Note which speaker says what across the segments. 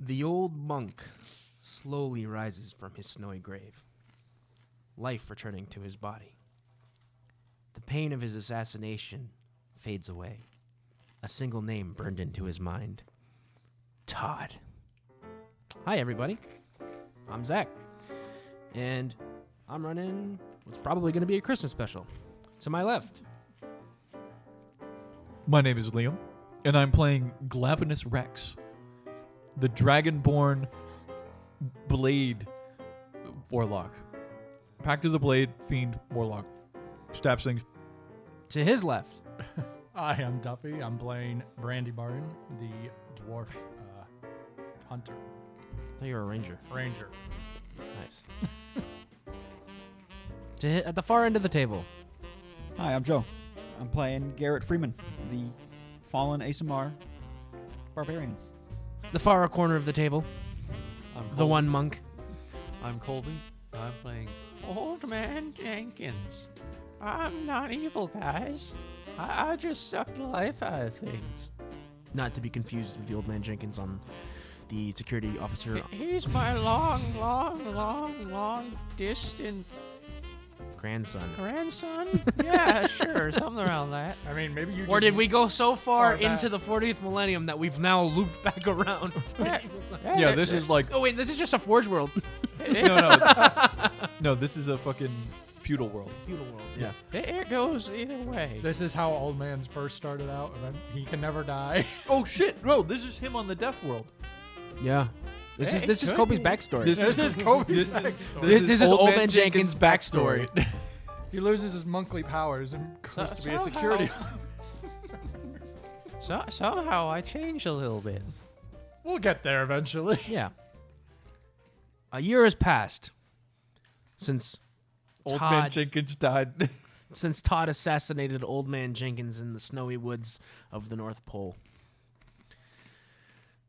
Speaker 1: The old monk slowly rises from his snowy grave, life returning to his body. The pain of his assassination fades away, a single name burned into his mind Todd. Hi, everybody. I'm Zach, and I'm running what's probably going to be a Christmas special. To my left,
Speaker 2: My name is Liam, and I'm playing Glavinus Rex, the dragonborn blade warlock. Pact of the Blade, fiend, warlock. Stabs things.
Speaker 1: to his left,
Speaker 3: I am Duffy. I'm playing Brandy Barton, the dwarf uh, hunter,
Speaker 1: oh, you're a ranger.
Speaker 3: ranger.
Speaker 1: Nice. to hit at the far end of the table,
Speaker 4: Hi, I'm Joe. I'm playing Garrett Freeman, the fallen ASMR barbarian.
Speaker 1: the far corner of the table,
Speaker 5: I'm
Speaker 1: the
Speaker 5: Col-
Speaker 1: one monk.
Speaker 5: I'm Colby. I'm playing Old Man Jenkins. I'm not evil, guys. I, I just suck the life out of things.
Speaker 1: not to be confused with the old man Jenkins on the security officer.
Speaker 5: He- He's my long, long, long, long distant
Speaker 1: grandson.
Speaker 5: grandson. Yeah, sure, something around that.
Speaker 3: I mean, maybe you.
Speaker 1: Or
Speaker 3: just,
Speaker 1: did we go so far
Speaker 3: Or that.
Speaker 1: into the 40th millennium that we've now looped back around?
Speaker 5: Yeah,
Speaker 2: Yeah, this is like
Speaker 1: oh wait, this is just a Forge World.
Speaker 5: It,
Speaker 2: no, no, no. This is a fucking feudal world.
Speaker 1: Feudal World.
Speaker 2: Yeah.
Speaker 5: it, it goes either way.
Speaker 3: This is how old man's first started out. and then He can never die.
Speaker 2: Oh shit! No, this is him on the Death World.
Speaker 1: Yeah. This is
Speaker 5: Hey,
Speaker 1: this is
Speaker 5: could
Speaker 1: Kobe's
Speaker 5: be.
Speaker 1: backstory.
Speaker 2: This,
Speaker 3: This is Kobe's
Speaker 2: This is,
Speaker 3: backstory.
Speaker 1: This- this is Old Man Jenkins' backstory.
Speaker 3: He loses his monkly powers and goes
Speaker 5: So-
Speaker 3: to be a security.
Speaker 5: So, somehow I changed a little bit.
Speaker 3: we'll get there eventually.
Speaker 1: yeah. A year has passed since
Speaker 2: Old
Speaker 1: Todd
Speaker 2: Man Jenkins died.
Speaker 1: since Todd assassinated Old Man Jenkins in the snowy woods of the North Pole.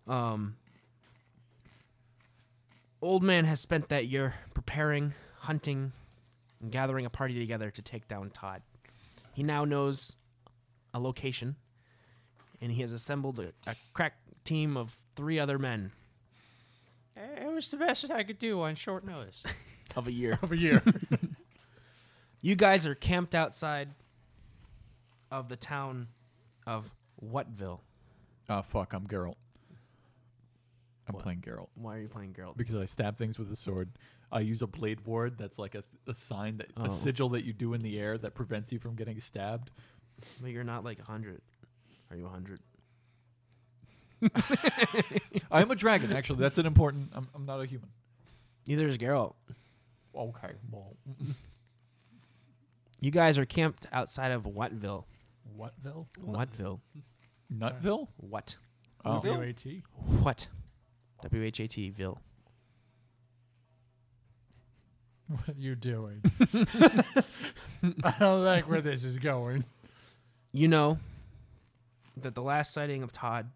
Speaker 1: Um, Old Man has spent that year preparing, hunting, and gathering a party together to take down Todd. He now knows a location, and he has assembled a, a crack team of three other men
Speaker 5: It was the best I could do on short notice.
Speaker 1: of a year.
Speaker 3: Over here.
Speaker 1: You guys are camped outside of the town of Whatville.
Speaker 2: oh fuck! I'm Geralt. I'm playing Geralt.
Speaker 1: Why are you playing Geralt?
Speaker 2: because I stab things with a sword. I use a blade ward that's like a, a sign that
Speaker 1: Oh.
Speaker 2: a sigil that you do in the air that prevents you from getting stabbed.
Speaker 1: But you're not like 100. Are you 100?
Speaker 2: I am a dragon, actually. That's an important. I'm, I'm not a human.
Speaker 1: Neither is Geralt.
Speaker 2: Okay, well,
Speaker 1: You guys are camped outside of Whatville.
Speaker 3: Whatville?
Speaker 1: Whatville.
Speaker 2: Nutville.
Speaker 1: What?
Speaker 2: Oh.
Speaker 3: W A T.
Speaker 1: What? W H A T Ville.
Speaker 3: What are you doing? I don't like where this is going.
Speaker 1: You know that the last sighting of Todd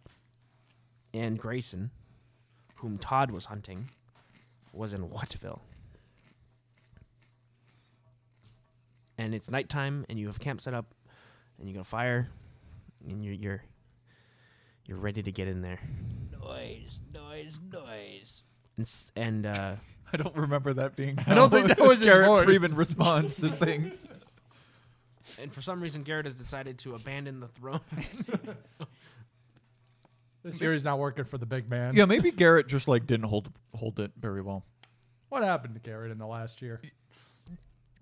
Speaker 1: and Grayson, whom Todd was hunting, was in Whatville. And it's nighttime, and you have camp set up, and you got a fire, and you're you're you're ready to get in there.
Speaker 5: noise, noise, noise.
Speaker 1: and s- and uh,
Speaker 2: I don't remember that being.
Speaker 3: I don't think that was his
Speaker 2: Garrett
Speaker 3: voice.
Speaker 2: Freeman responds to things.
Speaker 1: and for some reason Garrett has decided to abandon the throne.
Speaker 3: This year he's not working for the big man.
Speaker 2: yeah, maybe Garrett just like didn't hold hold it very well.
Speaker 3: What happened to Garrett in the last year?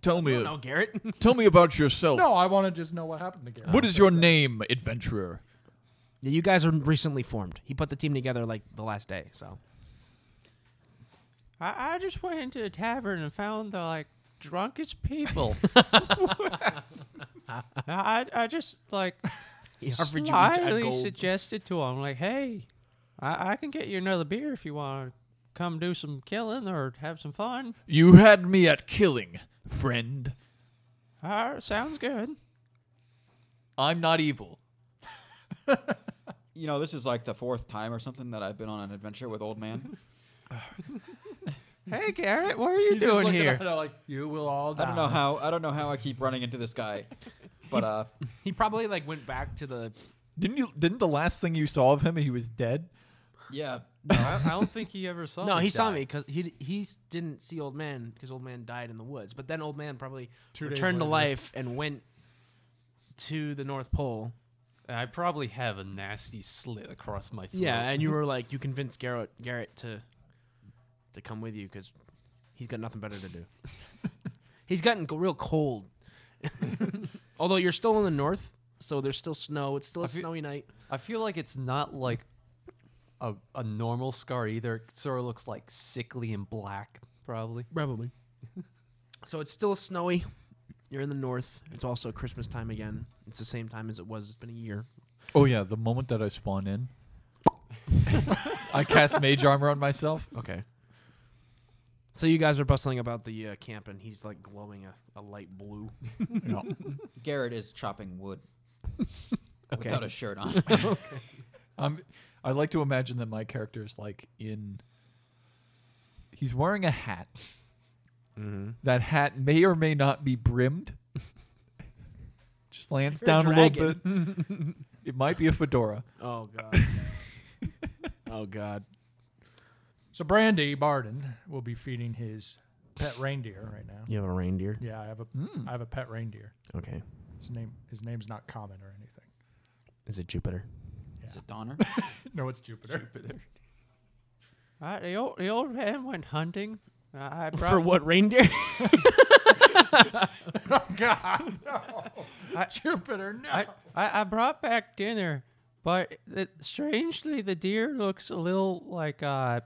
Speaker 2: Tell me,
Speaker 1: no, Garrett.
Speaker 2: tell me about yourself.
Speaker 3: No, Oh, I want to just know what happened to Garrett.
Speaker 2: What is your name, adventurer?
Speaker 1: Yeah, you guys are recently formed. He put the team together like the last day. So
Speaker 5: I, I just went into a tavern and found the like drunkest people. I, I just like
Speaker 1: he offered you each a
Speaker 5: slyly
Speaker 1: gold.
Speaker 5: suggested to him, like, hey, I, I can get you another beer if you want to come do some killing or have some fun.
Speaker 2: You had me at killing, friend.
Speaker 5: Uh, sounds good.
Speaker 2: I'm not evil.
Speaker 4: You know, this is like the fourth time or something that I've been on an adventure with old man.
Speaker 5: Hey, Garrett, what are you
Speaker 3: He's just
Speaker 5: doing
Speaker 3: looking
Speaker 5: here?
Speaker 3: at her like you will all die.
Speaker 4: I don't know how I don't know how I keep running into this guy. But uh
Speaker 1: He probably like went back to the.
Speaker 2: Didn't you? Didn't the last thing you saw of him, he was dead?
Speaker 6: Yeah.
Speaker 7: I, I don't think he ever saw.
Speaker 1: no,
Speaker 7: me
Speaker 1: Oh, he saw
Speaker 7: die.
Speaker 1: me because he d- he s- didn't see old man because old man died in the woods. But then old man probably
Speaker 3: Two days
Speaker 1: returned to
Speaker 3: later.
Speaker 1: life and went to the North Pole.
Speaker 7: I probably have a nasty slit across my throat.
Speaker 1: Yeah, and you were like, you convinced Garrett Garrett to to come with you because he's got nothing better to do. he's gotten go- real cold. Although you're still in the north, so there's still snow. It's still a
Speaker 7: I feel-
Speaker 1: snowy night.
Speaker 7: I feel like it's not like a, a normal scar either. It sort of looks like sickly and black, probably.
Speaker 1: Probably. So it's still snowy. You're in the north. It's also Christmas time again. It's the same time as it was. It's been a year.
Speaker 2: Oh yeah, the moment that I spawn in, I cast mage armor on myself.
Speaker 1: Okay. So you guys are bustling about the uh, camp, and he's like glowing a, a light blue.
Speaker 4: Garrett is chopping wood
Speaker 1: Okay.
Speaker 4: without a shirt on.
Speaker 2: I'm. I like to imagine that my character is like in. He's wearing a hat.
Speaker 1: mm-hmm.
Speaker 2: That hat may or may not be brimmed. Just slants
Speaker 1: You're a
Speaker 2: down a, little bit. it might be a fedora.
Speaker 1: Oh god. oh god.
Speaker 3: So Brandy Barden will be feeding his pet reindeer right now.
Speaker 1: You have a reindeer.
Speaker 3: Yeah, I have a I
Speaker 2: Mm.
Speaker 3: have a pet reindeer.
Speaker 1: Okay.
Speaker 3: His name his name's not common or anything.
Speaker 1: Is it Jupiter?
Speaker 4: Is it Donner?
Speaker 3: No, it's Jupiter.
Speaker 5: Uh, the, old, the old man went hunting. Uh, I
Speaker 1: For
Speaker 5: prob-
Speaker 1: what reindeer?
Speaker 3: Jupiter, no.
Speaker 5: I, I, I brought back dinner, but it, strangely, the deer looks a little like uh,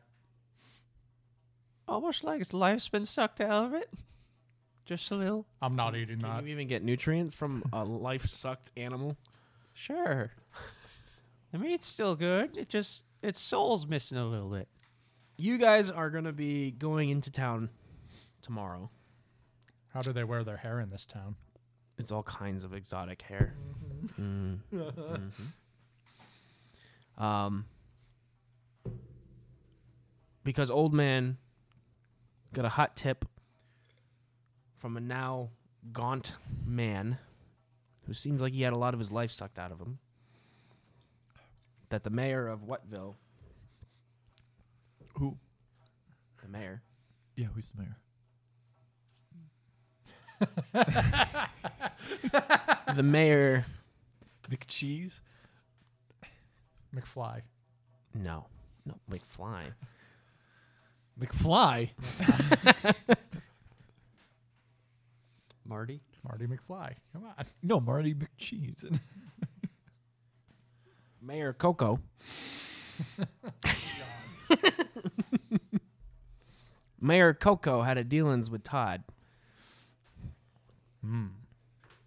Speaker 5: almost like its life's been sucked out of it. Just a little.
Speaker 3: I'm not eating that.
Speaker 1: Can you even get nutrients from a life sucked animal?
Speaker 5: Sure. The meat's still good. It just its soul's missing a little bit.
Speaker 1: You guys are gonna be going into town tomorrow.
Speaker 3: How do they wear their hair in this town?
Speaker 1: It's all kinds of exotic hair. Mm. Mhm. Um, because old man got a hot tip from a now gaunt man who seems like he had a lot of his life sucked out of him that the mayor of Whatville,
Speaker 2: Who?
Speaker 1: the mayor,
Speaker 2: Yeah, who's the mayor?
Speaker 1: the mayor,
Speaker 2: McCheese.
Speaker 3: McFly.
Speaker 1: no, no, McFly.
Speaker 2: McFly.
Speaker 7: Marty?
Speaker 3: Marty McFly. Come on.
Speaker 2: No, Marty McCheese.
Speaker 1: Mayor Coco. Mayor Coco had a dealings with Todd.
Speaker 3: Hmm.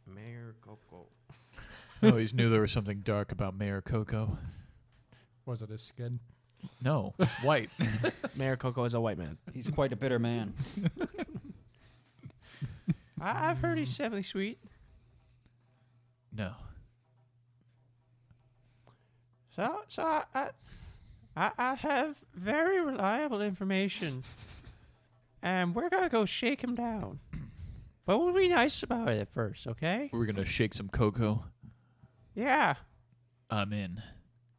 Speaker 1: Mayor Coco.
Speaker 2: I always knew there was something dark about Mayor Coco.
Speaker 3: Was it his skin?
Speaker 2: No, white.
Speaker 1: Mayor Coco is a white man.
Speaker 6: He's quite a bitter man.
Speaker 5: I, I've heard he's semi sweet.
Speaker 2: no.
Speaker 5: So, so I, I, I, I have very reliable information, and we're gonna go shake him down. But we'll be nice about it at first, okay?
Speaker 2: We're going to shake some cocoa.
Speaker 5: Yeah.
Speaker 2: I'm in.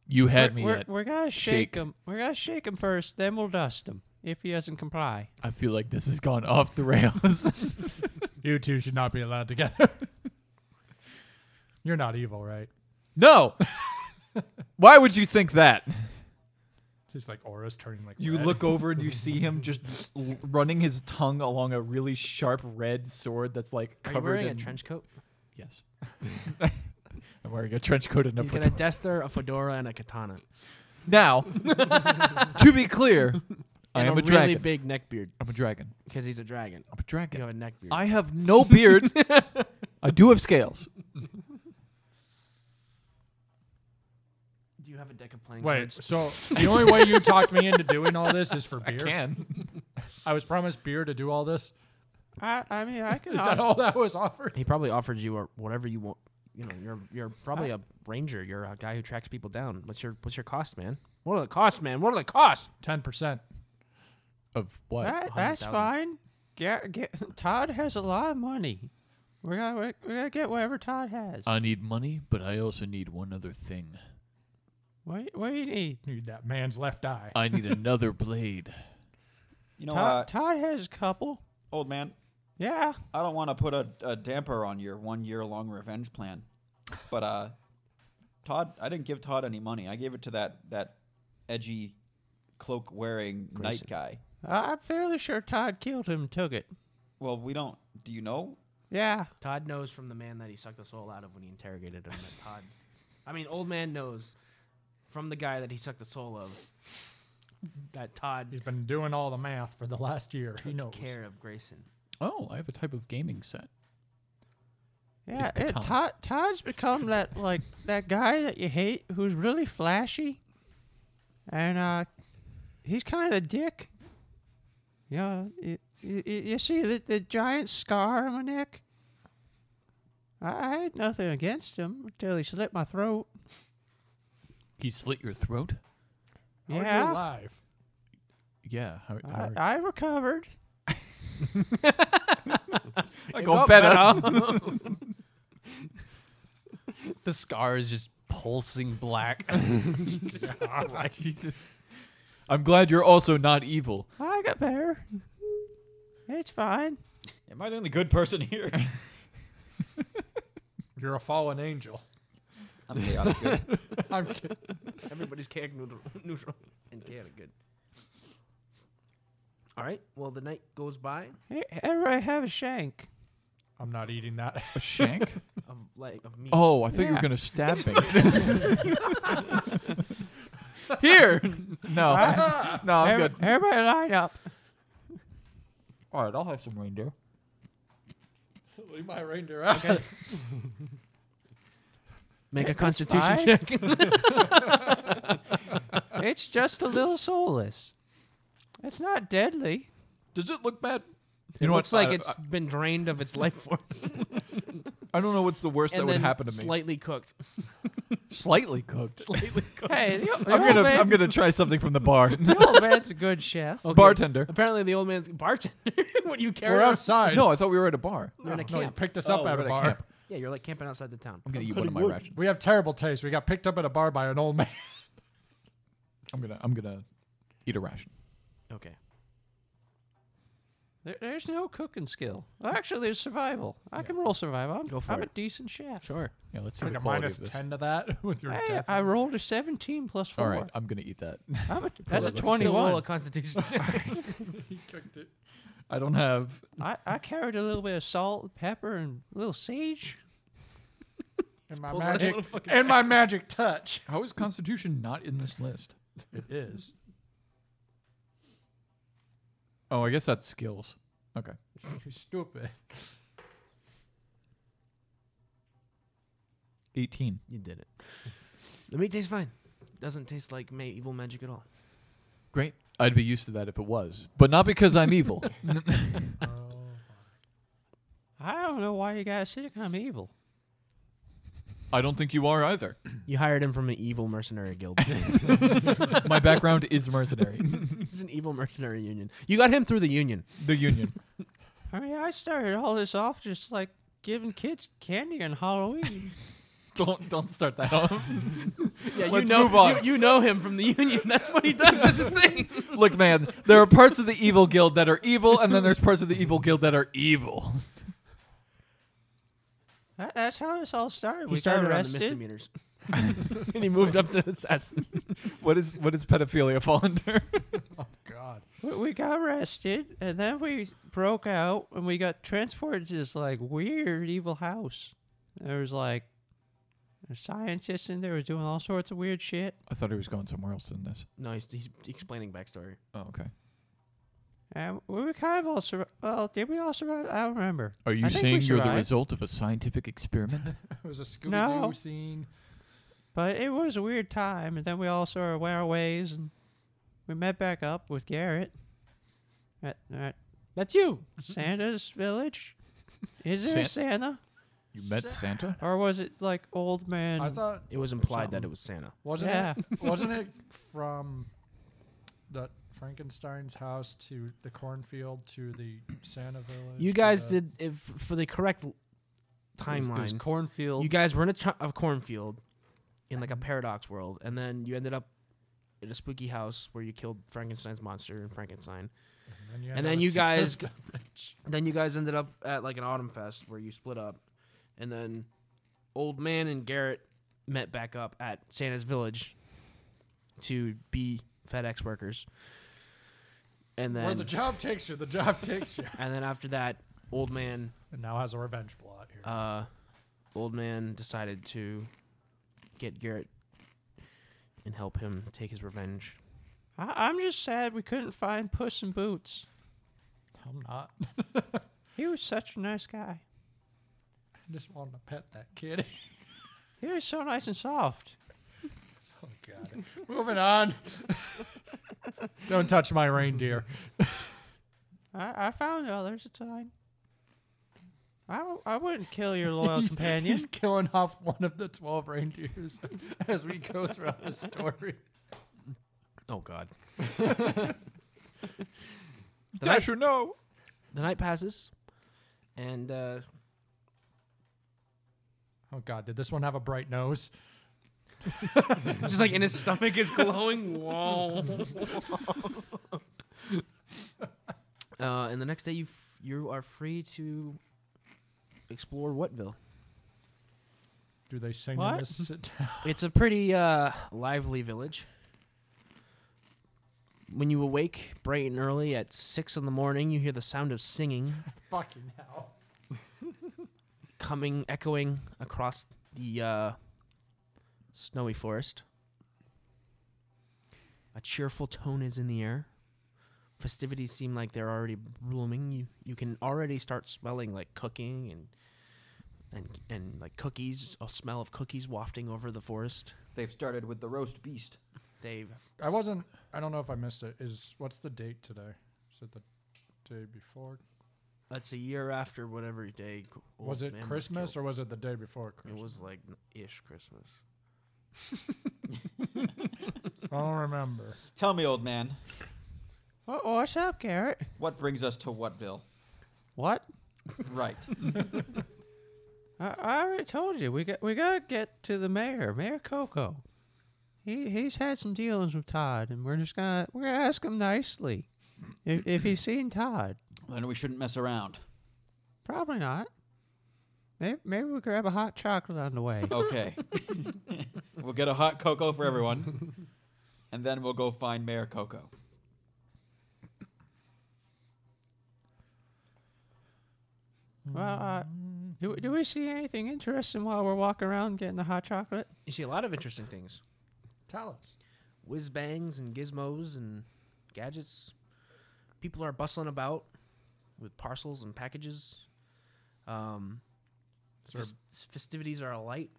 Speaker 2: You had
Speaker 5: we're,
Speaker 2: me
Speaker 5: we're,
Speaker 2: at.
Speaker 5: we're gonna shake,
Speaker 2: shake.
Speaker 5: him. We're gonna shake him first, then we'll dust him if he doesn't comply.
Speaker 2: I feel like this has gone off the rails.
Speaker 3: You two should not be allowed together. You're not evil, right?
Speaker 2: no. Why would you think that?
Speaker 3: Just like Aura's turning like
Speaker 2: You
Speaker 3: red.
Speaker 2: look over and you see him just l- running his tongue along a really sharp red sword that's like
Speaker 1: Are
Speaker 2: covered
Speaker 1: you wearing a
Speaker 2: in
Speaker 1: trench coat?
Speaker 2: Yes. I'm wearing a trench coat and a
Speaker 1: He's got a
Speaker 2: fedora.
Speaker 1: duster, a fedora, and a katana.
Speaker 2: now, to be clear, I
Speaker 1: And
Speaker 2: am a,
Speaker 1: a really
Speaker 2: dragon.
Speaker 1: big neck beard
Speaker 2: I'm a dragon.
Speaker 1: because he's a dragon.
Speaker 2: I'm a dragon.
Speaker 1: You have a neck beard.
Speaker 2: I have no beard. I do have scales.
Speaker 1: Do you have a deck of playing
Speaker 3: Wait,
Speaker 1: cards?
Speaker 3: so the only way you talked me into doing all this is for beer?
Speaker 2: Can.
Speaker 3: I was promised beer to do all this.
Speaker 5: I, I mean, I can.
Speaker 3: Is that all that was offered?
Speaker 1: He probably offered you or whatever you want. You know, you're you're probably a ranger. You're a guy who tracks people down. What's your what's your cost, man? What are the costs, man? What are the costs?
Speaker 3: 10%.
Speaker 2: Of what?
Speaker 5: That, that's
Speaker 1: 100,000.
Speaker 5: fine. Get, get, Todd has a lot of money. We're gonna,
Speaker 2: Uh,
Speaker 5: we're, we're gonna get whatever Todd has.
Speaker 2: I need money, but I also need one other thing.
Speaker 5: What, what do you need?
Speaker 3: Need that man's left eye.
Speaker 2: I need another blade.
Speaker 4: You know
Speaker 5: Todd,
Speaker 4: what,
Speaker 5: Todd has a couple.
Speaker 4: old man?
Speaker 5: Yeah.
Speaker 4: I don't want to put a, a damper on your one year long revenge plan, but uh, Todd, I didn't give Todd any money. I gave it to that that edgy cloak wearing knight
Speaker 1: Grayson.
Speaker 4: guy.
Speaker 5: I- I'm fairly sure Todd killed him and took it.
Speaker 4: Well, we don't. Do you know?
Speaker 5: Yeah.
Speaker 1: Todd knows from the man that he sucked the soul out of when he interrogated him that Todd, I mean, old man knows from the guy that he sucked the soul of that Todd
Speaker 3: He's been doing all the math for the last year. He knows.
Speaker 1: took care of Grayson.
Speaker 2: Oh, I have a type of gaming set.
Speaker 5: Yeah.
Speaker 2: It's
Speaker 5: it-
Speaker 2: Catan.
Speaker 5: Todd, Todd's become that like that guy that you hate who's really flashy. And uh he's kind of a dick. Yeah, you, you, you see the, the giant scar on my neck? I I had nothing against him until he slit my throat.
Speaker 2: He slit your throat?
Speaker 3: How are you
Speaker 5: Yeah.
Speaker 3: alive?
Speaker 2: Yeah. How, how
Speaker 5: I,
Speaker 2: are-
Speaker 5: I recovered.
Speaker 2: I
Speaker 1: got
Speaker 8: the scar is just pulsing black.
Speaker 2: I'm glad you're also not evil.
Speaker 5: I got better. It's fine.
Speaker 4: Am I the only good person here?
Speaker 3: You're a fallen angel.
Speaker 4: I'm chaotic good.
Speaker 3: I'm kidding.
Speaker 1: Everybody's character neutral, neutral and chaotic good. All right. Well, the night goes by
Speaker 5: Hey, E, Everybody have a shank.
Speaker 3: I'm not eating that.
Speaker 2: A shank?
Speaker 1: of like of me.
Speaker 2: Oh, I thought you were
Speaker 5: Yeah.
Speaker 2: going to stab me. Here. No. I- no, I'm
Speaker 5: Every-
Speaker 2: good.
Speaker 5: Everybody line up.
Speaker 2: All right, I'll have some reindeer.
Speaker 3: Leave my reindeer out. Okay.
Speaker 1: Make a
Speaker 5: That's
Speaker 1: constitution
Speaker 5: fine.
Speaker 1: check.
Speaker 5: It's just a little soulless. It's not deadly.
Speaker 2: Does it look bad? You
Speaker 1: it
Speaker 2: know
Speaker 1: looks
Speaker 2: what?
Speaker 1: like
Speaker 2: I,
Speaker 1: it's been drained of its life force
Speaker 2: I, I don't know what's the worst
Speaker 1: and
Speaker 2: that
Speaker 1: then
Speaker 2: would happen to me.
Speaker 1: slightly cooked.
Speaker 2: slightly cooked.
Speaker 1: Slightly cooked.
Speaker 5: Hey, the, the
Speaker 2: I'm
Speaker 5: old
Speaker 2: gonna
Speaker 5: man,
Speaker 2: I'm gonna try something from the bar.
Speaker 5: the old man's a good chef.
Speaker 1: Okay,
Speaker 2: Bartender.
Speaker 1: Apparently, the old man's bartender. when you carry
Speaker 3: We're
Speaker 1: out-
Speaker 3: outside.
Speaker 2: No, I thought we were at a bar.
Speaker 1: you're in a
Speaker 3: no, you
Speaker 1: camp.
Speaker 3: picked us up
Speaker 2: Oh,
Speaker 3: at
Speaker 2: we're
Speaker 3: a
Speaker 2: at a
Speaker 3: bar.
Speaker 2: camp.
Speaker 1: Yeah, you're like camping outside the town.
Speaker 2: I'm gonna eat one of my rations.
Speaker 3: We have terrible taste. We got picked up at a bar by an old man.
Speaker 2: I'm gonna I'm gonna eat a ration.
Speaker 1: Okay.
Speaker 5: There, there's no cooking skill. Well, actually, there's survival. I can roll survival. I'm,
Speaker 1: Go for
Speaker 5: I'm
Speaker 1: it.
Speaker 5: a decent chef.
Speaker 2: Sure. Yeah, let's see
Speaker 3: Like
Speaker 2: the
Speaker 3: a
Speaker 2: quality
Speaker 3: minus
Speaker 2: of this.
Speaker 3: ten to that with your
Speaker 5: Hey,
Speaker 3: death.
Speaker 5: I rolled a 17 plus 4.
Speaker 2: All right, I'm gonna eat that.
Speaker 5: I'm a- that's a
Speaker 2: Still
Speaker 1: Still roll a
Speaker 5: 21.
Speaker 1: constitution.
Speaker 3: He cooked it.
Speaker 2: I don't have.
Speaker 5: I, I carried a little bit of salt, pepper, and a little sage.
Speaker 3: And my
Speaker 1: Pulls out a
Speaker 3: magic.
Speaker 1: little fucking-
Speaker 3: And my magic touch.
Speaker 2: How is Constitution not in this list?
Speaker 3: It is.
Speaker 2: Oh, I guess that's skills. Okay.
Speaker 3: You're stupid.
Speaker 2: 18.
Speaker 1: you did it. The meat tastes fine. Doesn't taste like ma- evil magic at all.
Speaker 2: Great. I'd be used to that if it was, but not because I'm evil.
Speaker 5: I don't know why you guys think I'm evil.
Speaker 2: I don't think you are either.
Speaker 1: You hired him from an evil mercenary guild.
Speaker 2: My background is mercenary.
Speaker 1: He's an evil mercenary union. You got him through the union.
Speaker 2: The Union.
Speaker 5: I mean, I started all this off just like giving kids candy on Halloween.
Speaker 2: Don't don't start that off.
Speaker 1: Yeah,
Speaker 2: Let's
Speaker 1: you know,
Speaker 2: move on.
Speaker 1: You, you know him from the union. That's what he does. That's his thing.
Speaker 2: Look, man, there are parts of the evil guild that are evil, and then there's parts of the evil guild that are evil.
Speaker 5: that, that's how this all started.
Speaker 1: He
Speaker 5: we
Speaker 1: started
Speaker 5: got
Speaker 1: on the
Speaker 5: arrested.
Speaker 1: misdemeanors, and he moved up to assassin.
Speaker 2: What is what is pedophilia fall under?
Speaker 3: God.
Speaker 5: We, we got arrested, and then we broke out, and we got transported to this like weird evil house. There was like a scientist in there was doing all sorts of weird shit,
Speaker 2: I thought he was going somewhere else in this.
Speaker 1: No, he's, he's explaining backstory.
Speaker 2: Oh, okay.
Speaker 5: and we were kind of all sur- well. Did we all survive? I don't remember.
Speaker 2: Are you
Speaker 5: I think we
Speaker 2: saying you're the
Speaker 5: survived.
Speaker 2: result of a scientific experiment?
Speaker 3: It was a Scooby Doo
Speaker 5: No.
Speaker 3: scene.
Speaker 5: But it was a weird time, and then we all sort of went our ways, and we met back up with Garrett at, at
Speaker 1: That's you.
Speaker 5: Santa's village. Is there a Santa,
Speaker 2: You met Santa?
Speaker 5: or was it like old man?
Speaker 3: I thought
Speaker 1: It was implied that it was Santa.
Speaker 3: wasn't
Speaker 5: yeah,
Speaker 3: it wasn't it from the Frankenstein's house to the cornfield to the Santa Village?
Speaker 1: You
Speaker 3: to
Speaker 1: guys
Speaker 3: the-
Speaker 1: did if, for the correct l-
Speaker 8: uh, It was
Speaker 1: timeline.
Speaker 8: cornfield.
Speaker 1: You guys were in a, tr- a cornfield. in like a paradox world, and then you ended up in a spooky house where you killed Frankenstein's monster and Frankenstein.
Speaker 3: And then you,
Speaker 1: and
Speaker 3: end
Speaker 1: then
Speaker 3: up
Speaker 1: you
Speaker 3: with
Speaker 1: guys
Speaker 3: Steve-
Speaker 1: then you guys ended up at like an autumn fest where you split up and then old man and garrett met back up at santa's village to be fedex workers and
Speaker 3: where
Speaker 1: then
Speaker 3: the job takes you, the job takes you.
Speaker 1: and then after that old man
Speaker 3: And now has a revenge plot here.
Speaker 1: uh old man decided to get garrett and help him take his revenge
Speaker 5: I- I'm just sad we couldn't find Puss in Boots.
Speaker 3: I'm not.
Speaker 5: He was such a nice guy.
Speaker 3: I just wanted to pet that kitty.
Speaker 5: He was so nice and soft.
Speaker 3: Oh God. Moving on. Don't touch my reindeer.
Speaker 5: I, I found others a time. I w- I wouldn't kill your loyal companion.
Speaker 3: He's killing off one of the twelve reindeers as we go throughout the story.
Speaker 1: oh god The night-
Speaker 9: Dasher, no.
Speaker 1: the night passes and uh
Speaker 3: Oh God, did this one have a bright nose?
Speaker 1: just like in his stomach is glowing. Wow. uh, and the next day, you f- you are free to explore Whatville.
Speaker 3: Do they sing
Speaker 5: What?
Speaker 3: in this sit down?
Speaker 1: It's a pretty uh, lively village. When you awake bright and early at six in the morning, you hear the sound of singing
Speaker 3: Fucking hell.
Speaker 1: coming echoing across the uh, snowy forest. A cheerful tone is in the air. Festivities seem like they're already blooming. You you can already start smelling like cooking and and and like cookies. A smell of cookies wafting over the forest.
Speaker 4: They've started with the roast beast.
Speaker 1: They've
Speaker 3: I wasn't. I don't know if I missed it. Is what's the date today? Is it the day before?
Speaker 1: that's a year after whatever day. c- old
Speaker 3: was it
Speaker 1: Oh, man
Speaker 3: Christmas
Speaker 1: killed.
Speaker 3: or was it the day before Christmas?
Speaker 1: it was like ish Christmas.
Speaker 3: I don't remember.
Speaker 4: Tell me, old man,
Speaker 5: Wha- what's up, Garrett?
Speaker 4: what brings us to Whatville?
Speaker 5: What?
Speaker 4: Right.
Speaker 5: I, I already told you we got we gotta get to the mayor, Mayor Coco. He he's had some dealings with Todd, and we're just gonna we're gonna ask him nicely if if he's seen Todd.
Speaker 4: then we shouldn't mess around.
Speaker 5: Probably not. Maybe maybe we grab a hot chocolate on the way.
Speaker 4: Okay. we'll get a hot cocoa for everyone, and then we'll go find Mayor Coco.
Speaker 5: well, uh, do do we see anything interesting while we're walking around getting the hot chocolate?
Speaker 1: You see a lot of interesting things.
Speaker 3: Tell us.
Speaker 1: whiz bangs and gizmos and gadgets. People are bustling about with parcels and packages. Um,
Speaker 3: Sir.
Speaker 1: fes- festivities are alight.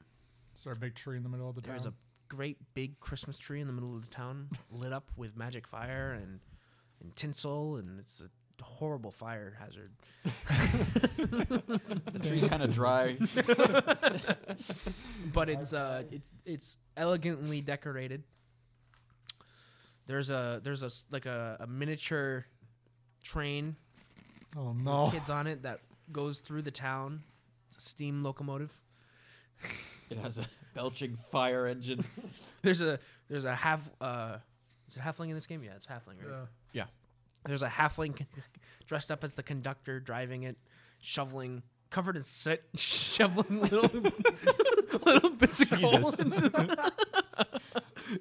Speaker 3: Is there a big tree in the middle of the town?
Speaker 1: There's a great big Christmas tree in the middle of the town, lit up with magic fire and and tinsel, and it's a horrible fire hazard.
Speaker 4: The tree's kind of dry.
Speaker 1: but it's uh it's it's elegantly decorated. There's a there's a s- like a, a miniature train
Speaker 3: oh no.
Speaker 1: kids on it that goes through the town. It's a steam locomotive.
Speaker 4: It has a belching fire engine.
Speaker 1: There's a there's a half uh is it halfling in this game? Yeah, it's halfling, right?
Speaker 3: Yeah.
Speaker 1: There's a halfling con- dressed up as the conductor driving it, shoveling covered in soot, shoveling little little bits of coal. Into the,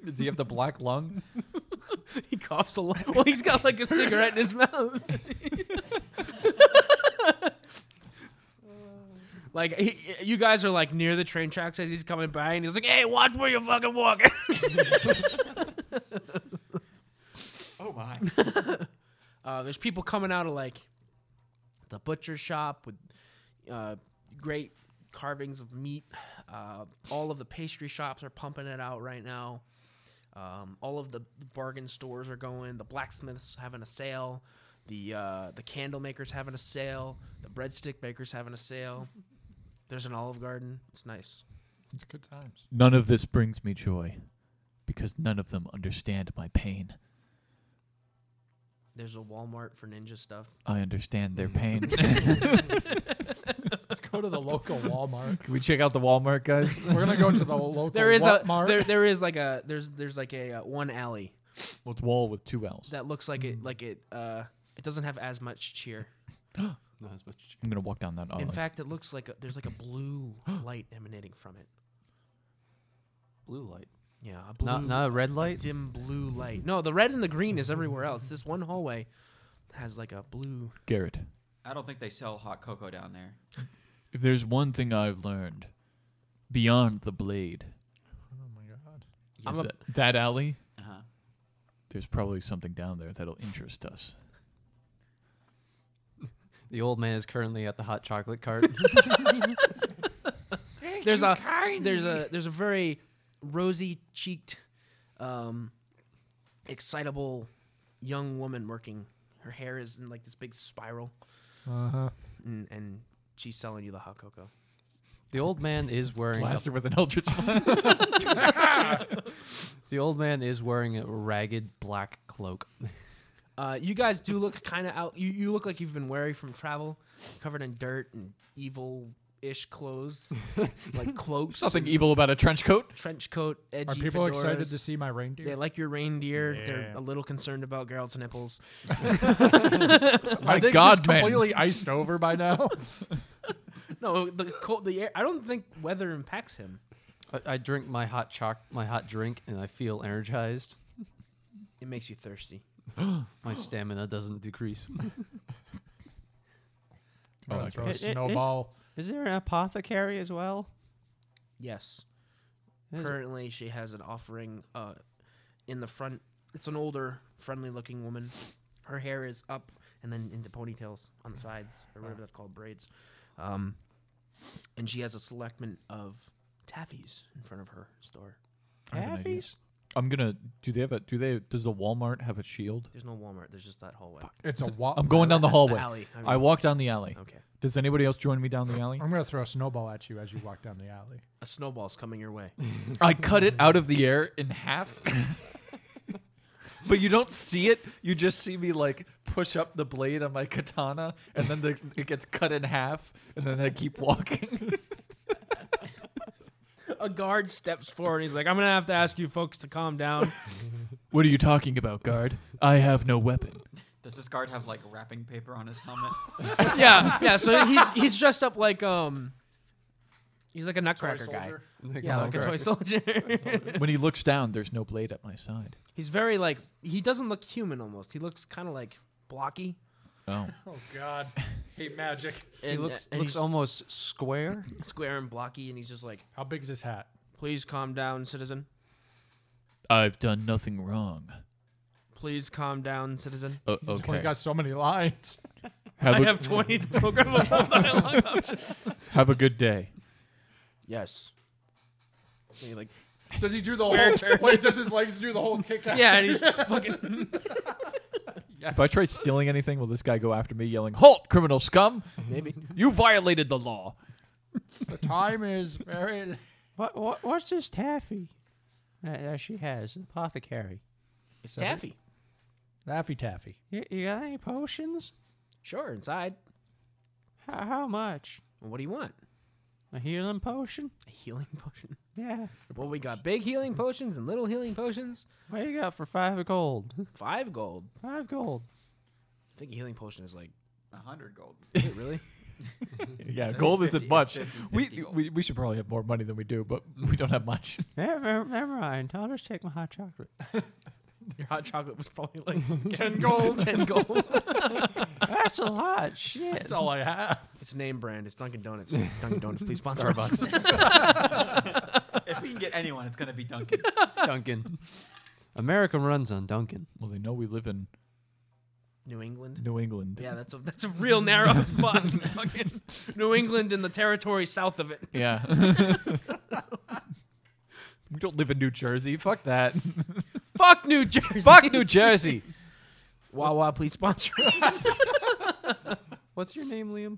Speaker 9: Does he have the black lung?
Speaker 1: he coughs a lot. Well, he's got like a cigarette in his mouth. Like he, you guys are like near the train tracks as he's coming by, and he's like, "Hey, watch where you're fucking walking."
Speaker 4: Oh my!
Speaker 1: Uh, there's people coming out of like the butcher shop with uh, great carvings of meat. Uh, all of the pastry shops are pumping it out right now. Um, all of the bargain stores are going. The blacksmiths having a sale. The uh, the candle makers having a sale. The breadstick makers having a sale. There's an Olive Garden. It's nice.
Speaker 3: It's good times.
Speaker 9: None of this brings me joy, because none of them understand my pain.
Speaker 1: There's a Walmart for ninja stuff.
Speaker 9: I understand their pain.
Speaker 3: go to the local Walmart.
Speaker 9: Can we check out the Walmart guys?
Speaker 3: We're gonna go to the local.
Speaker 1: There is a
Speaker 3: Walmart.
Speaker 1: there there is like a there's there's like a uh, one alley
Speaker 9: well, it's wall with two L's.
Speaker 1: that looks like it like it uh it doesn't have as much cheer.
Speaker 2: Not as much.
Speaker 9: I'm gonna walk down that aisle.
Speaker 1: In fact, it looks like a, there's like a blue light emanating from it.
Speaker 2: Blue light.
Speaker 1: Yeah, a blue,
Speaker 2: Not not a red light.
Speaker 1: dim blue light. No, the red and the green is everywhere else. This one hallway has like a blue.
Speaker 9: Garrett,
Speaker 4: I don't think they sell hot cocoa down there.
Speaker 9: if there's one thing I've learned beyond the blade,
Speaker 3: Oh my god.
Speaker 1: I'm
Speaker 9: is
Speaker 1: a-
Speaker 9: that, that alley,
Speaker 4: Uh-huh.
Speaker 9: there's probably something down there that'll interest us.
Speaker 2: The old man is currently at the hot chocolate cart.
Speaker 1: There's a there's a there's a very rosy cheeked, um, excitable young woman working. Her hair is in like this big spiral,
Speaker 3: Uh huh.
Speaker 1: and, and she's selling you the hot cocoa.
Speaker 2: the old man is wearing a,
Speaker 9: Blaster with an eldritch blast.
Speaker 2: the old man is wearing a ragged black cloak.
Speaker 1: Uh, you guys do look kind of out. You, you look like you've been wary from travel, covered in dirt and evil ish clothes, like cloaks,
Speaker 9: Nothing
Speaker 1: and
Speaker 9: evil about a trench coat.
Speaker 1: trench coat, edgy.
Speaker 3: Are people
Speaker 1: fedoras.
Speaker 3: excited to see my
Speaker 1: They
Speaker 3: reindeer?
Speaker 1: like your reindeer. They're
Speaker 3: Yeah.
Speaker 1: a little concerned about Geralt's nipples.
Speaker 9: My
Speaker 3: Are they
Speaker 9: God,
Speaker 3: just
Speaker 9: man.
Speaker 3: completely iced over by now?
Speaker 1: No, the cold, the air. I don't think weather impacts him.
Speaker 2: I, I drink my hot choc my hot drink and I feel energized.
Speaker 1: It makes you thirsty.
Speaker 2: My stamina doesn't decrease.
Speaker 3: I'm
Speaker 9: Oh,
Speaker 3: gonna
Speaker 9: okay.
Speaker 3: throw
Speaker 2: It-
Speaker 3: a
Speaker 2: it- it's-
Speaker 3: snowball.
Speaker 2: Is there an apothecary as well?
Speaker 1: Yes.
Speaker 2: Is-
Speaker 1: Currently, she has an offering uh, in the front. It's an older, friendly-looking woman. Her hair is up and then into ponytails on the sides, or whatever that's called, braids. Um, and she has a selection of taffies in front of her store.
Speaker 9: I have an idea.
Speaker 2: Taffies?
Speaker 9: I'm gonna. Do they have a? Do they? Does the Walmart have a shield?
Speaker 1: There's no Walmart. There's just that hallway.
Speaker 3: It's a wall.
Speaker 9: I'm going down the hallway.
Speaker 1: alley, I mean.
Speaker 9: I walk down the alley.
Speaker 1: Okay.
Speaker 9: Does anybody else join me down the alley?
Speaker 3: I'm gonna throw a snowball at you as you walk down the alley.
Speaker 1: A snowball's coming your way.
Speaker 9: I cut it out of the air in half. but you don't see it. You just see me like push up the blade on my katana, and then the, it gets cut in half, and then I keep walking.
Speaker 1: a guard steps forward. He's like, "I'm gonna have to ask you folks to calm down."
Speaker 9: what are you talking about, guard? I have no weapon.
Speaker 4: Does this guard have like wrapping paper on his helmet?
Speaker 1: yeah, yeah. So he's he's dressed up like um, he's like a nutcracker guy. Yeah, like a toy soldier.
Speaker 9: When he looks down, there's no blade at my side.
Speaker 1: he's very like he doesn't look human almost. He looks kind of like blocky.
Speaker 9: Oh,
Speaker 3: Oh God, hate magic.
Speaker 1: And,
Speaker 2: He looks
Speaker 1: and
Speaker 2: looks
Speaker 1: he's
Speaker 2: almost square.
Speaker 1: square and blocky, and he's just like,
Speaker 3: How big is his hat?
Speaker 1: "Please calm down, citizen.
Speaker 9: I've done nothing wrong.
Speaker 1: Please calm down, citizen."
Speaker 9: Uh,
Speaker 3: He's only got so many lines.
Speaker 1: I have twenty programmable dialogue options.
Speaker 9: have a good day.
Speaker 1: Yes. And he like
Speaker 3: Does he do the whole? Wait, does his legs do the whole kick? out?
Speaker 1: yeah, and he's fucking.
Speaker 9: If I try stealing anything, will this guy go after me yelling, "Halt, criminal scum!
Speaker 1: Maybe.
Speaker 9: You violated the law."
Speaker 3: The time is very.
Speaker 5: What, what what's this taffy that, that she has? An apothecary.
Speaker 1: It's taffy.
Speaker 3: Laffy Taffy.
Speaker 5: You, you got any potions?
Speaker 1: Sure, inside.
Speaker 5: How, how much?
Speaker 1: Well, what do you want?
Speaker 5: A healing potion?
Speaker 1: A healing potion.
Speaker 5: Yeah.
Speaker 1: Well, we got big healing potions and little healing potions.
Speaker 5: What you got for five gold?
Speaker 1: Five gold.
Speaker 5: Five gold.
Speaker 1: I think a healing potion is like
Speaker 4: A hundred gold.
Speaker 1: really.
Speaker 9: Yeah,
Speaker 4: It's
Speaker 9: gold
Speaker 4: 50
Speaker 9: isn't
Speaker 4: it's
Speaker 9: much.
Speaker 4: 50,
Speaker 9: we,
Speaker 4: 50 gold.
Speaker 9: we we should probably have more money than we do, but we don't have much.
Speaker 5: Never, never mind. I'll just take my hot chocolate.
Speaker 1: Your hot chocolate was probably like ten gold. ten gold.
Speaker 5: That's a lot. Shit.
Speaker 3: That's all I have.
Speaker 1: It's name brand. It's Dunkin' Donuts. Dunkin' Donuts, please sponsor us.
Speaker 4: if we can get anyone, it's gonna be Duncan.
Speaker 2: Duncan. America runs on Duncan.
Speaker 9: Well, they know we live in
Speaker 1: New England.
Speaker 9: New England.
Speaker 1: Yeah, that's a that's a real narrow spot. Fucking New England and the territory south of it.
Speaker 9: Yeah. we don't live in New Jersey. Fuck that.
Speaker 1: Fuck New Jersey.
Speaker 9: Fuck New Jersey.
Speaker 1: Wawa, please sponsor us.
Speaker 2: What's your name, Liam?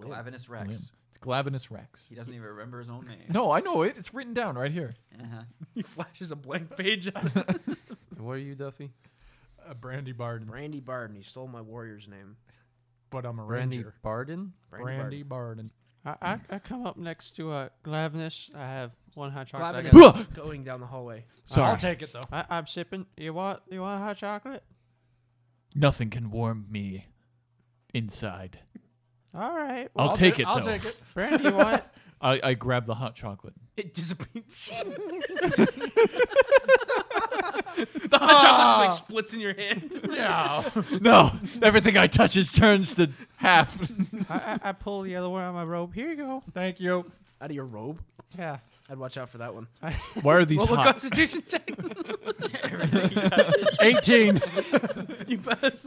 Speaker 4: Glavinus
Speaker 9: It's
Speaker 4: Rex.
Speaker 9: Glavinus Rex.
Speaker 4: He doesn't even remember his own name.
Speaker 9: No, I know it. It's written down right here.
Speaker 4: Uh-huh.
Speaker 1: he flashes a blank page.
Speaker 2: And what are you, Duffy?
Speaker 3: A brandy bar.
Speaker 1: Randy Barden. He stole my warrior's name.
Speaker 3: but I'm a
Speaker 2: Brandy
Speaker 3: ranger.
Speaker 2: Barden?
Speaker 3: Brandy Barden.
Speaker 5: I, I, I come up next to uh, Glavinus. I have one hot chocolate. I
Speaker 1: Glavin
Speaker 5: got-
Speaker 1: is going down the hallway.
Speaker 9: Sorry.
Speaker 3: I'll take it though.
Speaker 5: I, I'm sipping. You want you want hot chocolate?
Speaker 9: Nothing can warm me inside.
Speaker 5: All right.
Speaker 9: I'll,
Speaker 3: I'll
Speaker 9: take
Speaker 3: ta-
Speaker 9: it
Speaker 3: I'll
Speaker 9: though.
Speaker 3: take it.
Speaker 5: Brandy, you want?
Speaker 9: I, I grab the hot chocolate.
Speaker 1: It disappears. the hot chocolate
Speaker 9: Ah.
Speaker 1: just like splits in your hand.
Speaker 9: no, everything I touch is turns to half.
Speaker 5: I, I, I pull the other one out of my robe. Here you go.
Speaker 3: Thank you.
Speaker 1: Out of your robe.
Speaker 5: Yeah.
Speaker 1: I'd watch out for that one.
Speaker 9: Why are these
Speaker 1: Roll a
Speaker 9: hot?
Speaker 1: constitution check.
Speaker 9: 18.
Speaker 1: you pass.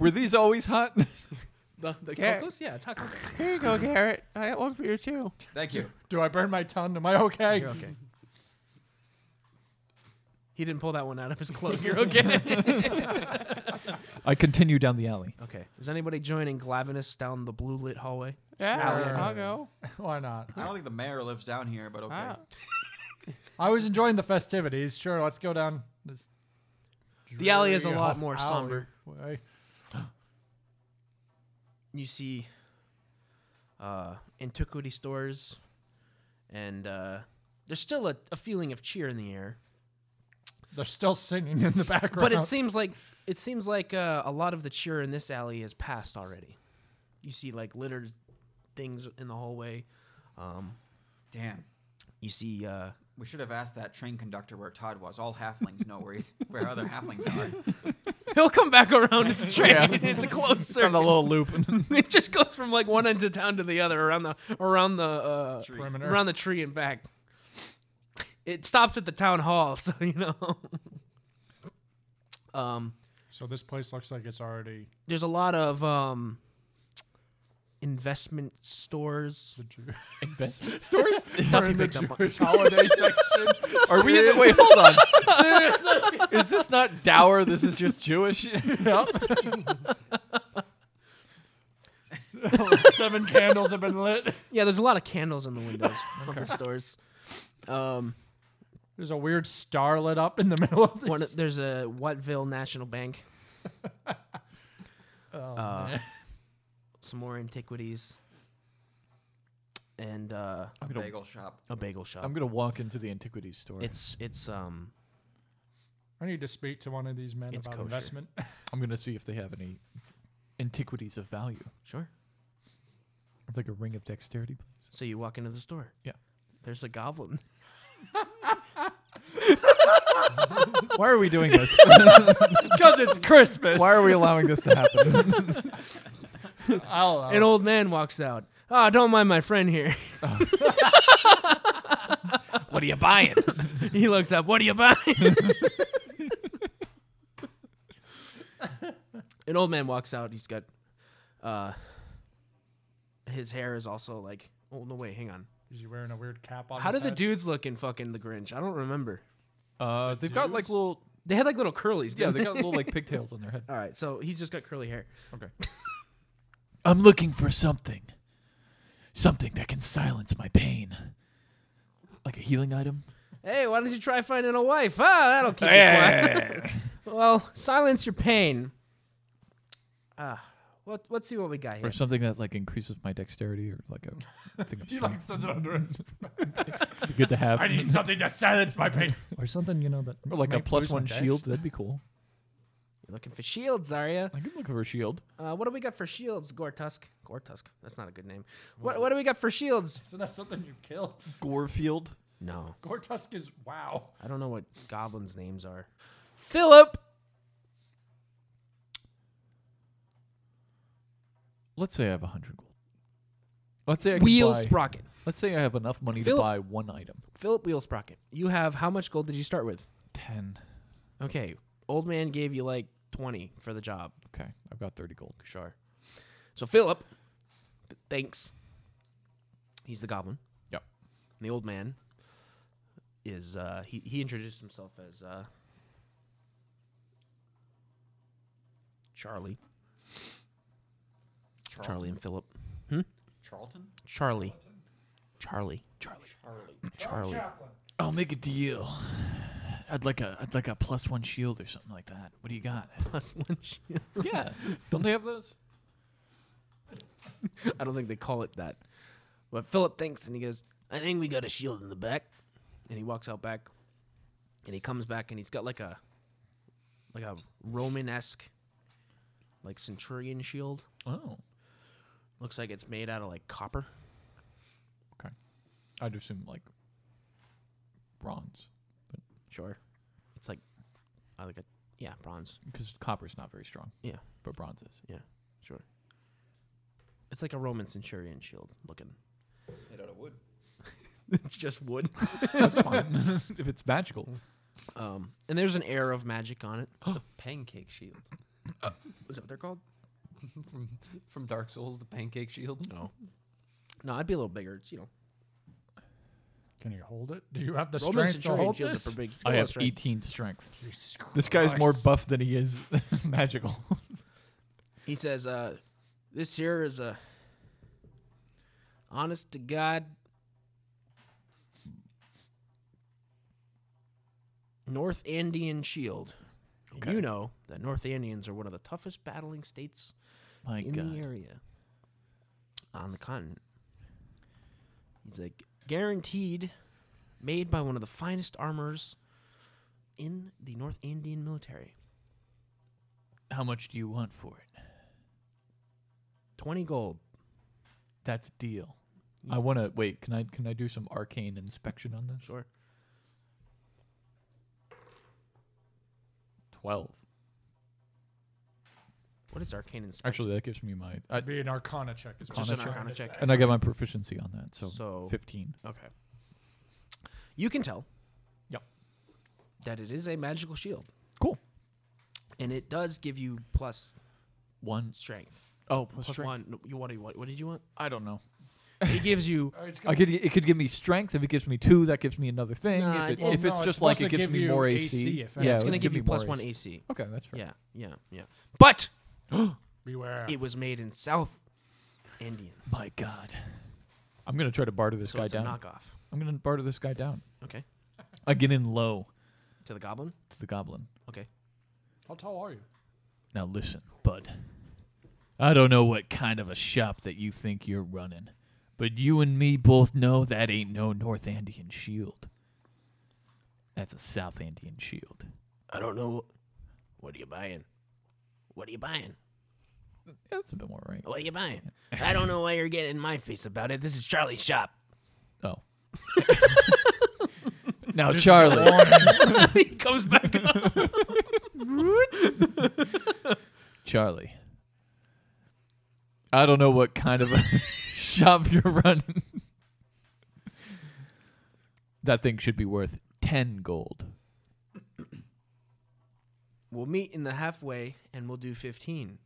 Speaker 9: Were these always hot?
Speaker 1: The, the
Speaker 5: Yeah.
Speaker 1: cocos? Yeah, it's hot cocoa.
Speaker 5: Here you go, Garrett. I got one for you too.
Speaker 4: Thank you.
Speaker 3: Do I burn my tongue? Am I okay?
Speaker 1: You're okay. He didn't pull that one out of his cloak. You're okay.
Speaker 9: I continue down the alley.
Speaker 1: okay. Is anybody joining Glavinus down the blue lit hallway?
Speaker 5: Yeah.
Speaker 1: Sure.
Speaker 5: I'll go.
Speaker 3: Why not?
Speaker 4: I don't think the mayor lives down here, but okay.
Speaker 5: Ah.
Speaker 3: I was enjoying the festivities. Sure, let's go down this.
Speaker 1: The alley is a
Speaker 3: dreary
Speaker 1: lot more
Speaker 3: alley
Speaker 1: somber.
Speaker 3: way.
Speaker 1: You see uh, antiquity stores, and uh, there's still a, a feeling of cheer in the air.
Speaker 3: They're still singing in the background.
Speaker 1: But it seems like it seems like uh, a lot of the cheer in this alley has passed already. You see like littered things in the hallway. Um,
Speaker 4: Damn.
Speaker 1: you see uh,
Speaker 4: We should have asked that train conductor where Todd was. All halflings know where, he, where other halflings are.
Speaker 1: He'll come back around. It's a train. It's a closed
Speaker 9: Found a
Speaker 1: circuit.
Speaker 9: little loop.
Speaker 1: It just goes from like one end of town to the other around the around the uh,
Speaker 4: Tree.
Speaker 3: perimeter.
Speaker 1: around the tree and back. It stops at the town hall, so you know. um,
Speaker 3: So this place looks like it's already
Speaker 1: there's a lot of um, investment stores.
Speaker 3: the Jew.
Speaker 1: Duffy picked up on-
Speaker 2: holiday section. Are we in the wait? Hold on. is this not dour? This is just Jewish.
Speaker 3: Seven candles have been lit.
Speaker 1: Yeah, there's a lot of candles in the windows of the stores. Um,
Speaker 3: There's a weird star lit up in the middle of this.
Speaker 1: one, there's a Whatville National Bank.
Speaker 3: Oh,
Speaker 1: uh,
Speaker 3: man.
Speaker 1: some more antiquities, and uh,
Speaker 9: I'm gonna,
Speaker 4: Bagel shop.
Speaker 1: a bagel shop.
Speaker 9: I'm gonna walk into the antiquities store.
Speaker 1: it's it's um
Speaker 3: I need to speak to one of these men
Speaker 1: It's
Speaker 3: about
Speaker 1: kosher.
Speaker 3: investment.
Speaker 9: I'm gonna see if they have any antiquities of value.
Speaker 1: sure.
Speaker 9: I'd like a ring of dexterity, please.
Speaker 1: So you walk into the store.
Speaker 9: Yeah.
Speaker 1: There's a goblin.
Speaker 9: Why are we doing this?
Speaker 3: Because it's Christmas.
Speaker 9: Why are we allowing this to happen?
Speaker 3: I'll
Speaker 9: Oh.
Speaker 3: allow
Speaker 1: An old man walks out. Ah, don't mind my friend here.
Speaker 9: Oh. what are you buying?
Speaker 1: he looks up. What are you buying? An old man walks out. He's got uh his hair is also like oh no wait, hang on.
Speaker 3: Is he wearing a weird cap on
Speaker 1: How
Speaker 3: his
Speaker 1: did the
Speaker 3: head?
Speaker 1: dudes look in fucking the Grinch? I don't remember.
Speaker 9: Uh, they've got like
Speaker 3: Dudes?
Speaker 9: little
Speaker 1: They had like little curlies.
Speaker 9: yeah,
Speaker 1: didn't
Speaker 9: they got little like pigtails on their head.
Speaker 1: All right, so he's just got curly hair.
Speaker 9: I'm looking for something, something that can silence my pain, like a healing item.
Speaker 1: Hey, why don't you try finding a wife? Ah, that'll keep you quiet. well, silence your pain. Ah, what, let's see what we got here.
Speaker 9: or something that like increases my dexterity, or like a thing of
Speaker 3: He
Speaker 9: strength.
Speaker 3: like sits it under his.
Speaker 9: Be good to have,
Speaker 3: I need something to silence my pain, or something you know that.
Speaker 9: or like a
Speaker 3: might
Speaker 9: plus
Speaker 3: boost my
Speaker 9: one
Speaker 3: dex.
Speaker 9: shield. That'd be cool.
Speaker 1: You're looking for shields, are you?
Speaker 9: I can look for a shield.
Speaker 1: Uh, what do we got for shields, Gortusk? Gortusk. That's not a good name. What, what do we got for shields?
Speaker 3: So that's something you kill.
Speaker 9: Gorefield.
Speaker 1: No,
Speaker 3: Gortusk is wow.
Speaker 1: I don't know what goblins' names are. Philip!
Speaker 9: Let's say I have a hundred gold. Let's say I can
Speaker 1: Wheel
Speaker 9: buy-
Speaker 1: Sprocket.
Speaker 9: Let's say I have enough money
Speaker 1: Philip-
Speaker 9: to buy one item.
Speaker 1: Philip Wheel Sprocket. You have, how much gold did you start with?
Speaker 9: Ten.
Speaker 1: Okay, old man gave you like 20 for the job.
Speaker 9: Okay, I've got thirty gold.
Speaker 1: Sure. So Philip, th- thanks. He's the goblin.
Speaker 9: Yep.
Speaker 1: And the old man is uh he, he introduced himself as uh Charlie. Charlie and Philip.
Speaker 4: Charlton?
Speaker 1: Charlie. Charlie. Charlie.
Speaker 4: Charlie.
Speaker 1: Charlie.
Speaker 9: I'll make a deal. I'd like a I'd like a plus one shield or something like that. What do you got?
Speaker 1: Plus one shield.
Speaker 9: yeah, don't they have those?
Speaker 1: I don't think they call it that. But Philip thinks and he goes, I think we got a shield in the back. And he walks out back and he comes back and he's got like a like a Roman esque like centurion shield.
Speaker 9: Oh,
Speaker 1: Looks like it's made out of like copper.
Speaker 9: I'd assume like bronze
Speaker 1: Sure. It's like I like a yeah, bronze.
Speaker 9: because copper's not very strong.
Speaker 1: Yeah.
Speaker 9: but bronze is.
Speaker 1: Sure. It's like a Roman centurion shield looking.
Speaker 4: Made out of wood.
Speaker 1: it's just wood.
Speaker 9: That's fine if it's magical.
Speaker 1: Um, and there's an air of magic on it. Uh,
Speaker 2: It's a pancake shield.
Speaker 1: Is that what they're called?
Speaker 2: from, from Dark Souls, the pancake shield.
Speaker 1: No. No, I'd be a little bigger. It's you know
Speaker 3: Can you hold it? Do you have the
Speaker 1: Roman
Speaker 3: strength to
Speaker 1: centurion
Speaker 3: hold
Speaker 1: shields
Speaker 3: this?
Speaker 1: are pretty big. It's
Speaker 9: I
Speaker 1: got a lot of
Speaker 9: have
Speaker 1: strength.
Speaker 9: 18 strength.
Speaker 3: Jesus
Speaker 9: This guy's more
Speaker 3: Christ.
Speaker 9: buff than he is magical.
Speaker 1: He says, uh, this here is a honest to God North Andean shield. And
Speaker 9: Okay.
Speaker 1: You know that North Andeans are one of the toughest battling states
Speaker 9: My
Speaker 1: in
Speaker 9: God.
Speaker 1: the area on the continent. He's like, guaranteed made by one of the finest armors in the North Andean military.
Speaker 9: How much do you want for it?
Speaker 1: 20 gold.
Speaker 9: That's deal. I want to wait. Can I can I do some arcane inspection on this?
Speaker 1: Sure.
Speaker 9: Twelve.
Speaker 1: What is arcane inspection?
Speaker 9: Actually, that gives me my. I,
Speaker 3: It'd be an Arcana check. It's
Speaker 9: Just an
Speaker 1: Arcana check.
Speaker 9: and I get my proficiency on that, so,
Speaker 1: So-
Speaker 9: fifteen.
Speaker 1: Okay. You can tell.
Speaker 9: Yep.
Speaker 1: That it is a magical shield,
Speaker 9: Cool.
Speaker 1: and it does give you plus
Speaker 9: One.
Speaker 1: strength.
Speaker 9: Oh,
Speaker 1: Plus one. No, You what? do you- What, what did you want?
Speaker 9: I don't know.
Speaker 1: It gives you.
Speaker 3: Oh, it's
Speaker 9: I
Speaker 3: gonna-
Speaker 9: could. It could give me strength. If it gives me two, that gives me another thing.
Speaker 1: Nah,
Speaker 9: if it,
Speaker 1: it- Well,
Speaker 9: if it's
Speaker 3: no, it's
Speaker 9: just like
Speaker 3: supposed to
Speaker 9: it gives
Speaker 3: give
Speaker 9: me
Speaker 3: you
Speaker 9: more
Speaker 3: AC,
Speaker 9: AC.
Speaker 3: if
Speaker 9: yeah,
Speaker 1: it's going to
Speaker 9: it would
Speaker 1: give you
Speaker 9: me more
Speaker 1: plus one AC.
Speaker 9: Okay, that's fair.
Speaker 1: Yeah, yeah, yeah. But
Speaker 3: Beware.
Speaker 1: it was made in South Indian,
Speaker 9: My God. I'm gonna try to barter this
Speaker 1: so
Speaker 9: guy
Speaker 1: it's
Speaker 9: down.
Speaker 1: a knockoff.
Speaker 9: I'm gonna barter this guy down.
Speaker 1: Okay.
Speaker 9: I get in low
Speaker 1: To the goblin.
Speaker 9: to the goblin.
Speaker 1: Okay.
Speaker 3: How tall are you?
Speaker 9: Now listen, bud. I don't know what kind of a shop that you think you're running, but you and me both know that ain't no North Andean shield. That's a South Andean shield.
Speaker 1: I don't know. What are you buying? What are you buying?
Speaker 9: Yeah, that's a bit more right.
Speaker 1: What are you buying? I don't know why you're getting in my face about it. This is Charlie's shop.
Speaker 9: Oh. now, Charlie.
Speaker 1: he comes back up.
Speaker 9: Charlie. I don't know what kind of a shop you're running. that thing should be worth 10 gold.
Speaker 1: We'll meet in the halfway and we'll do 15.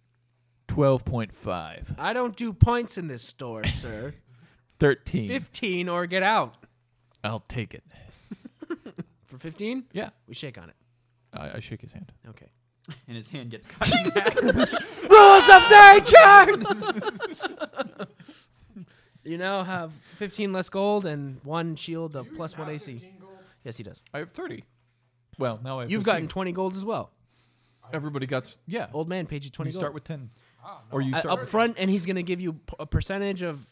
Speaker 9: 12.5.
Speaker 1: I don't do points in this store, sir.
Speaker 9: 13.
Speaker 1: 15 or get out.
Speaker 9: I'll take it.
Speaker 1: For 15,
Speaker 9: Yeah.
Speaker 1: we shake on it.
Speaker 9: I, I shake his hand.
Speaker 1: Okay.
Speaker 4: And his hand gets cut. in half.
Speaker 1: Rules of nature! you now have 15 less gold and one shield of plus one AC. Yes, he does.
Speaker 9: I have 30. Well, now I have
Speaker 1: You've
Speaker 9: 15.
Speaker 1: gotten 20 gold as well.
Speaker 9: Everybody got. s- Yeah. Ah,
Speaker 1: Old man paid you 20
Speaker 9: you
Speaker 1: gold.
Speaker 9: start with 10. Or you
Speaker 1: Uh,
Speaker 9: start
Speaker 1: up front, and he's going to give you p- a percentage of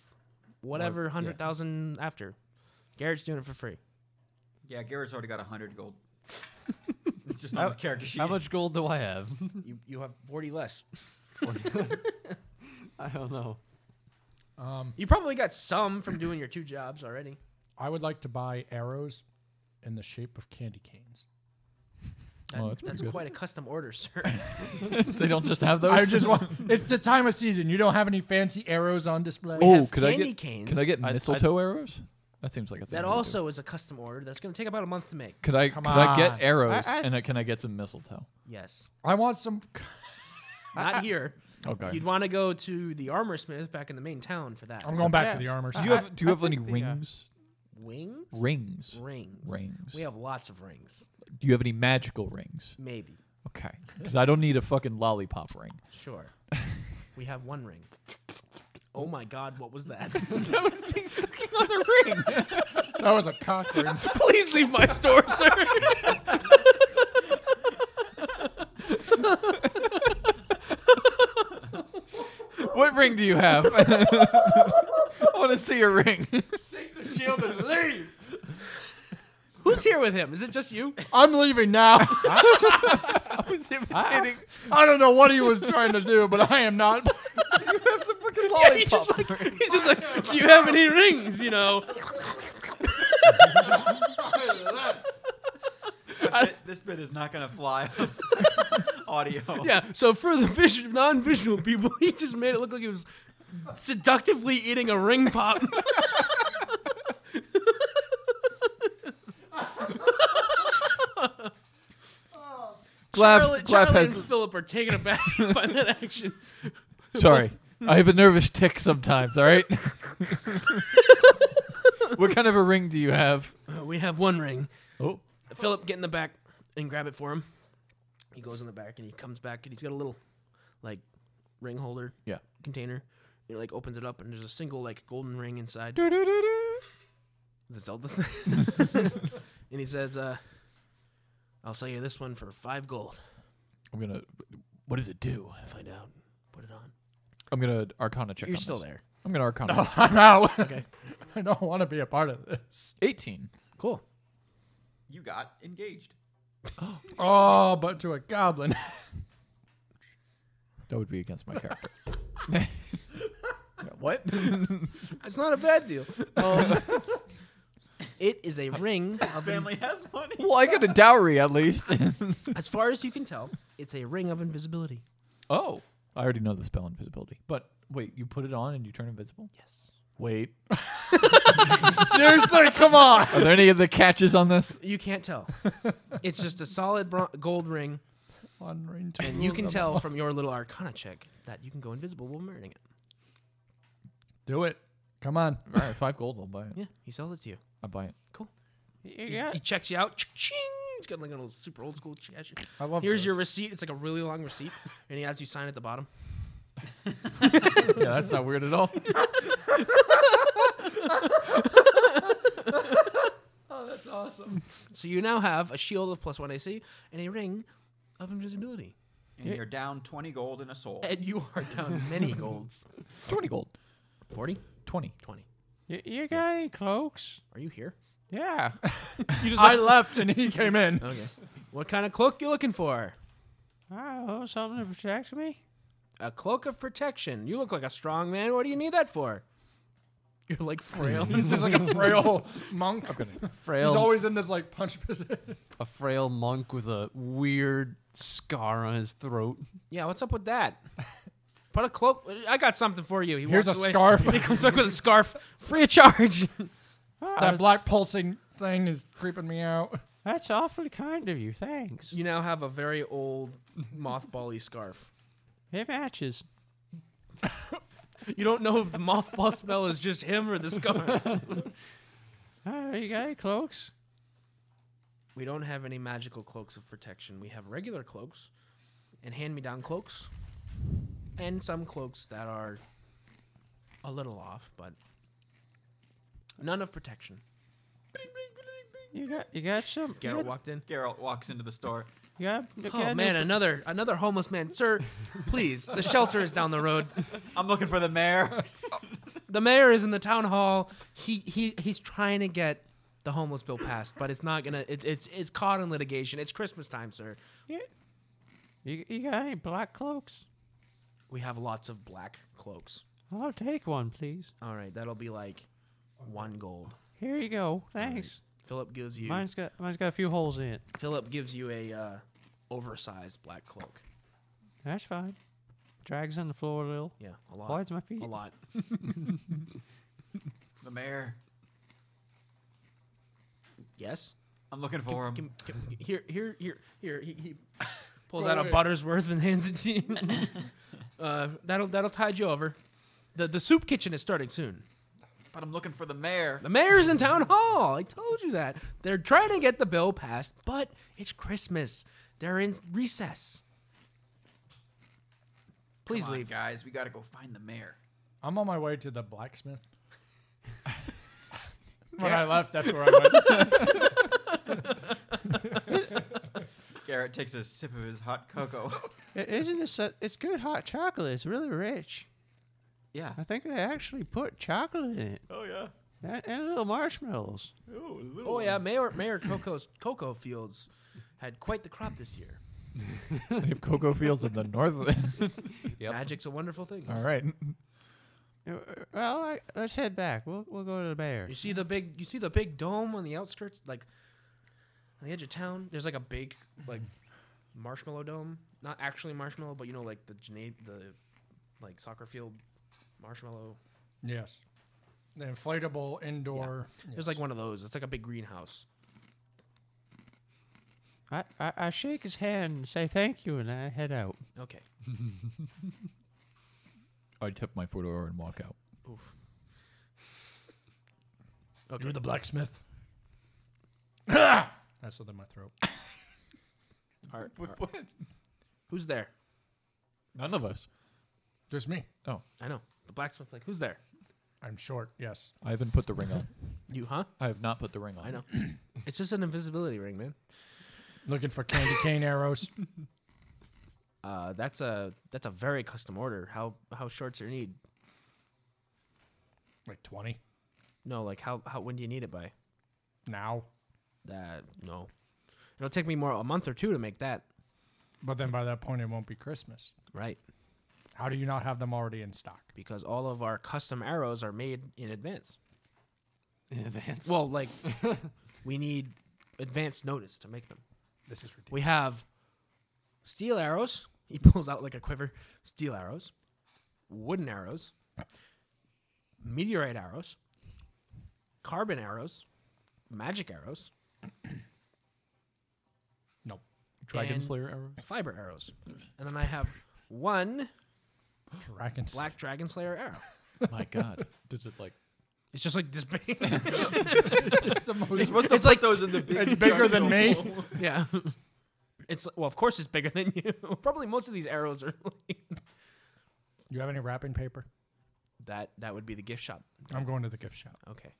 Speaker 1: whatever
Speaker 9: What- yeah.
Speaker 1: 100,000 after. Garrett's doing it for free.
Speaker 4: yeah, Garrett's already got hundred gold. it's just on his character sheet.
Speaker 2: How much gold do I have?
Speaker 1: You, you have 40 less.
Speaker 2: I don't know.
Speaker 3: Um,
Speaker 1: You probably got some from doing your two jobs already.
Speaker 3: I would like to buy arrows in the shape of candy canes.
Speaker 1: That-
Speaker 9: Oh, that's pretty
Speaker 1: that's
Speaker 9: good.
Speaker 1: quite a custom order, sir.
Speaker 9: they don't just have those.
Speaker 3: I just want. It's the time of season. You don't have any fancy arrows on display.
Speaker 1: We
Speaker 9: Oh,
Speaker 1: have
Speaker 9: could I
Speaker 1: candy
Speaker 9: get?
Speaker 1: canes.
Speaker 9: Can I get
Speaker 2: I-
Speaker 9: mistletoe arrows? That seems like a thing.
Speaker 1: That
Speaker 9: we could do.
Speaker 1: also is a custom order. That's going to take about a month to make.
Speaker 9: Could I?
Speaker 3: Come
Speaker 9: could I
Speaker 3: on.
Speaker 9: get arrows?
Speaker 2: I- I-
Speaker 9: and I, can I get some mistletoe?
Speaker 1: Yes.
Speaker 3: I want some.
Speaker 1: Not here.
Speaker 9: Okay.
Speaker 1: You'd want to go to the armor smith back in the main town for that.
Speaker 3: I'm going back to the armor.
Speaker 9: do you have? Do you have any rings?
Speaker 1: Wings?
Speaker 9: Rings.
Speaker 1: Rings.
Speaker 9: Rings.
Speaker 1: We have lots of rings.
Speaker 9: Do you have any magical rings?
Speaker 1: Maybe.
Speaker 9: Okay. Because I don't need a fucking lollipop ring.
Speaker 1: Sure. we have one ring. Oh my god, what was that?
Speaker 3: that was a cock ring.
Speaker 1: Please leave my store, sir.
Speaker 9: What ring do you have? I want to see your ring.
Speaker 1: Take the shield and leave. Who's here with him? Is it just you?
Speaker 3: I'm leaving now.
Speaker 9: I was imitating.
Speaker 3: I don't know what he was trying to do, but I am not.
Speaker 1: Yeah, he's just like, he's just like, do you have any rings? You know.
Speaker 4: this bit is not gonna fly. Audio.
Speaker 1: Yeah. So for the vis- non-visual people, he just made it look like he was seductively eating a ring pop.
Speaker 9: Glaf,
Speaker 1: Charlie,
Speaker 9: Glaf
Speaker 1: Charlie
Speaker 9: has.
Speaker 1: and Philip are taken aback by that action.
Speaker 9: Sorry, I have a nervous tick sometimes. All right. what kind of a ring do you have?
Speaker 1: Uh, we have one ring.
Speaker 9: Oh,
Speaker 1: Philip, get in the back and grab it for him. He goes in the back and he comes back and he's got a little, like, ring holder
Speaker 9: yeah.
Speaker 1: container. He like opens it up and there's a single like golden ring inside. The Zelda thing. and he says, uh, "I'll sell you this one for five gold."
Speaker 9: I'm gonna. What does it do?
Speaker 1: Find out. Put it on.
Speaker 9: I'm gonna Arcana check.
Speaker 1: You're
Speaker 9: on
Speaker 1: still
Speaker 9: this.
Speaker 1: there.
Speaker 9: I'm gonna Arcana.
Speaker 3: No, I'm out.
Speaker 1: Okay.
Speaker 3: I don't want to be a part of this.
Speaker 9: 18.
Speaker 1: Cool.
Speaker 4: You got engaged.
Speaker 3: Oh, but to a goblin.
Speaker 9: That would be against my character. what?
Speaker 1: It's not a bad deal. Um, it is a ring. Of,
Speaker 4: Family has money.
Speaker 9: Well, I get a dowry at least.
Speaker 1: as far as you can tell, it's a ring of invisibility.
Speaker 9: oh, I already know the spell invisibility. But wait, you put it on and you turn invisible?
Speaker 1: Yes.
Speaker 9: Wait,
Speaker 3: Seriously, come on.
Speaker 9: are there any of the catches on this?
Speaker 1: You can't tell. it's just a solid bron- gold ring,
Speaker 3: One ring, two
Speaker 1: and you
Speaker 3: of
Speaker 1: can
Speaker 3: them.
Speaker 1: tell from your little Arcana check that you can go invisible while wearing it.
Speaker 3: Do it. Come on.
Speaker 9: All right, five gold. I'll buy it.
Speaker 1: Yeah, he sells it to you.
Speaker 9: I'll buy it.
Speaker 5: You
Speaker 1: He-
Speaker 5: got
Speaker 1: He checks you out. Ching! It's got like an old super old school cash.
Speaker 3: I love
Speaker 1: Here's
Speaker 3: those.
Speaker 1: your receipt. It's like a really long receipt, and he has you sign at the bottom.
Speaker 9: yeah, that's not weird at all.
Speaker 1: So you now have a shield of plus one AC and a ring of invisibility,
Speaker 4: And you're down 20 gold in a soul.
Speaker 1: and you are down many golds.
Speaker 9: 20 gold.
Speaker 1: 40?
Speaker 9: 20.
Speaker 1: 20.
Speaker 5: you, you got any cloaks?
Speaker 1: Are you here?
Speaker 5: Yeah.
Speaker 3: You just I left and he came in.
Speaker 1: Okay. what kind of cloak you looking for?
Speaker 5: I don't know, something to protect me.
Speaker 1: A cloak of protection. You look like a strong man. What do you need that for? You're like frail.
Speaker 3: He's just like a frail monk.
Speaker 2: frail,
Speaker 3: He's always in this like punch position.
Speaker 2: a frail monk with a weird scar on his throat.
Speaker 1: yeah, what's up with that? Put a cloak. I got something for you. He
Speaker 3: Here's
Speaker 1: walks
Speaker 3: a
Speaker 1: away.
Speaker 3: scarf.
Speaker 1: He comes back with a scarf, free of charge.
Speaker 3: that black pulsing thing is creeping me out.
Speaker 5: That's awfully kind of you. Thanks.
Speaker 1: You now have a very old mothball-y scarf.
Speaker 5: It matches.
Speaker 1: You don't know if the mothball smell is just him or the scarf.
Speaker 5: Uh, you got any cloaks?
Speaker 1: We don't have any magical cloaks of protection. We have regular cloaks and hand-me-down cloaks and some cloaks that are a little off, but none of protection.
Speaker 5: You got you got some. You
Speaker 1: Garrett
Speaker 5: got,
Speaker 1: walked in.
Speaker 4: Geralt walks into the store.
Speaker 5: you got, you got
Speaker 1: Oh
Speaker 5: any-
Speaker 1: man, another another homeless man. Sir, please, the shelter is down the road.
Speaker 4: I'm looking for the mayor.
Speaker 1: The mayor is in the town hall. He he he's trying to get the homeless bill passed, but it's not gonna. It, it's it's caught in litigation. It's Christmas time, sir.
Speaker 5: you, you, you got any black cloaks?
Speaker 1: We have lots of black cloaks.
Speaker 5: I'll take one, please.
Speaker 1: All right, that'll be like one gold.
Speaker 5: Here you go. Thanks.
Speaker 1: Philip gives you
Speaker 5: Mine's got mine's got a few holes in it.
Speaker 1: Philip gives you a uh, oversized black cloak.
Speaker 5: That's fine. Drags on the floor a little.
Speaker 1: Yeah, a lot.
Speaker 5: Hides my feet.
Speaker 1: A lot.
Speaker 4: The mayor.
Speaker 1: Yes.
Speaker 4: I'm looking for him.
Speaker 1: Can- can- here, here, here, here. He, he pulls
Speaker 3: Go
Speaker 1: out a
Speaker 3: away.
Speaker 1: Buttersworth and hands it to you. uh, that'll that'll tide you over. The the soup kitchen is starting soon.
Speaker 4: But I'm looking for the mayor.
Speaker 1: The mayor's in town hall. I told you that. They're trying to get the bill passed, but it's Christmas. They're in recess. Please
Speaker 4: Come on,
Speaker 1: leave.
Speaker 4: guys. We gotta go find the mayor.
Speaker 3: I'm on my way to the blacksmith. when I left, that's where I went.
Speaker 4: Garrett takes a sip of his hot cocoa.
Speaker 5: I- Isn't this? A, it's good hot chocolate. It's really rich.
Speaker 4: Yeah.
Speaker 5: I think they actually put chocolate in it
Speaker 4: Oh yeah.
Speaker 5: and, and little marshmallows.
Speaker 4: Oh,
Speaker 1: Oh yeah, Mayor Mayor Coco's cocoa fields had quite the crop this year.
Speaker 10: They have cocoa fields in the north.
Speaker 2: Yep.
Speaker 1: Magic's a wonderful thing.
Speaker 10: All right.
Speaker 5: Uh, Well, I, let's head back. We'll we'll go to the bear.
Speaker 1: You see the big you see the big dome on the outskirts, like on the edge of town. There's like a big like marshmallow dome, not actually marshmallow, but you know like the gena- the like soccer field marshmallow.
Speaker 3: Yes. The inflatable indoor.
Speaker 1: There's like one of those. It's like a big greenhouse.
Speaker 5: I, I, I shake his hand and say thank you, and I head out.
Speaker 1: Okay.
Speaker 9: I tip my foot over and walk out.
Speaker 1: Okay.
Speaker 3: You're the blacksmith. That's within my throat.
Speaker 1: All right. Who's there?
Speaker 9: None of us.
Speaker 3: Just me.
Speaker 1: I know. The blacksmith's like, who's there?
Speaker 3: I'm short. Yes.
Speaker 9: I haven't put the ring on.
Speaker 1: You, huh?
Speaker 9: I have not put the ring on.
Speaker 1: I know. it's just an invisibility ring, man.
Speaker 3: Looking for candy cane arrows.
Speaker 1: Uh, that's a that's a very custom order. How how short's your need?
Speaker 3: Like 20
Speaker 1: No, like how how when do you need it by?
Speaker 3: now.
Speaker 1: That no, it'll take me more a month or two to make that.
Speaker 3: But then by that point, it won't be Christmas.
Speaker 1: Right,
Speaker 3: How do you not have them already in stock?
Speaker 1: because all of our custom arrows are made in advance.
Speaker 2: In advance.
Speaker 1: Well, like we need advance notice to make them.
Speaker 3: This is ridiculous.
Speaker 1: We have steel arrows. He pulls out like a quiver. Steel arrows, wooden arrows, meteorite arrows, carbon arrows, magic arrows,
Speaker 9: Dragon
Speaker 1: And-
Speaker 9: Slayer arrows.
Speaker 1: fiber arrows, and then I have one
Speaker 3: Dragon Slayer.
Speaker 1: black dragon slayer arrow.
Speaker 9: my God. Does it like?
Speaker 1: It's just like this big.
Speaker 4: You're supposed to
Speaker 1: It's
Speaker 4: put
Speaker 1: like-
Speaker 4: those in the big.
Speaker 3: It's bigger than me.
Speaker 1: Yeah. It's well, of course, it's bigger than you. Probably most of these arrows are. Like
Speaker 3: You have any wrapping paper?
Speaker 1: that that would be the gift shop.
Speaker 3: I'm going to the gift shop.
Speaker 1: Okay,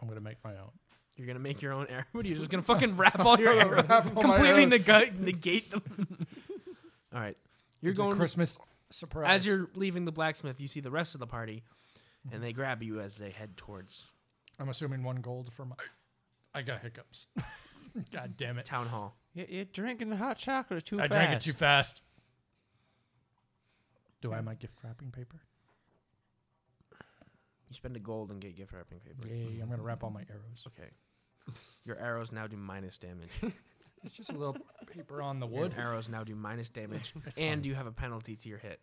Speaker 3: I'm going to make my own.
Speaker 1: you're gonna make your own arrow. What are you just gonna fucking wrap all your arrows?
Speaker 3: Wrap all my
Speaker 1: Completely
Speaker 3: own.
Speaker 1: neg- negate them. all right, you're
Speaker 3: It's a
Speaker 1: going
Speaker 3: Christmas surprise.
Speaker 1: as you're leaving the blacksmith. You see the rest of the party,
Speaker 3: Mm-hmm.
Speaker 1: and they grab you as they head towards
Speaker 3: I'm assuming one gold for my. I got hiccups. God damn it.
Speaker 1: town hall.
Speaker 5: You, you're drinking the hot chocolate too
Speaker 3: I
Speaker 5: fast.
Speaker 3: drank it too fast. Do I have my gift wrapping paper?
Speaker 1: You spend a gold and get gift wrapping paper.
Speaker 3: Yay, I'm going to wrap all my arrows.
Speaker 1: Okay, your arrows now do minus damage.
Speaker 3: It's just a little paper on the
Speaker 1: Your
Speaker 3: wood.
Speaker 1: arrows now do minus damage, and you have a penalty to your hit.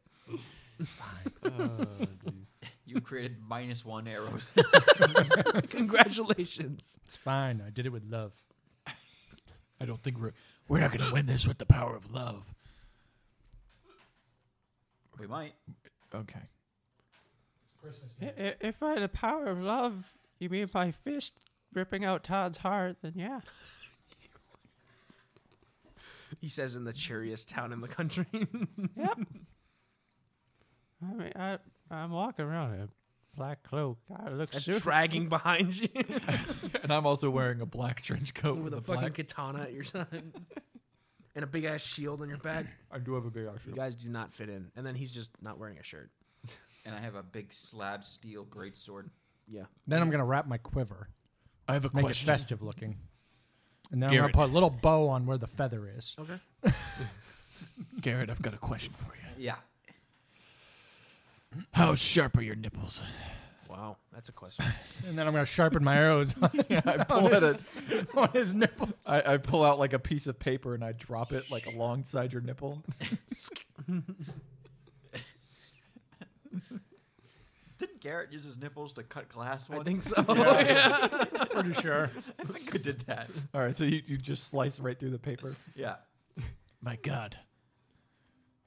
Speaker 4: You created minus one arrows.
Speaker 1: Congratulations.
Speaker 3: It's fine. I did it with love.
Speaker 9: I don't think we're we're not gonna win this with the power of love.
Speaker 4: we might.
Speaker 9: Okay.
Speaker 5: I- i- If by the power of love you mean by fist ripping out Todd's heart, then yeah.
Speaker 1: He says in the cheeriest town in the country.
Speaker 5: I mean, I I'm walking around in a black cloak. I look
Speaker 1: That's
Speaker 5: super.
Speaker 1: dragging behind you
Speaker 9: And I'm also wearing a black trench coat
Speaker 1: with a fucking
Speaker 9: black.
Speaker 1: katana at your side and a big ass shield on your back.
Speaker 9: I do have a big ass
Speaker 1: You guys do not fit in. And then he's just not wearing a shirt.
Speaker 4: And I have a big slab steel greatsword.
Speaker 1: Yeah.
Speaker 3: Then I'm going to wrap my quiver,
Speaker 9: I have a
Speaker 3: make it
Speaker 9: question.
Speaker 3: festive looking. And then I'm
Speaker 9: Garrett.
Speaker 3: going to put a little bow on where the feather is.
Speaker 1: Okay.
Speaker 9: Garrett, I've got a question for you.
Speaker 4: Yeah.
Speaker 9: How sharp are your nipples?
Speaker 1: Wow. That's a question.
Speaker 3: And then I'm going to sharpen my arrows
Speaker 9: I pull out a,
Speaker 3: on his nipples.
Speaker 9: I, I pull out like a piece of paper and I drop it like alongside your nipple.
Speaker 4: Didn't Garrett use his nipples to cut glass
Speaker 1: I
Speaker 4: once?
Speaker 1: think so.
Speaker 3: Pretty sure.
Speaker 4: I think I did that.
Speaker 9: All right, so you, you just slice right through the paper.
Speaker 4: Yeah.
Speaker 9: My God.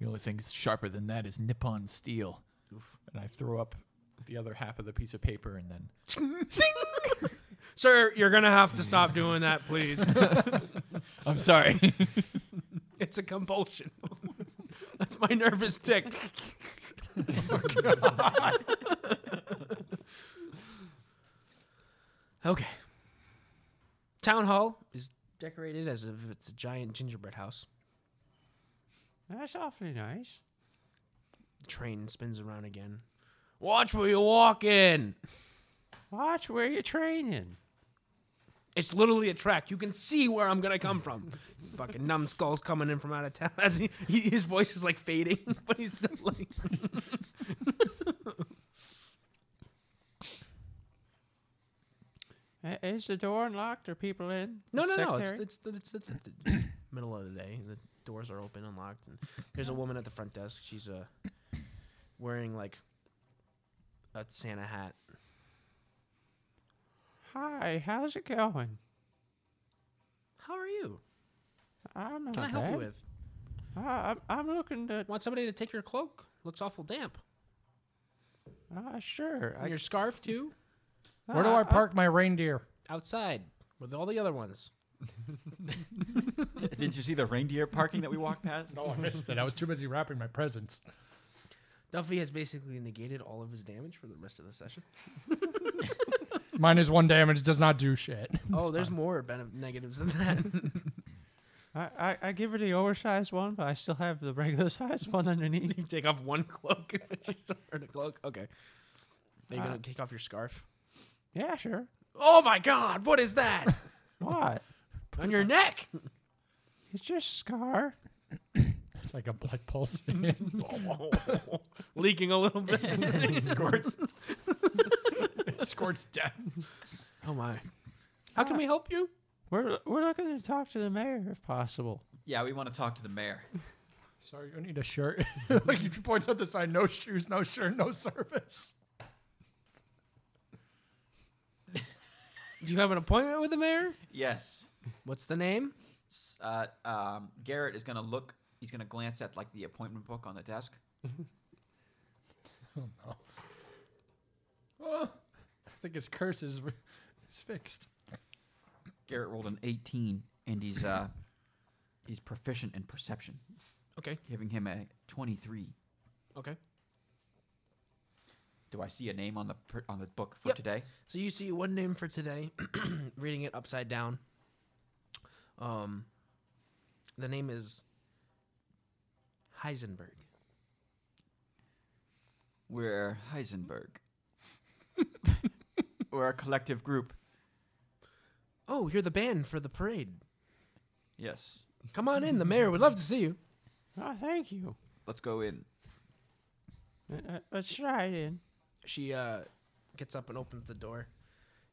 Speaker 9: The only thing sharper than that is Nippon steel. And I throw up the other half of the piece of paper and then
Speaker 1: Sir, you're going to have to stop doing that, please.
Speaker 9: I'm sorry.
Speaker 1: It's a compulsion. That's my nervous tick. okay. Town hall is decorated as if it's a giant gingerbread house.
Speaker 5: That's awfully nice.
Speaker 1: The train spins around again. Watch where you're walking.
Speaker 5: Watch where you're training.
Speaker 1: It's literally a track. You can see where I'm gonna come from. Fucking numbskulls coming in from out of town. As he, he, his voice is like fading, but he's still like.
Speaker 5: I- Is the door unlocked? Are people in?
Speaker 1: No, no,
Speaker 5: The
Speaker 1: no. It's
Speaker 5: secretary?
Speaker 1: it's it's, it's the middle of the day. The doors are open, unlocked, and there's a woman at the front desk. She's uh, wearing like a Santa hat.
Speaker 5: Hi, how's it going?
Speaker 1: How are you?
Speaker 5: I'm not
Speaker 1: Can I help you
Speaker 5: bad.
Speaker 1: with?
Speaker 5: Uh, I'm, I'm looking to.
Speaker 1: Want somebody to take your cloak? Looks awful damp.
Speaker 5: Uh, sure.
Speaker 1: And
Speaker 5: I,
Speaker 1: your scarf too.
Speaker 3: Where do
Speaker 9: Ah,
Speaker 5: uh,
Speaker 3: I park my reindeer?
Speaker 1: Outside with all the other ones.
Speaker 4: Did you see the reindeer parking that we walked past?
Speaker 3: No, Oh, I missed it. I was too busy wrapping my presents.
Speaker 1: Duffy has basically negated all of his damage for the rest of the session.
Speaker 3: Minus one damage does not do shit.
Speaker 1: oh, there's more bene negatives than that.
Speaker 5: I, I, I give her the oversized one, but I still have the regular sized one underneath.
Speaker 1: you take off one cloak. She's wearing a cloak. Okay. Are you gonna take off your scarf?
Speaker 5: Yeah, sure.
Speaker 1: Oh my God! What is that
Speaker 5: What?
Speaker 1: on your neck?
Speaker 5: It's just a scar.
Speaker 3: It's like a blood pulse. It's
Speaker 1: Leaking a little bit.
Speaker 4: Scorts.
Speaker 3: Scorched death.
Speaker 1: Oh my! How can we help you?
Speaker 5: We're we're looking to talk to the mayor if possible.
Speaker 4: Yeah, we want to talk to the mayor.
Speaker 3: Sorry, you need a shirt. like he points out the sign: no shoes, no shirt, no service.
Speaker 1: Do you have an appointment with the mayor?
Speaker 4: Yes.
Speaker 1: What's the name?
Speaker 4: S- Uh, um, Garrett is gonna look. He's gonna glance at like the appointment book on the desk.
Speaker 3: Oh, I think his curse is, is fixed.
Speaker 4: Garrett rolled an 18, and he's uh, he's proficient in perception,
Speaker 1: Okay.
Speaker 4: giving him a 23.
Speaker 1: Okay.
Speaker 4: Do I see a name on the per- on the book for
Speaker 1: Yep.
Speaker 4: today?
Speaker 1: So you see one name for today, reading it upside down. Um, the name is Heisenberg.
Speaker 4: We're Heisenberg. We're a collective group.
Speaker 1: Oh, you're the band for the parade.
Speaker 4: Yes.
Speaker 1: Come on in. The mayor would love to see you.
Speaker 5: Oh, thank you.
Speaker 4: Let's go in.
Speaker 5: Uh, uh, let's try it in.
Speaker 1: She uh, gets up and opens the door,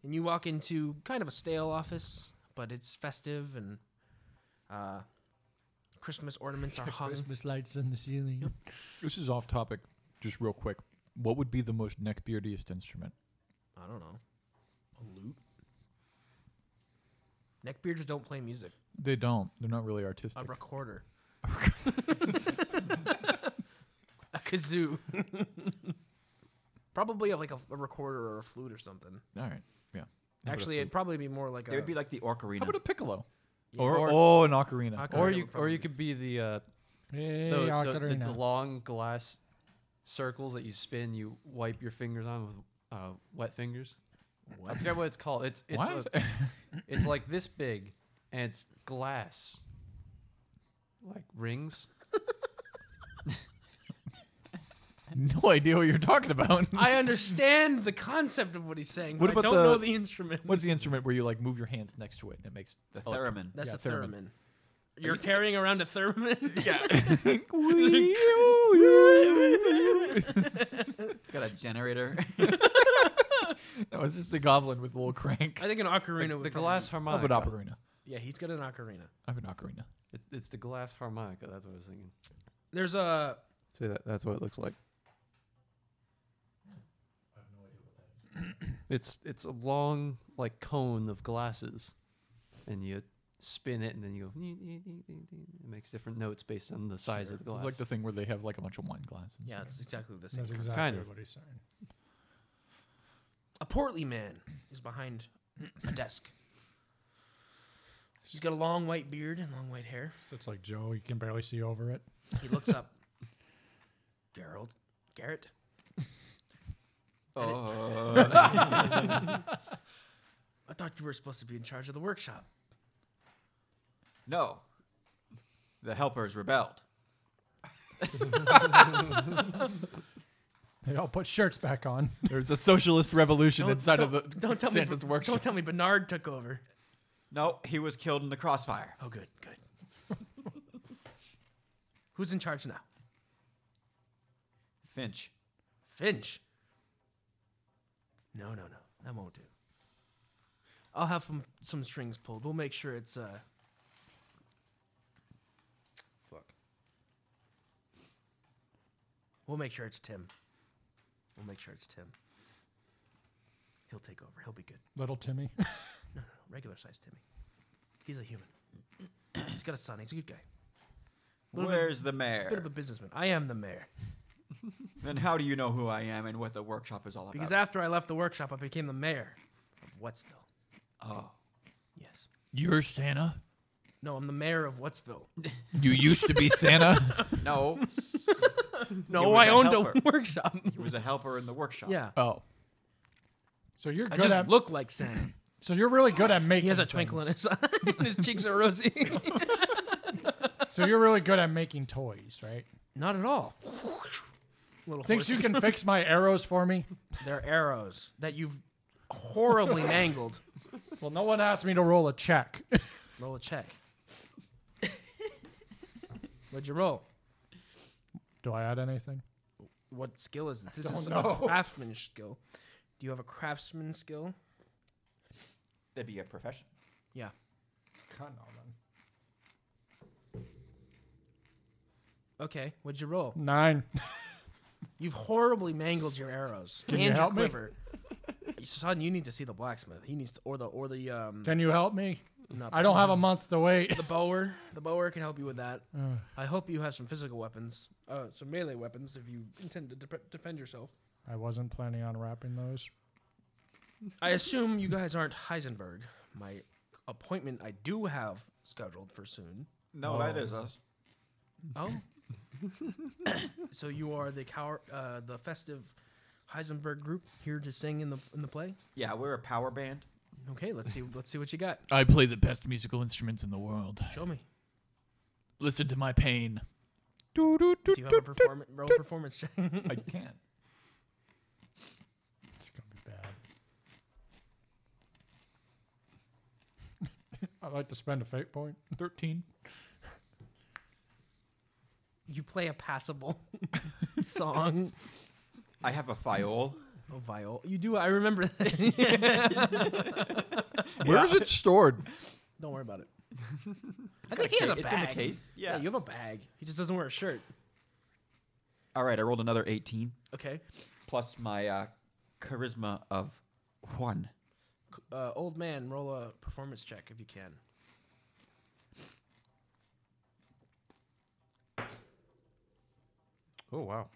Speaker 1: and you walk into kind of a stale office, but it's festive and uh, Christmas ornaments are hung.
Speaker 3: Christmas lights on the ceiling.
Speaker 9: This is off topic, just real quick. What would be the most neckbeardiest instrument?
Speaker 1: I don't know, a lute. Neckbeards don't play music.
Speaker 9: They don't. They're not really artistic.
Speaker 1: A recorder. a kazoo. probably like a, a recorder or a flute or something.
Speaker 9: All right. Yeah. How about a
Speaker 1: Actually, it'd
Speaker 9: flute?
Speaker 1: probably be more like
Speaker 4: It
Speaker 1: a.
Speaker 4: would be like the ocarina.
Speaker 9: how about a piccolo?
Speaker 1: Yeah.
Speaker 9: Or,
Speaker 2: Or-
Speaker 9: oh, an ocarina.
Speaker 1: Ocarina.
Speaker 2: Or
Speaker 1: It
Speaker 2: you,
Speaker 1: would
Speaker 2: or
Speaker 1: probably
Speaker 2: you
Speaker 1: be-
Speaker 2: could be the, uh,
Speaker 3: Hey,
Speaker 2: the, the- the- the
Speaker 3: Ocarina.
Speaker 2: long glass circles that you spin. You wipe your fingers on with uh, wet fingers. I forget what it's called. It's it's
Speaker 9: What?
Speaker 2: a- it's like this big, and it's glass, like rings.
Speaker 9: no idea what you're talking about.
Speaker 1: I understand the concept of what he's saying,
Speaker 9: What
Speaker 1: but I
Speaker 9: about
Speaker 1: don't know
Speaker 9: the-
Speaker 1: the instrument.
Speaker 9: What's the instrument where you like move your hands next to it and it makes
Speaker 4: the
Speaker 9: electric-
Speaker 4: theremin.
Speaker 1: That's
Speaker 9: Yeah,
Speaker 1: a theremin.
Speaker 9: theremin.
Speaker 1: You're carrying around a theremin?
Speaker 4: It's got a generator.
Speaker 9: No, it's just the goblin with a little crank.
Speaker 1: I think an ocarina would probably-
Speaker 2: The glass
Speaker 3: Oh
Speaker 9: I have an
Speaker 2: harmonica.
Speaker 9: ocarina.
Speaker 1: Yeah, he's got an ocarina.
Speaker 9: I have an ocarina.
Speaker 2: It's, it's the glass harmonica. That's what I was thinking.
Speaker 1: There's a
Speaker 2: So that, that's what it looks like. It's it's a long like cone of glasses, and you spin it, and then you go. "Nee, nee, nee, nee, nee." It makes different notes based on the size of the
Speaker 9: It's
Speaker 2: glass.
Speaker 9: like the thing where they have like a bunch of wine glasses.
Speaker 1: Yeah, it's exactly the same.
Speaker 3: That's exactly
Speaker 2: Kind of.
Speaker 3: what he's saying.
Speaker 1: A portly man is behind a desk. He's got a long white beard and long white hair.
Speaker 3: So it's like Joe. You can barely see over it.
Speaker 1: He looks up. Gerald. Garrett.
Speaker 4: oh.
Speaker 1: I thought you were supposed to be in charge of the workshop.
Speaker 4: No. The helpers rebelled.
Speaker 3: They all put shirts back on.
Speaker 9: There's a socialist revolution
Speaker 1: Don't-
Speaker 9: inside of the
Speaker 1: don't- don't tell me
Speaker 9: Santa's
Speaker 1: Ben-
Speaker 9: workshop.
Speaker 1: Don't tell me Bernard took over.
Speaker 4: No, he was killed in the crossfire.
Speaker 1: Oh, good, good. Who's in charge now?
Speaker 4: Finch.
Speaker 1: Finch. No, no, no. That won't do. I'll have some, some strings pulled. We'll make sure it's uh Fuck. We'll make sure it's Tim. We'll make sure it's Tim. He'll take over. He'll be good.
Speaker 3: Little Timmy.
Speaker 1: Regular sized Timmy. He's a human. He's got a son. He's a good guy. Little bit-
Speaker 4: Where's the
Speaker 1: Bit of a
Speaker 4: mayor?
Speaker 1: businessman. I am the mayor.
Speaker 4: Then how do you know who I am and what the workshop is all about?
Speaker 1: Because after I left the workshop, I became the mayor of Wettsville.
Speaker 4: oh,
Speaker 1: Yes.
Speaker 9: You're Santa.
Speaker 1: No, I'm the mayor of Wettsville.
Speaker 9: You used to be Santa.
Speaker 4: no.
Speaker 1: No,
Speaker 4: was
Speaker 1: I
Speaker 4: a
Speaker 1: owned
Speaker 4: helper.
Speaker 1: a workshop.
Speaker 4: He was a helper in the workshop.
Speaker 1: Yeah.
Speaker 9: oh,
Speaker 3: So you're
Speaker 1: I
Speaker 3: good
Speaker 1: just
Speaker 3: at.
Speaker 1: look like Santa.
Speaker 3: so you're really good at making.
Speaker 1: He has a twinkle in his eye. and his cheeks are rosy.
Speaker 3: it. So you're really good at making toys, right?
Speaker 1: Not at all. Little
Speaker 3: Thinks
Speaker 1: horse.
Speaker 3: you can fix my arrows for me?
Speaker 1: They're arrows that you've horribly mangled.
Speaker 3: Well, no one asked me to roll a check.
Speaker 1: Roll a check. What'd you roll?
Speaker 3: Do I add anything?
Speaker 1: What skill is this? This
Speaker 3: don't
Speaker 1: is
Speaker 3: know.
Speaker 1: a craftsman skill. Do you have a craftsman skill?
Speaker 4: That'd be a profession.
Speaker 1: Yeah.
Speaker 3: God, no, man.
Speaker 1: Okay. What'd you roll?
Speaker 3: Nine.
Speaker 1: You've horribly mangled your arrows
Speaker 3: Can
Speaker 1: and
Speaker 3: you
Speaker 1: your
Speaker 3: help me?
Speaker 1: quiver. Son, you need to see the blacksmith. He needs to, or the or the um.
Speaker 3: Can you help me?
Speaker 1: not
Speaker 3: I don't have a month to wait.
Speaker 1: the bower. The bower can help you with that.
Speaker 3: Ugh.
Speaker 1: I hope you have some physical weapons, uh, some melee weapons if you intend to dep defend yourself.
Speaker 3: I wasn't planning on wrapping those.
Speaker 1: I assume you guys aren't Heisenberg. My appointment I do have scheduled for soon.
Speaker 4: No, that is us.
Speaker 1: Oh. so you are the cow- uh, the festive Heisenberg group here to sing in the in the play.
Speaker 4: Yeah, we're a power band.
Speaker 1: Okay, let's see let's see what you got.
Speaker 9: I play the best musical instruments in the world.
Speaker 1: Show me.
Speaker 9: Listen to my pain.
Speaker 1: Do you have a perform- roll performance check?
Speaker 9: I can't.
Speaker 3: It's gonna be bad. I'd like to spend a fate point.
Speaker 9: Thirteen.
Speaker 1: you play a passable song.
Speaker 4: I have a fiole.
Speaker 1: Oh, viol. You do. I remember that.
Speaker 9: Where is it stored?
Speaker 1: Don't worry about it. I think he has a
Speaker 4: It's
Speaker 1: bag.
Speaker 4: in the case.
Speaker 1: Yeah.
Speaker 4: Yeah.
Speaker 1: you have a bag. He just doesn't wear a shirt.
Speaker 4: all right, I rolled another 18
Speaker 1: Okay.
Speaker 4: plus my uh, charisma of one.
Speaker 1: C- Uh, old man, roll a performance check if you can.
Speaker 2: Oh wow.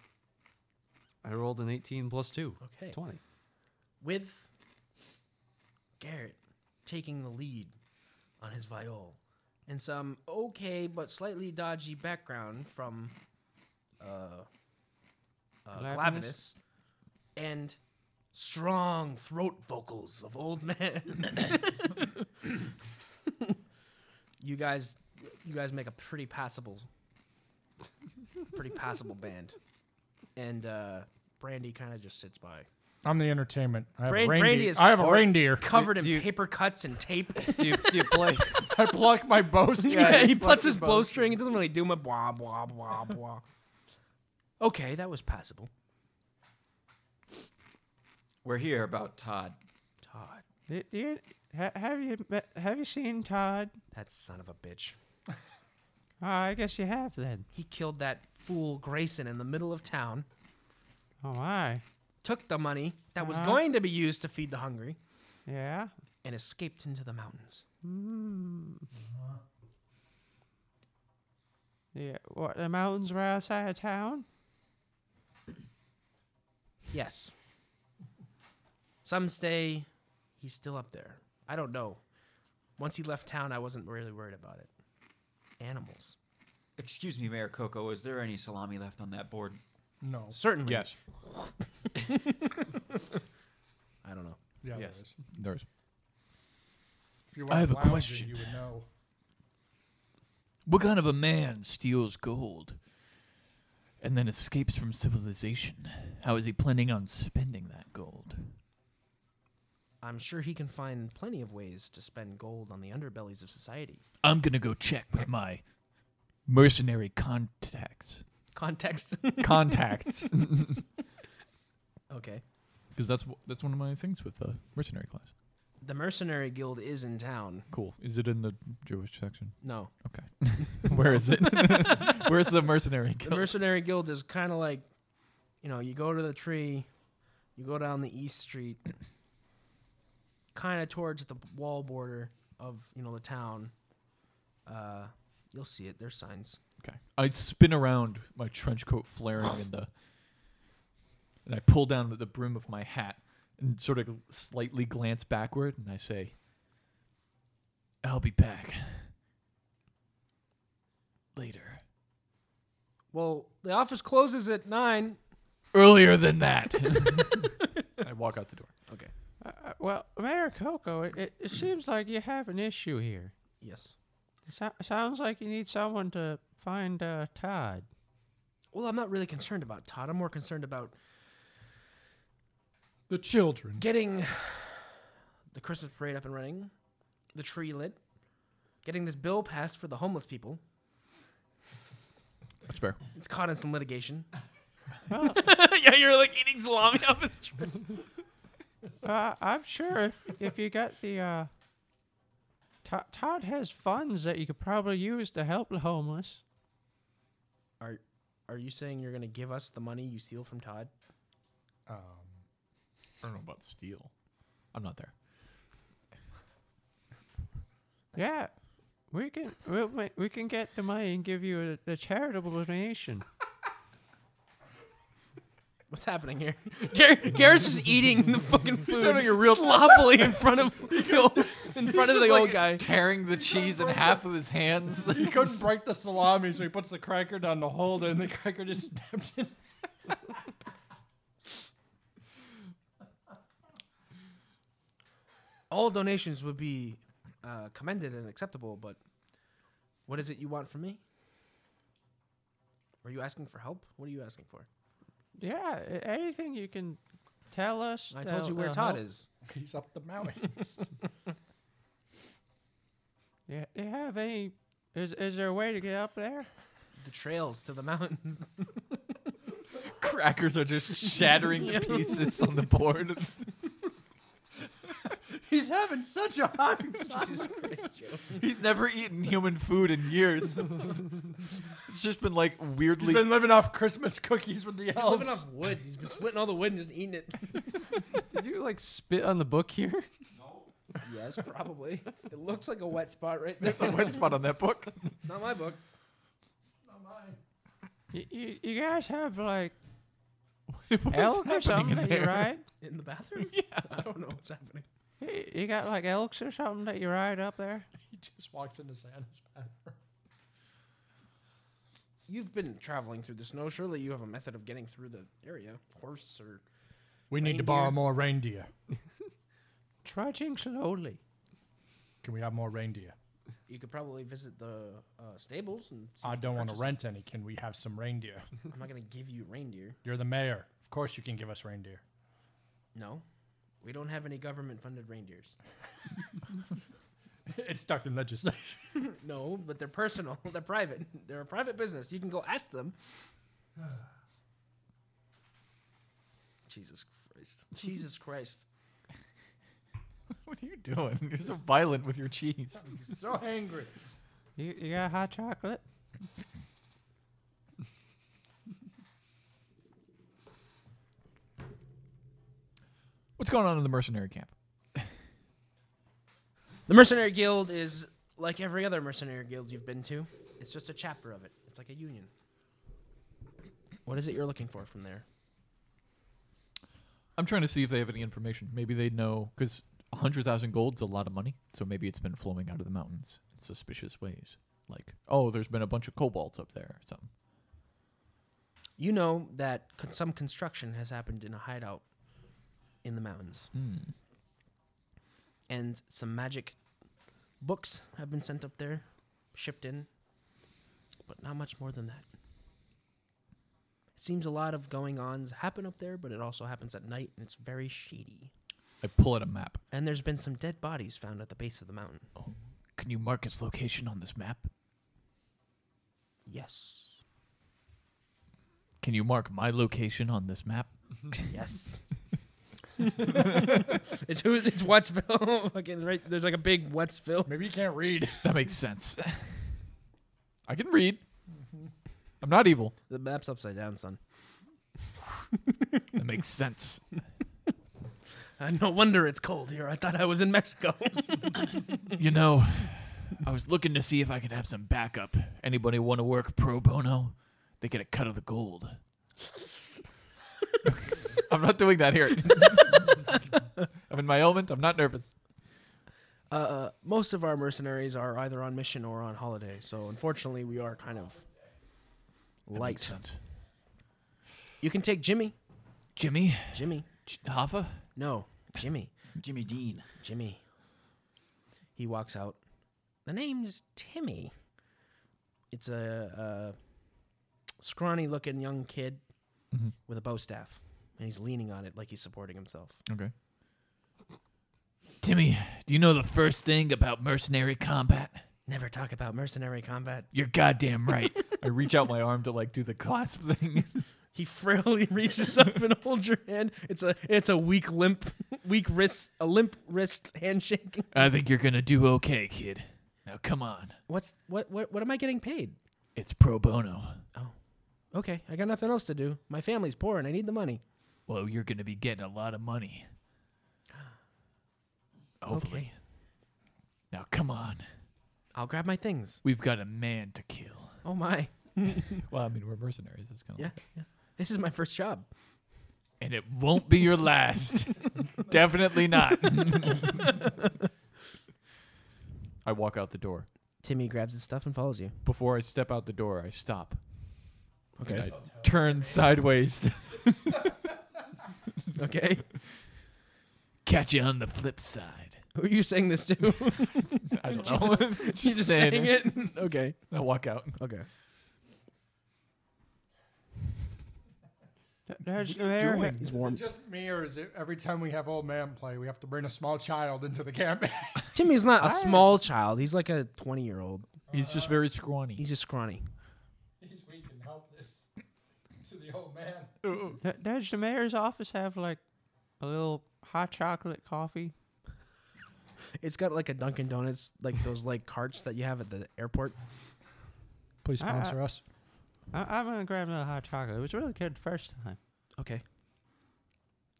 Speaker 2: I rolled an 18 plus 2.
Speaker 1: Okay.
Speaker 2: 20.
Speaker 1: With Garrett taking the lead on his viol and some okay but slightly dodgy background from uh, uh, Glavinus
Speaker 2: Glavinus?
Speaker 1: and strong throat vocals of old man. you guys, you guys make a pretty passable, pretty passable band, and uh, Brandy kind of just sits by.
Speaker 3: I'm the entertainment. I have
Speaker 1: Brand-
Speaker 3: a reindeer.
Speaker 1: Brandy is
Speaker 3: I have a
Speaker 1: cor-
Speaker 3: reindeer.
Speaker 1: covered in
Speaker 2: do you-
Speaker 1: paper cuts and tape.
Speaker 2: Do you, do you play?
Speaker 3: I pluck my bows.
Speaker 1: yeah,
Speaker 2: he
Speaker 1: he
Speaker 2: plucks
Speaker 1: plucks
Speaker 2: his
Speaker 1: his blowstring. It doesn't really do much. Blah blah blah blah. Okay, that was passable.
Speaker 4: We're here about uh, Todd.
Speaker 1: Todd,
Speaker 5: Do do you, ha, have you met, have you seen Todd?
Speaker 1: that son of a bitch.
Speaker 5: Uh, I guess you have then.
Speaker 1: He killed that fool Grayson in the middle of town.
Speaker 5: Oh my,
Speaker 1: Took the money that was
Speaker 5: Uh-huh.
Speaker 1: going to be used to feed the hungry
Speaker 5: yeah.
Speaker 1: and escaped into the mountains.
Speaker 5: Mm. Yeah, what the mountains were outside of town?
Speaker 1: Yes. Some say he's still up there. I don't know. Once he left town, I wasn't really worried about it. Animals.
Speaker 4: Excuse me, Mayor Coco, is there any salami left on that board?
Speaker 3: No.
Speaker 1: Certainly.
Speaker 9: Yes.
Speaker 1: I don't know.
Speaker 3: Yeah,
Speaker 9: Yes.
Speaker 3: yes.
Speaker 9: There's.
Speaker 3: If you
Speaker 9: I have
Speaker 3: weren't lousy,
Speaker 9: a question.
Speaker 3: You would know.
Speaker 9: What kind of a man steals gold? and then escapes from civilization. How is he planning on spending that gold?
Speaker 1: I'm sure he can find plenty of ways to spend gold on the underbellies of society.
Speaker 9: I'm gonna go check with my mercenary contacts.
Speaker 1: Context.
Speaker 9: Contacts,
Speaker 1: okay.
Speaker 9: because that's wh- that's one of my things with the mercenary class.
Speaker 1: The Mercenary Guild is in town.
Speaker 9: Cool. Is it in the Jewish section?
Speaker 1: No.
Speaker 9: Where is it? Where's the mercenary?
Speaker 1: The
Speaker 9: guild?
Speaker 1: Mercenary Guild is kind of like, you know, you go to the tree, you go down the east street, kind of towards the wall border of, you know, the town. Uh, you'll see it. There's signs.
Speaker 9: Okay. I spin around, my trench coat flaring in the, and I pull down the- the brim of my hat and sort of slightly glance backward, and I say, "I'll be back later."
Speaker 1: Well, the office closes at nine.
Speaker 9: Earlier than that, I walk out the door.
Speaker 5: Uh, uh, well, Mayor Coco, it, it, it seems like you have an issue here.
Speaker 1: Yes.
Speaker 5: So- sounds like you need someone to find uh, Todd.
Speaker 1: Well, I'm not really concerned about Todd. I'm more concerned about
Speaker 3: The children.
Speaker 1: getting the Christmas parade up and running, the tree lit, getting this bill passed for the homeless people.
Speaker 9: That's fair.
Speaker 1: It's caught in some litigation. yeah, you're like eating salami off his tree.
Speaker 5: Uh, I'm sure if, if you got the. Uh, To- Todd has funds that you could probably use to help the homeless.
Speaker 1: Are are you saying you're gonna give us the money you steal from Todd?
Speaker 3: Um,
Speaker 9: I don't know about steel. I'm not there.
Speaker 5: Yeah, we can we'll, ma- we can get the money and give you a, the charitable donation.
Speaker 1: What's happening here? Gar- Garrett's just eating the fucking food. He's having a real sloppily in front of the old, in front of the old guy.
Speaker 9: tearing the cheese in half with his hands.
Speaker 3: he couldn't break the salami, so he puts the cracker down the holder, and the cracker just snapped in.
Speaker 1: All donations would be uh, commended and acceptable, but what is it you want from me? Are you asking for help? What are you asking for?
Speaker 5: Yeah, a- anything you can tell us.
Speaker 1: I told
Speaker 5: that'll-
Speaker 1: you where
Speaker 5: that'll
Speaker 1: Todd
Speaker 5: help.
Speaker 1: is.
Speaker 3: He's up the mountains.
Speaker 5: Yeah, do you have any? Is is there a way to get up there?
Speaker 1: The trails to the mountains.
Speaker 9: Crackers are just shattering to pieces on the board.
Speaker 3: He's having such a hard time.
Speaker 1: Jesus Christ, Joe.
Speaker 9: He's never eaten human food in years. it's just been like weirdly.
Speaker 3: He's been living off Christmas cookies with the
Speaker 1: He's living
Speaker 3: elves.
Speaker 1: off wood. He's been splitting all the wood and just eating it.
Speaker 2: Did you like spit on the book here?
Speaker 1: Yes, probably. It looks like a wet spot right there.
Speaker 9: a wet spot on that book.
Speaker 1: It's not my book.
Speaker 5: You, you, you guys have like elk or something that you ride?
Speaker 1: In the bathroom? Yeah. I don't know what's happening.
Speaker 5: You, you got like elks or something that you ride up there?
Speaker 3: He just walks into Santa's bathroom.
Speaker 1: You've been traveling through the snow. Surely you have a method of getting through the area. Horse or.
Speaker 3: We need to
Speaker 1: Reindeer.
Speaker 3: borrow more reindeer.
Speaker 5: Trudging slowly.
Speaker 3: Can we have more reindeer?
Speaker 1: You could probably visit the uh, stables and. see
Speaker 3: I
Speaker 1: if you
Speaker 3: don't
Speaker 1: can
Speaker 3: want to
Speaker 1: purchase
Speaker 3: rent any. Can we have some reindeer?
Speaker 1: it. I'm not going to give you reindeer.
Speaker 3: You're the mayor. Of course you can give us reindeer.
Speaker 1: No. We don't have any government funded reindeers.
Speaker 3: It's stuck in legislation.
Speaker 1: No, but they're personal. They're private. They're a private business. You can go ask them. Jesus Christ. Jesus Christ.
Speaker 9: What are you doing? You're so violent with your cheese.
Speaker 3: so angry.
Speaker 5: You, you got hot chocolate?
Speaker 9: What's going on in the mercenary camp?
Speaker 1: The Mercenary Guild is like every other mercenary guild you've been to. It's just a chapter of it. It's like a union. What is it you're looking for from there?
Speaker 9: I'm trying to see if they have any information. Maybe they know because hundred thousand gold's a lot of money. So maybe it's been flowing out of the mountains in suspicious ways. Like, oh, there's been a bunch of cobalt up there or something.
Speaker 1: You know that con- some construction has happened in a hideout in the mountains.
Speaker 9: Hmm.
Speaker 1: And some magic books have been sent up there, shipped in, but not much more than that. seems a lot of going ons happen up there, but it also happens at night, and it's very shady.
Speaker 9: I pull out a map.
Speaker 1: And there's been some dead bodies found at the base of the mountain.
Speaker 9: Can you mark its location on this map?
Speaker 1: Yes.
Speaker 9: Can you mark my location on this map?
Speaker 1: Yes. it's who it's Wettsville. Fucking right there's like a big Wettsville.
Speaker 3: Maybe you can't read.
Speaker 9: That makes sense. I can read. I'm not evil.
Speaker 1: The map's upside down, son.
Speaker 9: That makes sense.
Speaker 1: Uh, no wonder it's cold here. I thought I was in Mexico.
Speaker 9: You know, I was looking to see if I could have some backup. Anybody want to work pro bono? They get a cut of the gold. I'm not doing that here. I'm in my element. I'm not nervous.
Speaker 1: uh, uh, most of our mercenaries are either on mission or on holiday, so unfortunately we are kind of
Speaker 9: That makes
Speaker 1: light.
Speaker 9: sense.
Speaker 1: You can take Jimmy.
Speaker 9: Jimmy,
Speaker 1: Jimmy.
Speaker 9: J- Hoffa,
Speaker 1: No, Jimmy.
Speaker 4: Jimmy Dean.
Speaker 1: Jimmy. He walks out. The name's Timmy. It's a, a scrawny looking young kid
Speaker 9: Mhm.
Speaker 1: with a bow staff, and he's leaning on it like he's supporting himself.
Speaker 9: Timmy, do you know the first thing about mercenary combat?
Speaker 1: Never talk about mercenary combat.
Speaker 9: You're goddamn right. I reach out my arm to like do the clasp thing.
Speaker 1: He frilly reaches up and holds your hand. It's a it's a weak limp, weak wrist, a limp wrist handshake.
Speaker 9: I think you're gonna do okay, kid. Now come on.
Speaker 1: What's what what what am I getting paid?
Speaker 9: It's pro bono.
Speaker 1: Okay, I got nothing else to do. My family's poor and I need the money.
Speaker 9: Well, you're gonna be getting a lot of money. Hopefully.
Speaker 1: Okay.
Speaker 9: Now come on.
Speaker 1: I'll grab my things.
Speaker 9: We've got a man to kill.
Speaker 1: Oh my.
Speaker 9: Well, I mean we're mercenaries, it's kind
Speaker 1: Yeah. yeah. This is my first job.
Speaker 9: And it won't be your last. Definitely not. I walk out the door.
Speaker 1: Timmy grabs his stuff and follows you.
Speaker 9: Before I step out the door, I stop.
Speaker 1: Okay.
Speaker 9: And I turn sideways. to
Speaker 1: okay.
Speaker 9: Catch you on the flip side.
Speaker 1: Who are you saying this to?
Speaker 9: I don't
Speaker 1: She
Speaker 9: know.
Speaker 1: just- She's just
Speaker 9: saying
Speaker 1: saying it. okay.
Speaker 9: I walk out.
Speaker 1: Okay.
Speaker 5: There's there.
Speaker 1: He's warm.
Speaker 3: Just me, or is it every time we have old man play, we have to bring a small child into the camp?
Speaker 1: Timmy's not a small child. He's like a 20 year old.
Speaker 9: He's just very scrawny.
Speaker 1: He's just scrawny.
Speaker 3: He's weak and helpless to the old man.
Speaker 5: th- Does the mayor's office have like a little hot chocolate coffee?
Speaker 1: It's got like a Dunkin' Donuts, like those like carts that you have at the airport.
Speaker 3: Please
Speaker 5: sponsor
Speaker 3: us.
Speaker 5: I- I'm gonna grab another hot chocolate. It was really good the first time.
Speaker 1: Okay.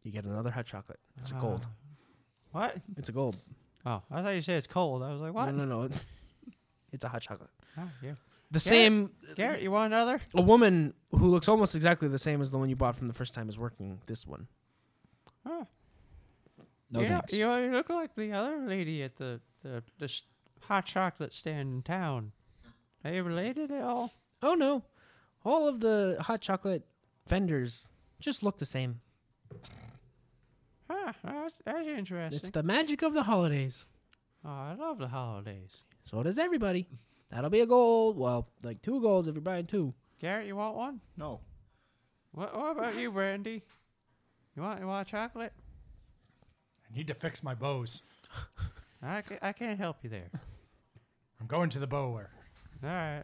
Speaker 1: You get another hot chocolate. It's a gold.
Speaker 5: Ah. What?
Speaker 1: It's a gold.
Speaker 5: Oh, I thought you said it's cold. I was like, what?
Speaker 1: No, no, no. It's, it's a hot chocolate.
Speaker 5: Oh, yeah.
Speaker 1: The same.
Speaker 5: Garrett, you want another?
Speaker 1: A woman who looks almost exactly the same as the one you bought from the first time is working this one.
Speaker 4: No
Speaker 5: you, know,
Speaker 4: thanks.
Speaker 5: you, you look like the other lady at the the this hot chocolate stand in town. Are you related at all?
Speaker 1: Oh no. All of the hot chocolate vendors just look the same.
Speaker 5: Huh, that's, that's interesting.
Speaker 1: It's the magic of the holidays.
Speaker 5: oh, I love the holidays.
Speaker 1: So does everybody. That'll be a gold. Well, like two golds if you're buying two.
Speaker 5: Garrett, you want one?
Speaker 4: no.
Speaker 5: What, what about you, Brandy? You want you want chocolate?
Speaker 3: I need to fix my bows.
Speaker 5: I, ca- I can't help you there.
Speaker 3: I'm going to the bower.
Speaker 5: All right.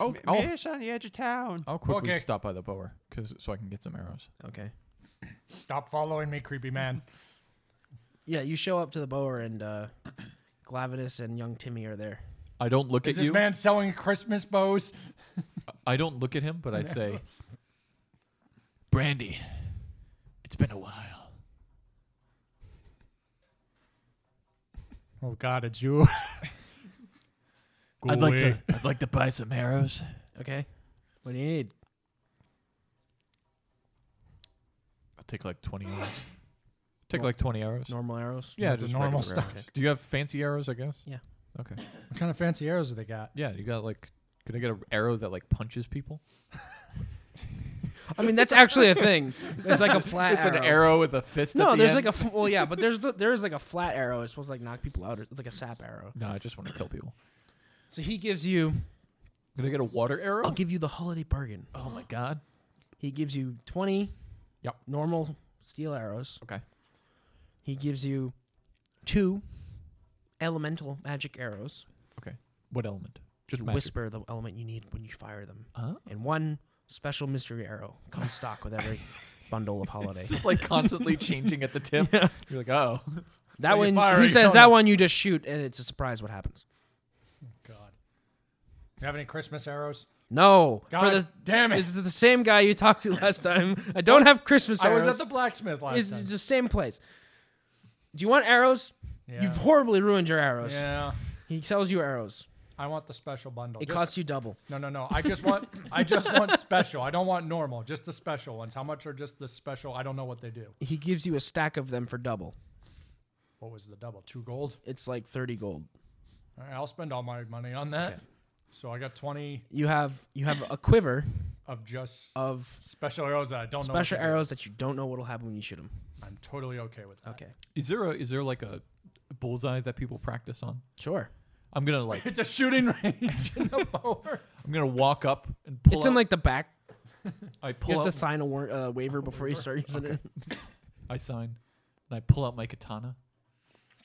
Speaker 9: Oh,
Speaker 5: M-
Speaker 9: I'll,
Speaker 5: maybe it's on the edge of town.
Speaker 9: I'll quickly
Speaker 3: Okay.
Speaker 9: stop by the bower cause, so I can get some arrows.
Speaker 1: Okay.
Speaker 3: Stop following me, creepy man.
Speaker 1: Yeah, you show up to the bower and uh Glavinus and young Timmy are there.
Speaker 9: I don't look
Speaker 3: Is
Speaker 9: at
Speaker 3: this
Speaker 9: you.
Speaker 3: man selling Christmas bows?
Speaker 9: I don't look at him, but I say, Brandy, it's been a while.
Speaker 3: Oh God, it's you. Go
Speaker 9: I'd like
Speaker 3: away.
Speaker 9: to. I'd like to buy some arrows.
Speaker 1: Okay. What do you need?
Speaker 9: I'll take like twenty arrows. Take like twenty arrows.
Speaker 1: Normal arrows?
Speaker 9: Yeah,
Speaker 3: It's a
Speaker 9: just
Speaker 3: normal
Speaker 9: regular
Speaker 3: stuff.
Speaker 9: arrows. Do you have fancy arrows? I guess.
Speaker 1: Yeah.
Speaker 9: Okay.
Speaker 3: What kind of fancy arrows have they got?
Speaker 9: Yeah, you got like. Can I get an arrow that like punches people?
Speaker 1: I mean, that's actually a thing. It's like a flat
Speaker 9: it's
Speaker 1: arrow.
Speaker 9: an arrow with a fist.
Speaker 1: No, there's like a f- well, yeah, but there's the, there's like a flat arrow. It's supposed to like knock people out. Or, it's like a sap arrow.
Speaker 9: No, I just want to kill people.
Speaker 1: So he gives you.
Speaker 9: Can I get a water arrow?
Speaker 1: I'll give you the holiday bargain.
Speaker 9: Oh my god.
Speaker 1: He gives you 20
Speaker 9: Yep.
Speaker 1: normal steel arrows.
Speaker 9: Okay.
Speaker 1: He gives you two elemental magic arrows.
Speaker 9: What element? Just
Speaker 1: you
Speaker 9: magic.
Speaker 1: whisper the element you need when you fire them.
Speaker 9: Oh.
Speaker 1: And one special mystery arrow comes stock with every bundle of holiday.
Speaker 9: It's like constantly changing at the tip. You're like, oh,
Speaker 1: that
Speaker 9: you
Speaker 1: one,
Speaker 9: fire it,
Speaker 1: he
Speaker 9: you
Speaker 1: says
Speaker 9: don't
Speaker 1: that
Speaker 9: know.
Speaker 1: one you just shoot, and it's a surprise what happens.
Speaker 3: God. You have any Christmas arrows?
Speaker 1: No,
Speaker 3: God
Speaker 1: for the
Speaker 3: damn it. Oh,
Speaker 1: It's the same guy you talked to last time. I don't have Christmas
Speaker 3: I
Speaker 1: arrows.
Speaker 3: was at the blacksmith last
Speaker 1: It's
Speaker 3: time.
Speaker 1: the same place. Do you want arrows?
Speaker 3: yeah.
Speaker 1: You've horribly ruined your arrows.
Speaker 3: yeah.
Speaker 1: He sells you arrows.
Speaker 3: I want the special bundle.
Speaker 1: It
Speaker 3: Just-
Speaker 1: costs you double.
Speaker 3: No, no, no. I just want I just want special. I don't want normal. Just the special ones. How much are just the special? I don't know what they do.
Speaker 1: He gives you a stack of them for double.
Speaker 3: What was the double? Two gold.
Speaker 1: It's like 30 gold.
Speaker 3: All right, I'll spend all my money on that. So I got twenty
Speaker 1: You have you have a quiver
Speaker 3: of just
Speaker 1: of
Speaker 3: special arrows that I don't know. what
Speaker 1: special
Speaker 3: they do.
Speaker 1: arrows that you don't know what'll happen when you shoot them.
Speaker 3: I'm totally okay with that.
Speaker 1: Okay.
Speaker 9: is there a is there like a bullseye that people practice on?
Speaker 1: Sure.
Speaker 9: I'm gonna like
Speaker 3: It's a shooting range in a bower.
Speaker 9: I'm gonna walk up and pull.
Speaker 1: it's in
Speaker 9: out-
Speaker 1: like the back.
Speaker 9: I
Speaker 1: You
Speaker 9: pull
Speaker 1: have
Speaker 9: out.
Speaker 1: to sign a war- uh, waiver before you start using
Speaker 9: I sign, and I pull out my katana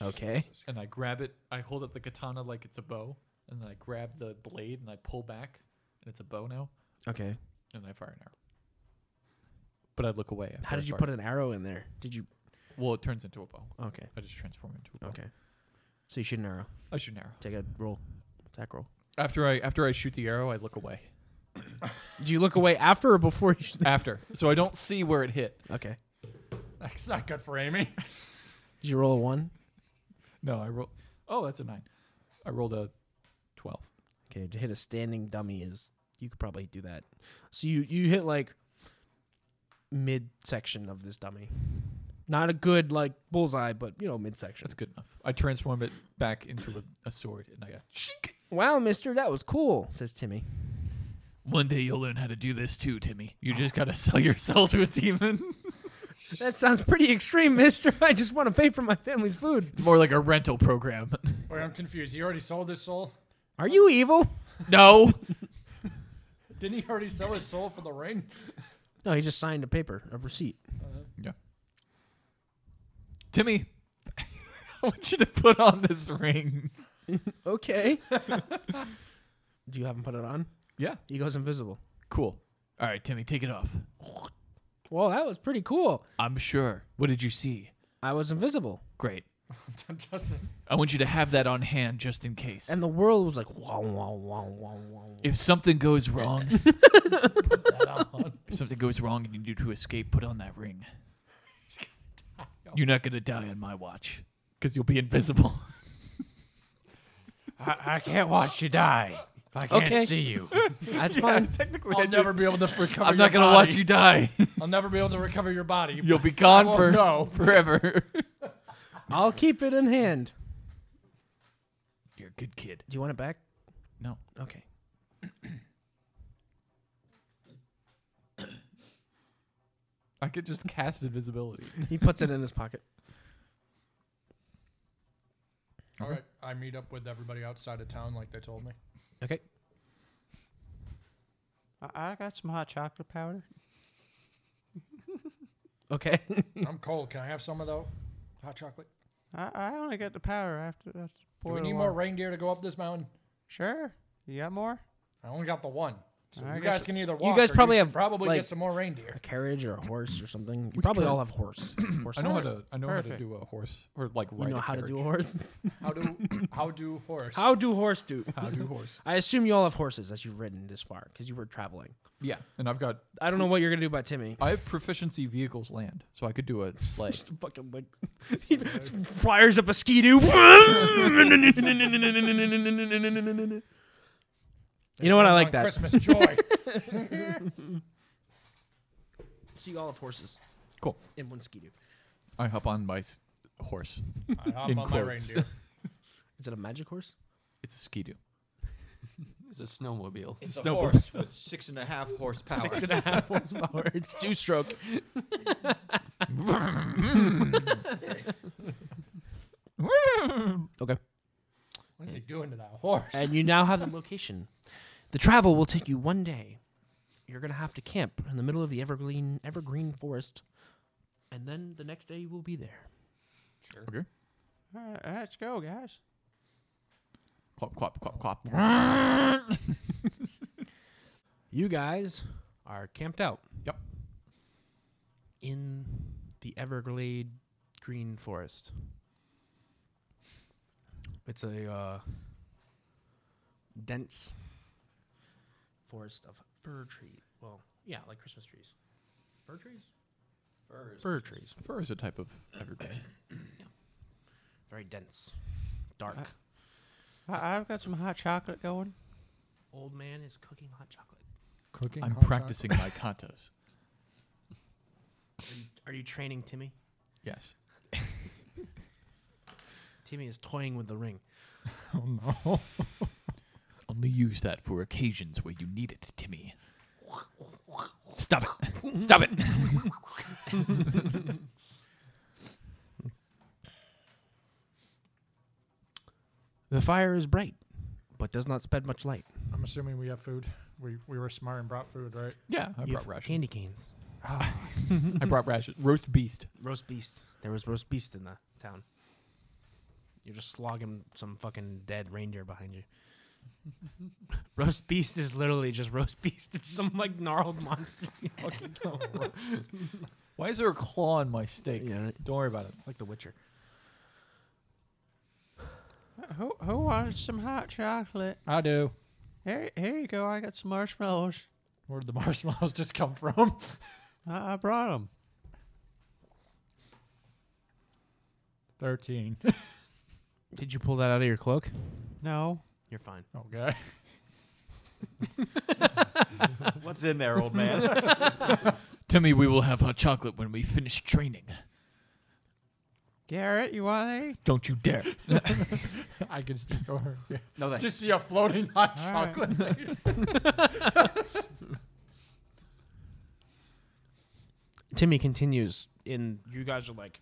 Speaker 1: it. Okay.
Speaker 9: and I grab it. I hold up the katana like it's a bow, and then I grab the blade and I pull back, and it's a bow now,
Speaker 1: Okay.
Speaker 9: and I fire an arrow. But I look away. after
Speaker 1: How
Speaker 9: I
Speaker 1: did you
Speaker 9: fire.
Speaker 1: put an arrow in there? Did you?
Speaker 9: Well, it turns into a bow.
Speaker 1: Okay.
Speaker 9: I just transform it into a bow.
Speaker 1: Okay. So you shoot an arrow.
Speaker 9: I shoot an arrow.
Speaker 1: Take a roll. Attack roll.
Speaker 9: After I after I shoot the arrow, I look away.
Speaker 1: Do you look away after or before you shoot? The-
Speaker 9: After, so I don't see where it hit.
Speaker 1: okay.
Speaker 3: That's not good for aiming.
Speaker 1: Did you roll a one?
Speaker 9: No, I roll. Oh, that's a nine. I rolled a twelve.
Speaker 1: Okay, to hit a standing dummy is you could probably do that. So you you hit like mid section of this dummy. Not a good like bullseye, but you know midsection.
Speaker 9: That's good enough. I transform it back into a, a sword, and I go. Shink.
Speaker 1: Wow, Mister, that was cool," says Timmy.
Speaker 9: One day you'll learn how to do this too, Timmy. You just gotta sell your soul to a demon.
Speaker 1: That sounds pretty extreme, Mister. I just want to pay for my family's food.
Speaker 9: It's more like a rental program.
Speaker 3: Wait, I'm confused. He already sold his soul.
Speaker 1: Are you evil?
Speaker 9: no,
Speaker 3: Didn't he already sell his soul for the ring?
Speaker 1: No, he just signed a paper, a receipt.
Speaker 9: Timmy. I want you to put on this ring.
Speaker 1: Okay. do you have him put it on?
Speaker 9: Yeah.
Speaker 1: He goes invisible.
Speaker 9: Cool. All right, Timmy, take it off.
Speaker 1: Well, that was pretty cool.
Speaker 9: I'm sure. What did you see?
Speaker 1: I was invisible,
Speaker 9: Great.
Speaker 3: Just-
Speaker 9: I want you to have that on hand just in case.
Speaker 1: and the world was like wow, wow, wow, wow, wow.
Speaker 9: if something goes wrong, if something goes wrong and you need to escape, put on that ring. You're not gonna die on my watch because you'll be invisible.
Speaker 5: I, I can't watch you die. If I can't
Speaker 1: Okay.
Speaker 5: see you.
Speaker 1: That's fun.
Speaker 9: Technically,
Speaker 3: I'll never be able to recover.
Speaker 9: I'm not
Speaker 3: your
Speaker 9: gonna
Speaker 3: body.
Speaker 9: watch you die.
Speaker 3: I'll never be able to recover your body.
Speaker 9: You'll be gone
Speaker 3: won't
Speaker 9: for
Speaker 3: know.
Speaker 9: forever.
Speaker 1: I'll keep it in hand.
Speaker 9: You're a good kid.
Speaker 1: Do you want it back?
Speaker 9: No.
Speaker 1: Okay.
Speaker 9: I could just cast invisibility.
Speaker 1: He puts it in his pocket.
Speaker 3: All right, I meet up with everybody outside of town, like they told me.
Speaker 1: Okay.
Speaker 5: I, I got some hot chocolate powder.
Speaker 1: Okay.
Speaker 3: I'm cold. Can I have some of though? Hot chocolate.
Speaker 5: I, I only get the powder after that.
Speaker 3: Do we need more reindeer to go up this mountain?
Speaker 5: Sure. You got more?
Speaker 3: I only got the one. So
Speaker 5: I
Speaker 3: you
Speaker 5: guess-
Speaker 3: guys can either walk.
Speaker 1: guys
Speaker 3: or
Speaker 1: probably
Speaker 3: should
Speaker 1: have,
Speaker 3: probably
Speaker 1: like-
Speaker 3: get some more reindeer.
Speaker 1: a carriage or a horse or something. You probably all have horse. horses.
Speaker 9: I know how to. I know how
Speaker 5: Perfect.
Speaker 9: to do a horse or like ride
Speaker 1: You know
Speaker 9: a
Speaker 1: how to do a
Speaker 9: carriage.
Speaker 1: horse?
Speaker 3: How do how do horse?
Speaker 1: How do horse do?
Speaker 9: How to do horse?
Speaker 1: I assume you all have horses that you've ridden this far because you were traveling.
Speaker 9: Yeah, and I've got.
Speaker 1: I don't know what you're gonna do about Timmy.
Speaker 9: I have proficiency vehicles land, so I could do a sleigh.
Speaker 1: Just fucking like he fires up a ski doo.
Speaker 3: It
Speaker 1: you know what? I
Speaker 3: sounds
Speaker 1: like that.
Speaker 3: Christmas joy.
Speaker 1: So you all have horses.
Speaker 9: Cool.
Speaker 1: In one ski doo.
Speaker 9: I hop on my s- horse.
Speaker 3: I hop
Speaker 9: In
Speaker 3: on my
Speaker 9: quotes.
Speaker 3: reindeer.
Speaker 1: Is it a magic horse?
Speaker 9: It's a skidoo.
Speaker 2: It's a snowmobile.
Speaker 4: It's a
Speaker 9: Snowboard.
Speaker 4: horse with six and a half horsepower.
Speaker 1: Six and a half horsepower. It's two stroke. okay.
Speaker 3: What's he doing to that horse?
Speaker 1: And you now have the location. The travel will take you one day you're gonna have to camp in the middle of the evergreen evergreen forest, and then the next day you will be there.
Speaker 5: All right, let's go, guys.
Speaker 9: Clop, clop, clop, clop.
Speaker 1: You guys are camped out.
Speaker 9: Yep.
Speaker 1: In the Everglade Green Forest. It's a uh, dense forest of fir trees. Well, yeah, like Christmas trees. Fir trees? Fir trees.
Speaker 9: Fur is a type of evergreen.
Speaker 1: Very dense, dark.
Speaker 5: I, I've got some hot chocolate going.
Speaker 1: Old man is cooking hot chocolate.
Speaker 3: Cooking.
Speaker 9: I'm
Speaker 3: hot
Speaker 9: practicing my katas.
Speaker 1: Are you, are you training Timmy?
Speaker 9: Yes.
Speaker 1: Timmy is toying with the ring.
Speaker 3: chocolate? Oh no.
Speaker 9: Only use that for occasions where you need it, Timmy. Stop it. Stop it.
Speaker 1: The fire is bright, but does not spread much light.
Speaker 3: I'm assuming we have food. We we were smart and brought food, right?
Speaker 9: Yeah, I
Speaker 1: You
Speaker 9: brought
Speaker 1: have
Speaker 9: rations.
Speaker 1: Candy canes.
Speaker 9: I brought rations. Roast beast.
Speaker 1: Roast beast. There was roast beast in the town. You're just slogging some fucking dead reindeer behind you. roast beast is literally just roast beast. It's some like gnarled monster.
Speaker 9: Why is there a claw in my steak?
Speaker 1: Yeah, right.
Speaker 9: Don't worry about it.
Speaker 1: like The Witcher.
Speaker 5: Who who wants some hot chocolate?
Speaker 3: I do.
Speaker 5: Here, here you go. I got some marshmallows.
Speaker 3: Where'd the marshmallows just come from?
Speaker 5: I, I brought them.
Speaker 3: Thirteen.
Speaker 1: Did you pull that out of your cloak?
Speaker 5: No,
Speaker 1: You're fine.
Speaker 3: Okay.
Speaker 4: What's in there, old man?
Speaker 9: Timmy, we will have hot chocolate when we finish training.
Speaker 5: Garrett, you want any?
Speaker 9: Don't you dare.
Speaker 3: I can sneak over. Yeah.
Speaker 4: no thanks.
Speaker 3: Just see a floating hot
Speaker 5: All right.
Speaker 3: chocolate.
Speaker 1: Timmy continues, and you guys are like,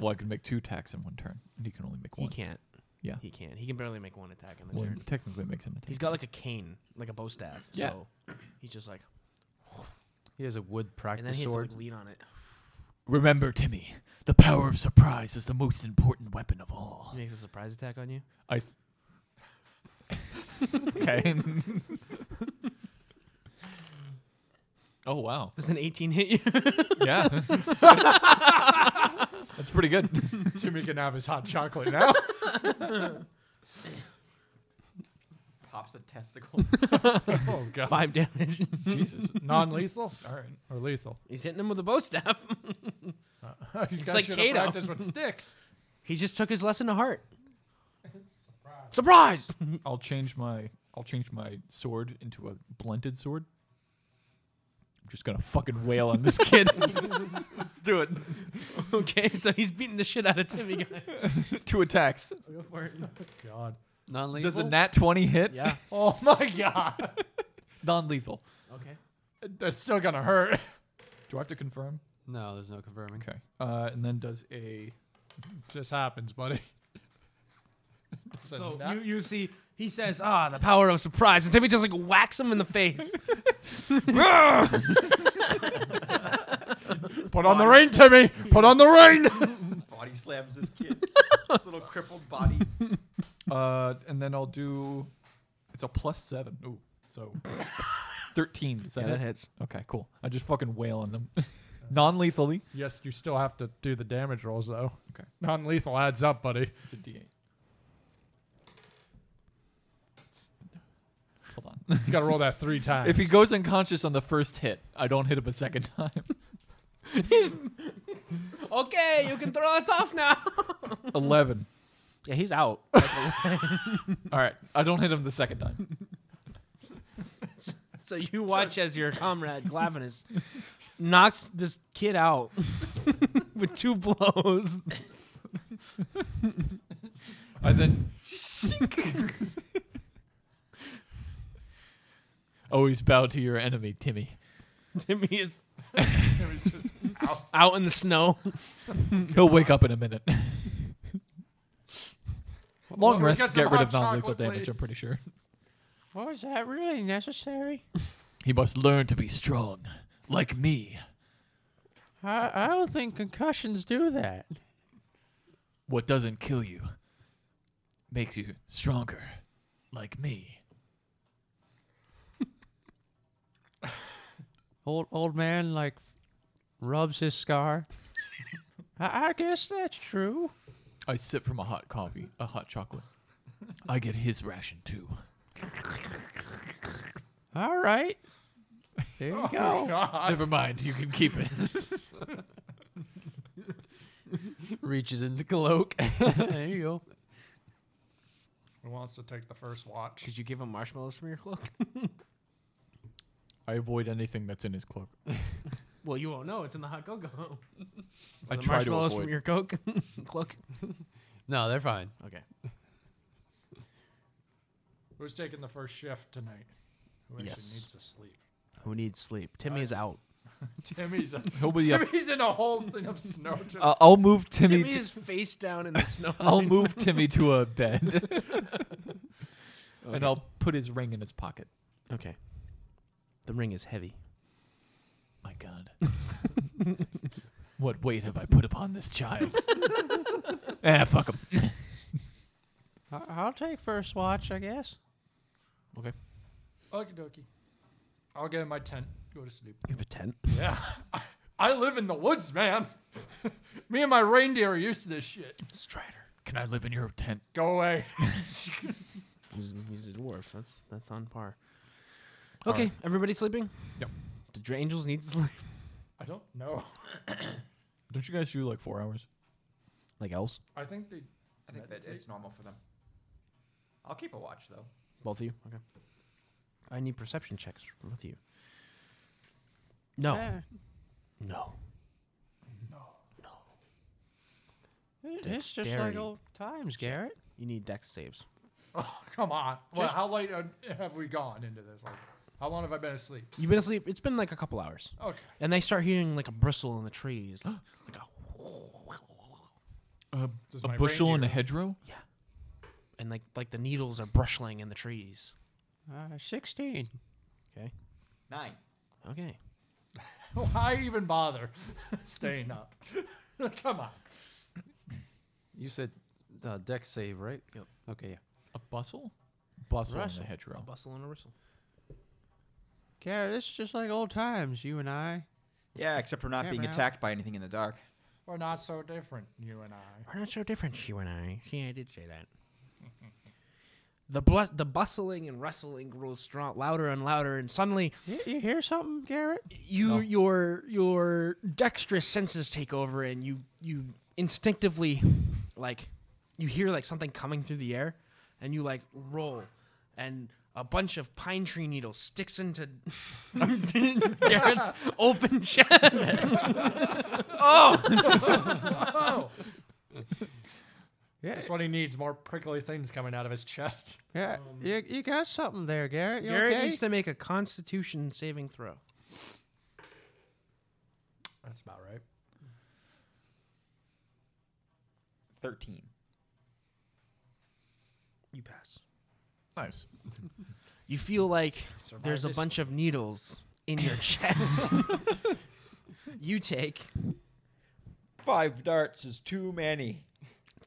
Speaker 9: Well, I could make two attacks in one turn, and he can only make
Speaker 1: he
Speaker 9: one.
Speaker 1: can't.
Speaker 9: Yeah.
Speaker 1: He can't. He can barely make one attack in the
Speaker 9: Well,
Speaker 1: turn.
Speaker 9: technically it makes an attack.
Speaker 1: He's got like a cane, like a bow staff.
Speaker 9: Yeah.
Speaker 1: So he's just like,
Speaker 2: He has a wood
Speaker 1: and then
Speaker 2: practice
Speaker 1: he has to
Speaker 2: sword.
Speaker 1: like lean on it.
Speaker 9: Remember, Timmy, the power of surprise is the most important weapon of all.
Speaker 1: He makes a surprise attack on you.
Speaker 9: I. okay. oh wow!
Speaker 1: Does an 18 hit you?
Speaker 9: Yeah, that's pretty good.
Speaker 3: Timmy can have his hot chocolate now.
Speaker 4: Pops a testicle.
Speaker 3: oh god.
Speaker 1: Five damage.
Speaker 9: Jesus.
Speaker 3: Non-lethal. All right. Or lethal.
Speaker 1: He's hitting him with a bow staff.
Speaker 3: you guys
Speaker 1: like
Speaker 3: should
Speaker 1: Kato.
Speaker 3: have practiced with sticks.
Speaker 1: he just took his lesson to heart. Surprise!
Speaker 9: I'll change my I'll change my sword into a blunted sword. I'm just gonna fucking wail on this kid. Let's do it.
Speaker 1: okay, so he's beating the shit out of Timmy. Guy.
Speaker 9: Two attacks.
Speaker 3: God.
Speaker 2: Non-lethal.
Speaker 9: Does a nat twenty hit?
Speaker 1: Yeah.
Speaker 3: Oh my god.
Speaker 9: Non-lethal.
Speaker 1: Okay.
Speaker 3: That's still gonna hurt.
Speaker 9: Do I have to confirm?
Speaker 2: no, there's no confirming.
Speaker 9: Okay. Uh, and then does a
Speaker 3: Just happens, buddy. It's a
Speaker 1: So
Speaker 3: nat-
Speaker 1: you, you see, he says, ah, the power of surprise. And Timmy just like whacks him in the face.
Speaker 3: put on the ring, Timmy. Put on the ring.
Speaker 4: body slams this kid. this little crippled body.
Speaker 9: uh, and then I'll do. It's a plus seven. Ooh, so thirteen. Is that it?
Speaker 1: hits.
Speaker 9: Okay, cool. I just fucking wail on them, non-lethally.
Speaker 3: yes, you still have to do the damage rolls though.
Speaker 9: Okay.
Speaker 3: Non-lethal adds up, buddy.
Speaker 9: It's a D8. It's- Hold on.
Speaker 3: You gotta roll that three times.
Speaker 9: if he goes unconscious on the first hit, I don't hit him a second time.
Speaker 1: Okay, you can throw us off now.
Speaker 9: Eleven.
Speaker 1: Yeah, he's out.
Speaker 9: All right, I don't hit him the second time.
Speaker 1: So you watch as your comrade Glavinus knocks this kid out with two blows.
Speaker 9: I then. Always bow to your enemy, Timmy.
Speaker 1: Timmy is out. out in the snow.
Speaker 9: He'll wake up in a minute. Long
Speaker 3: Can we
Speaker 9: rests
Speaker 3: get some
Speaker 9: get rid
Speaker 3: hot
Speaker 9: of non-lethal
Speaker 3: chocolate,
Speaker 9: damage. I'm
Speaker 3: please?
Speaker 9: pretty sure.
Speaker 5: Was that really necessary?
Speaker 9: He must learn to be strong, like me.
Speaker 5: I, I don't think concussions do that.
Speaker 9: What doesn't kill you makes you stronger, like me.
Speaker 5: Old old man like rubs his scar. I, I guess that's true.
Speaker 9: I sip from a hot coffee, a hot chocolate. I get his ration too.
Speaker 5: All right. There
Speaker 1: Oh,
Speaker 5: you
Speaker 3: Oh,
Speaker 5: go.
Speaker 9: Never mind, you can keep it.
Speaker 2: Reaches into cloak. there you go.
Speaker 3: Who wants to take the first watch?
Speaker 1: Could you give him marshmallows from your cloak?
Speaker 10: I avoid anything that's in his cloak.
Speaker 1: well, you won't know. It's in the hot cocoa.
Speaker 9: I
Speaker 1: the
Speaker 9: try to
Speaker 1: marshmallows
Speaker 9: avoid.
Speaker 1: from your coke cloak.
Speaker 2: No, they're fine.
Speaker 1: Okay.
Speaker 3: Who's taking the first shift tonight? Who actually
Speaker 1: Yes.
Speaker 3: needs to sleep?
Speaker 1: Who needs sleep? Timmy's out.
Speaker 3: Timmy's a,
Speaker 9: He'll be up-
Speaker 3: Timmy's in a whole thing of snow. Just,
Speaker 9: I'll- I'll move Timmy.
Speaker 1: Timmy
Speaker 9: to-
Speaker 1: is face down in the snow.
Speaker 9: I'll move Timmy to a bed, and I'll put his ring in his pocket.
Speaker 1: Okay. The ring is heavy.
Speaker 9: My God, what weight have I put upon this child? ah, fuck him.
Speaker 5: I, I'll take first watch, I guess.
Speaker 9: Uh,
Speaker 3: Okie dokie. I'll get in my tent. Go to sleep.
Speaker 1: You have a tent.
Speaker 3: Yeah. I, I live in the woods, man. Me and my reindeer are used to this shit.
Speaker 1: Strider.
Speaker 9: Can I live in your tent?
Speaker 3: Go away.
Speaker 1: He's, he's a dwarf. That's that's on par. Okay, everybody sleeping.
Speaker 9: Yep.
Speaker 1: The dra- angels need to sleep.
Speaker 3: I don't know.
Speaker 9: Don't you guys do like four hours?
Speaker 1: Like elves,
Speaker 3: I think they.
Speaker 4: I think that it's normal for them. I'll keep a watch though.
Speaker 1: both of you. Okay. I need perception checks from both of you. No,
Speaker 5: Eh,
Speaker 1: no.
Speaker 5: it- it's just like
Speaker 1: Dexterity.
Speaker 5: old times, Garrett.
Speaker 1: You need dex saves.
Speaker 3: Oh, come on. Well,
Speaker 5: Just-
Speaker 3: how late uh, have we gone into this? Like, how long have I been asleep?
Speaker 1: You've been asleep. It's been like a couple hours,
Speaker 3: Okay.
Speaker 1: and they start hearing like a bristle in the trees.
Speaker 9: Uh,
Speaker 3: Does
Speaker 9: a
Speaker 3: my
Speaker 9: bushel and a
Speaker 3: reindeer-
Speaker 9: hedgerow.
Speaker 1: and like like the needles are brushing in the trees.
Speaker 5: Uh, 16.
Speaker 4: Nine.
Speaker 1: Okay.
Speaker 3: Why even bother staying up? come on.
Speaker 2: You said uh, deck save, right? Yep. Okay, yeah.
Speaker 9: A bustle? Bustle
Speaker 1: Rustle.
Speaker 9: and a hedgerow.
Speaker 1: bustle and a bristle.
Speaker 5: Garrett, it's just like old times, you and I.
Speaker 4: Yeah, except we're not
Speaker 5: Yeah,
Speaker 4: being
Speaker 5: we're out.
Speaker 4: attacked by anything in the dark.
Speaker 3: We're not so different, you and I.
Speaker 1: We're not so different, she and I. She I did say that. the blu- the bustling and rustling grows strong, louder and louder, and suddenly
Speaker 5: You, you hear something, Garrett?
Speaker 1: you your your dexterous senses take over, and you you instinctively like you hear like something coming through the air, and you like roll, and a bunch of pine tree needles sticks into Garrett's open chest.
Speaker 3: Oh!
Speaker 5: Yeah,
Speaker 3: That's what he needs more prickly things coming out of his chest.
Speaker 5: yeah. you, you got something there, Garrett. You
Speaker 1: um, Garrett
Speaker 5: okay?
Speaker 1: needs to make a Constitution saving throw.
Speaker 3: That's about right.
Speaker 4: Thirteen.
Speaker 1: You pass.
Speaker 9: Nice.
Speaker 1: You feel like
Speaker 3: Survive
Speaker 1: there's a
Speaker 3: this-
Speaker 1: bunch of needles in your chest. you take
Speaker 4: Five darts is too many.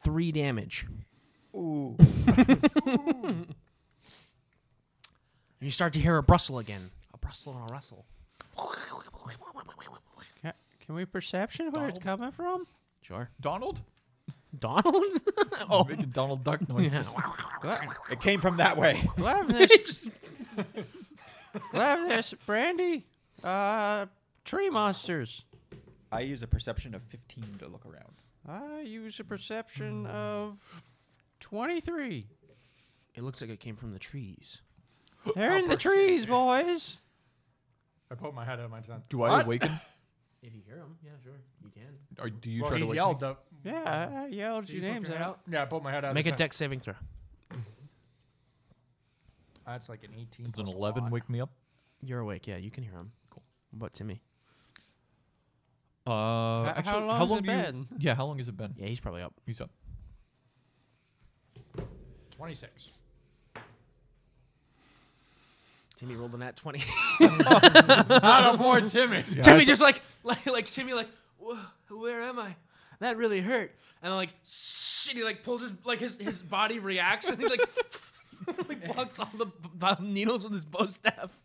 Speaker 1: three damage.
Speaker 4: Ooh.
Speaker 1: And you start to hear a brussel again. A brussel and a rustle.
Speaker 5: Ca- Can we perception where it's coming from?
Speaker 1: Sure.
Speaker 9: Donald?
Speaker 1: Donald?
Speaker 9: Oh. Making Donald Duck noises.
Speaker 4: it came from that way.
Speaker 5: Glavinus. Glavinus, Brandy, uh, tree monsters.
Speaker 4: I use a perception of fifteen to look around.
Speaker 5: I use a perception of 23.
Speaker 1: it looks like it came from the trees.
Speaker 5: They're in the trees, boys.
Speaker 3: I put my head out of my tent.
Speaker 9: Do I
Speaker 3: What?
Speaker 9: awaken?
Speaker 1: If you hear them, yeah, sure. You can.
Speaker 9: Or do you
Speaker 3: well,
Speaker 9: try
Speaker 3: he
Speaker 9: to awaken?
Speaker 3: yelled up.
Speaker 5: Yeah, I- I yelled your names out.
Speaker 3: Yeah, I put my head out.
Speaker 1: Make a
Speaker 3: of the tent.
Speaker 1: deck saving throw.
Speaker 3: That's like an 18.
Speaker 9: Does
Speaker 3: plus
Speaker 9: an 11
Speaker 3: one.
Speaker 9: wake me up?
Speaker 1: You're awake. Yeah, you can hear them. Cool. What to me?
Speaker 9: Uh,
Speaker 5: H- how
Speaker 9: actually,
Speaker 5: long
Speaker 9: how
Speaker 5: has it
Speaker 9: long do you-
Speaker 5: been?
Speaker 9: Yeah, how long has it been?
Speaker 1: Yeah, he's probably up.
Speaker 9: He's up.
Speaker 3: 26.
Speaker 1: Timmy rolled a nat 20.
Speaker 3: Not more Timmy.
Speaker 1: Timmy just like, like, like Timmy like, Whoa, where am I? That really hurt. And like, shit, he like pulls his, like his, his body reacts and he like, like blocks all the b- b- needles with his bow staff.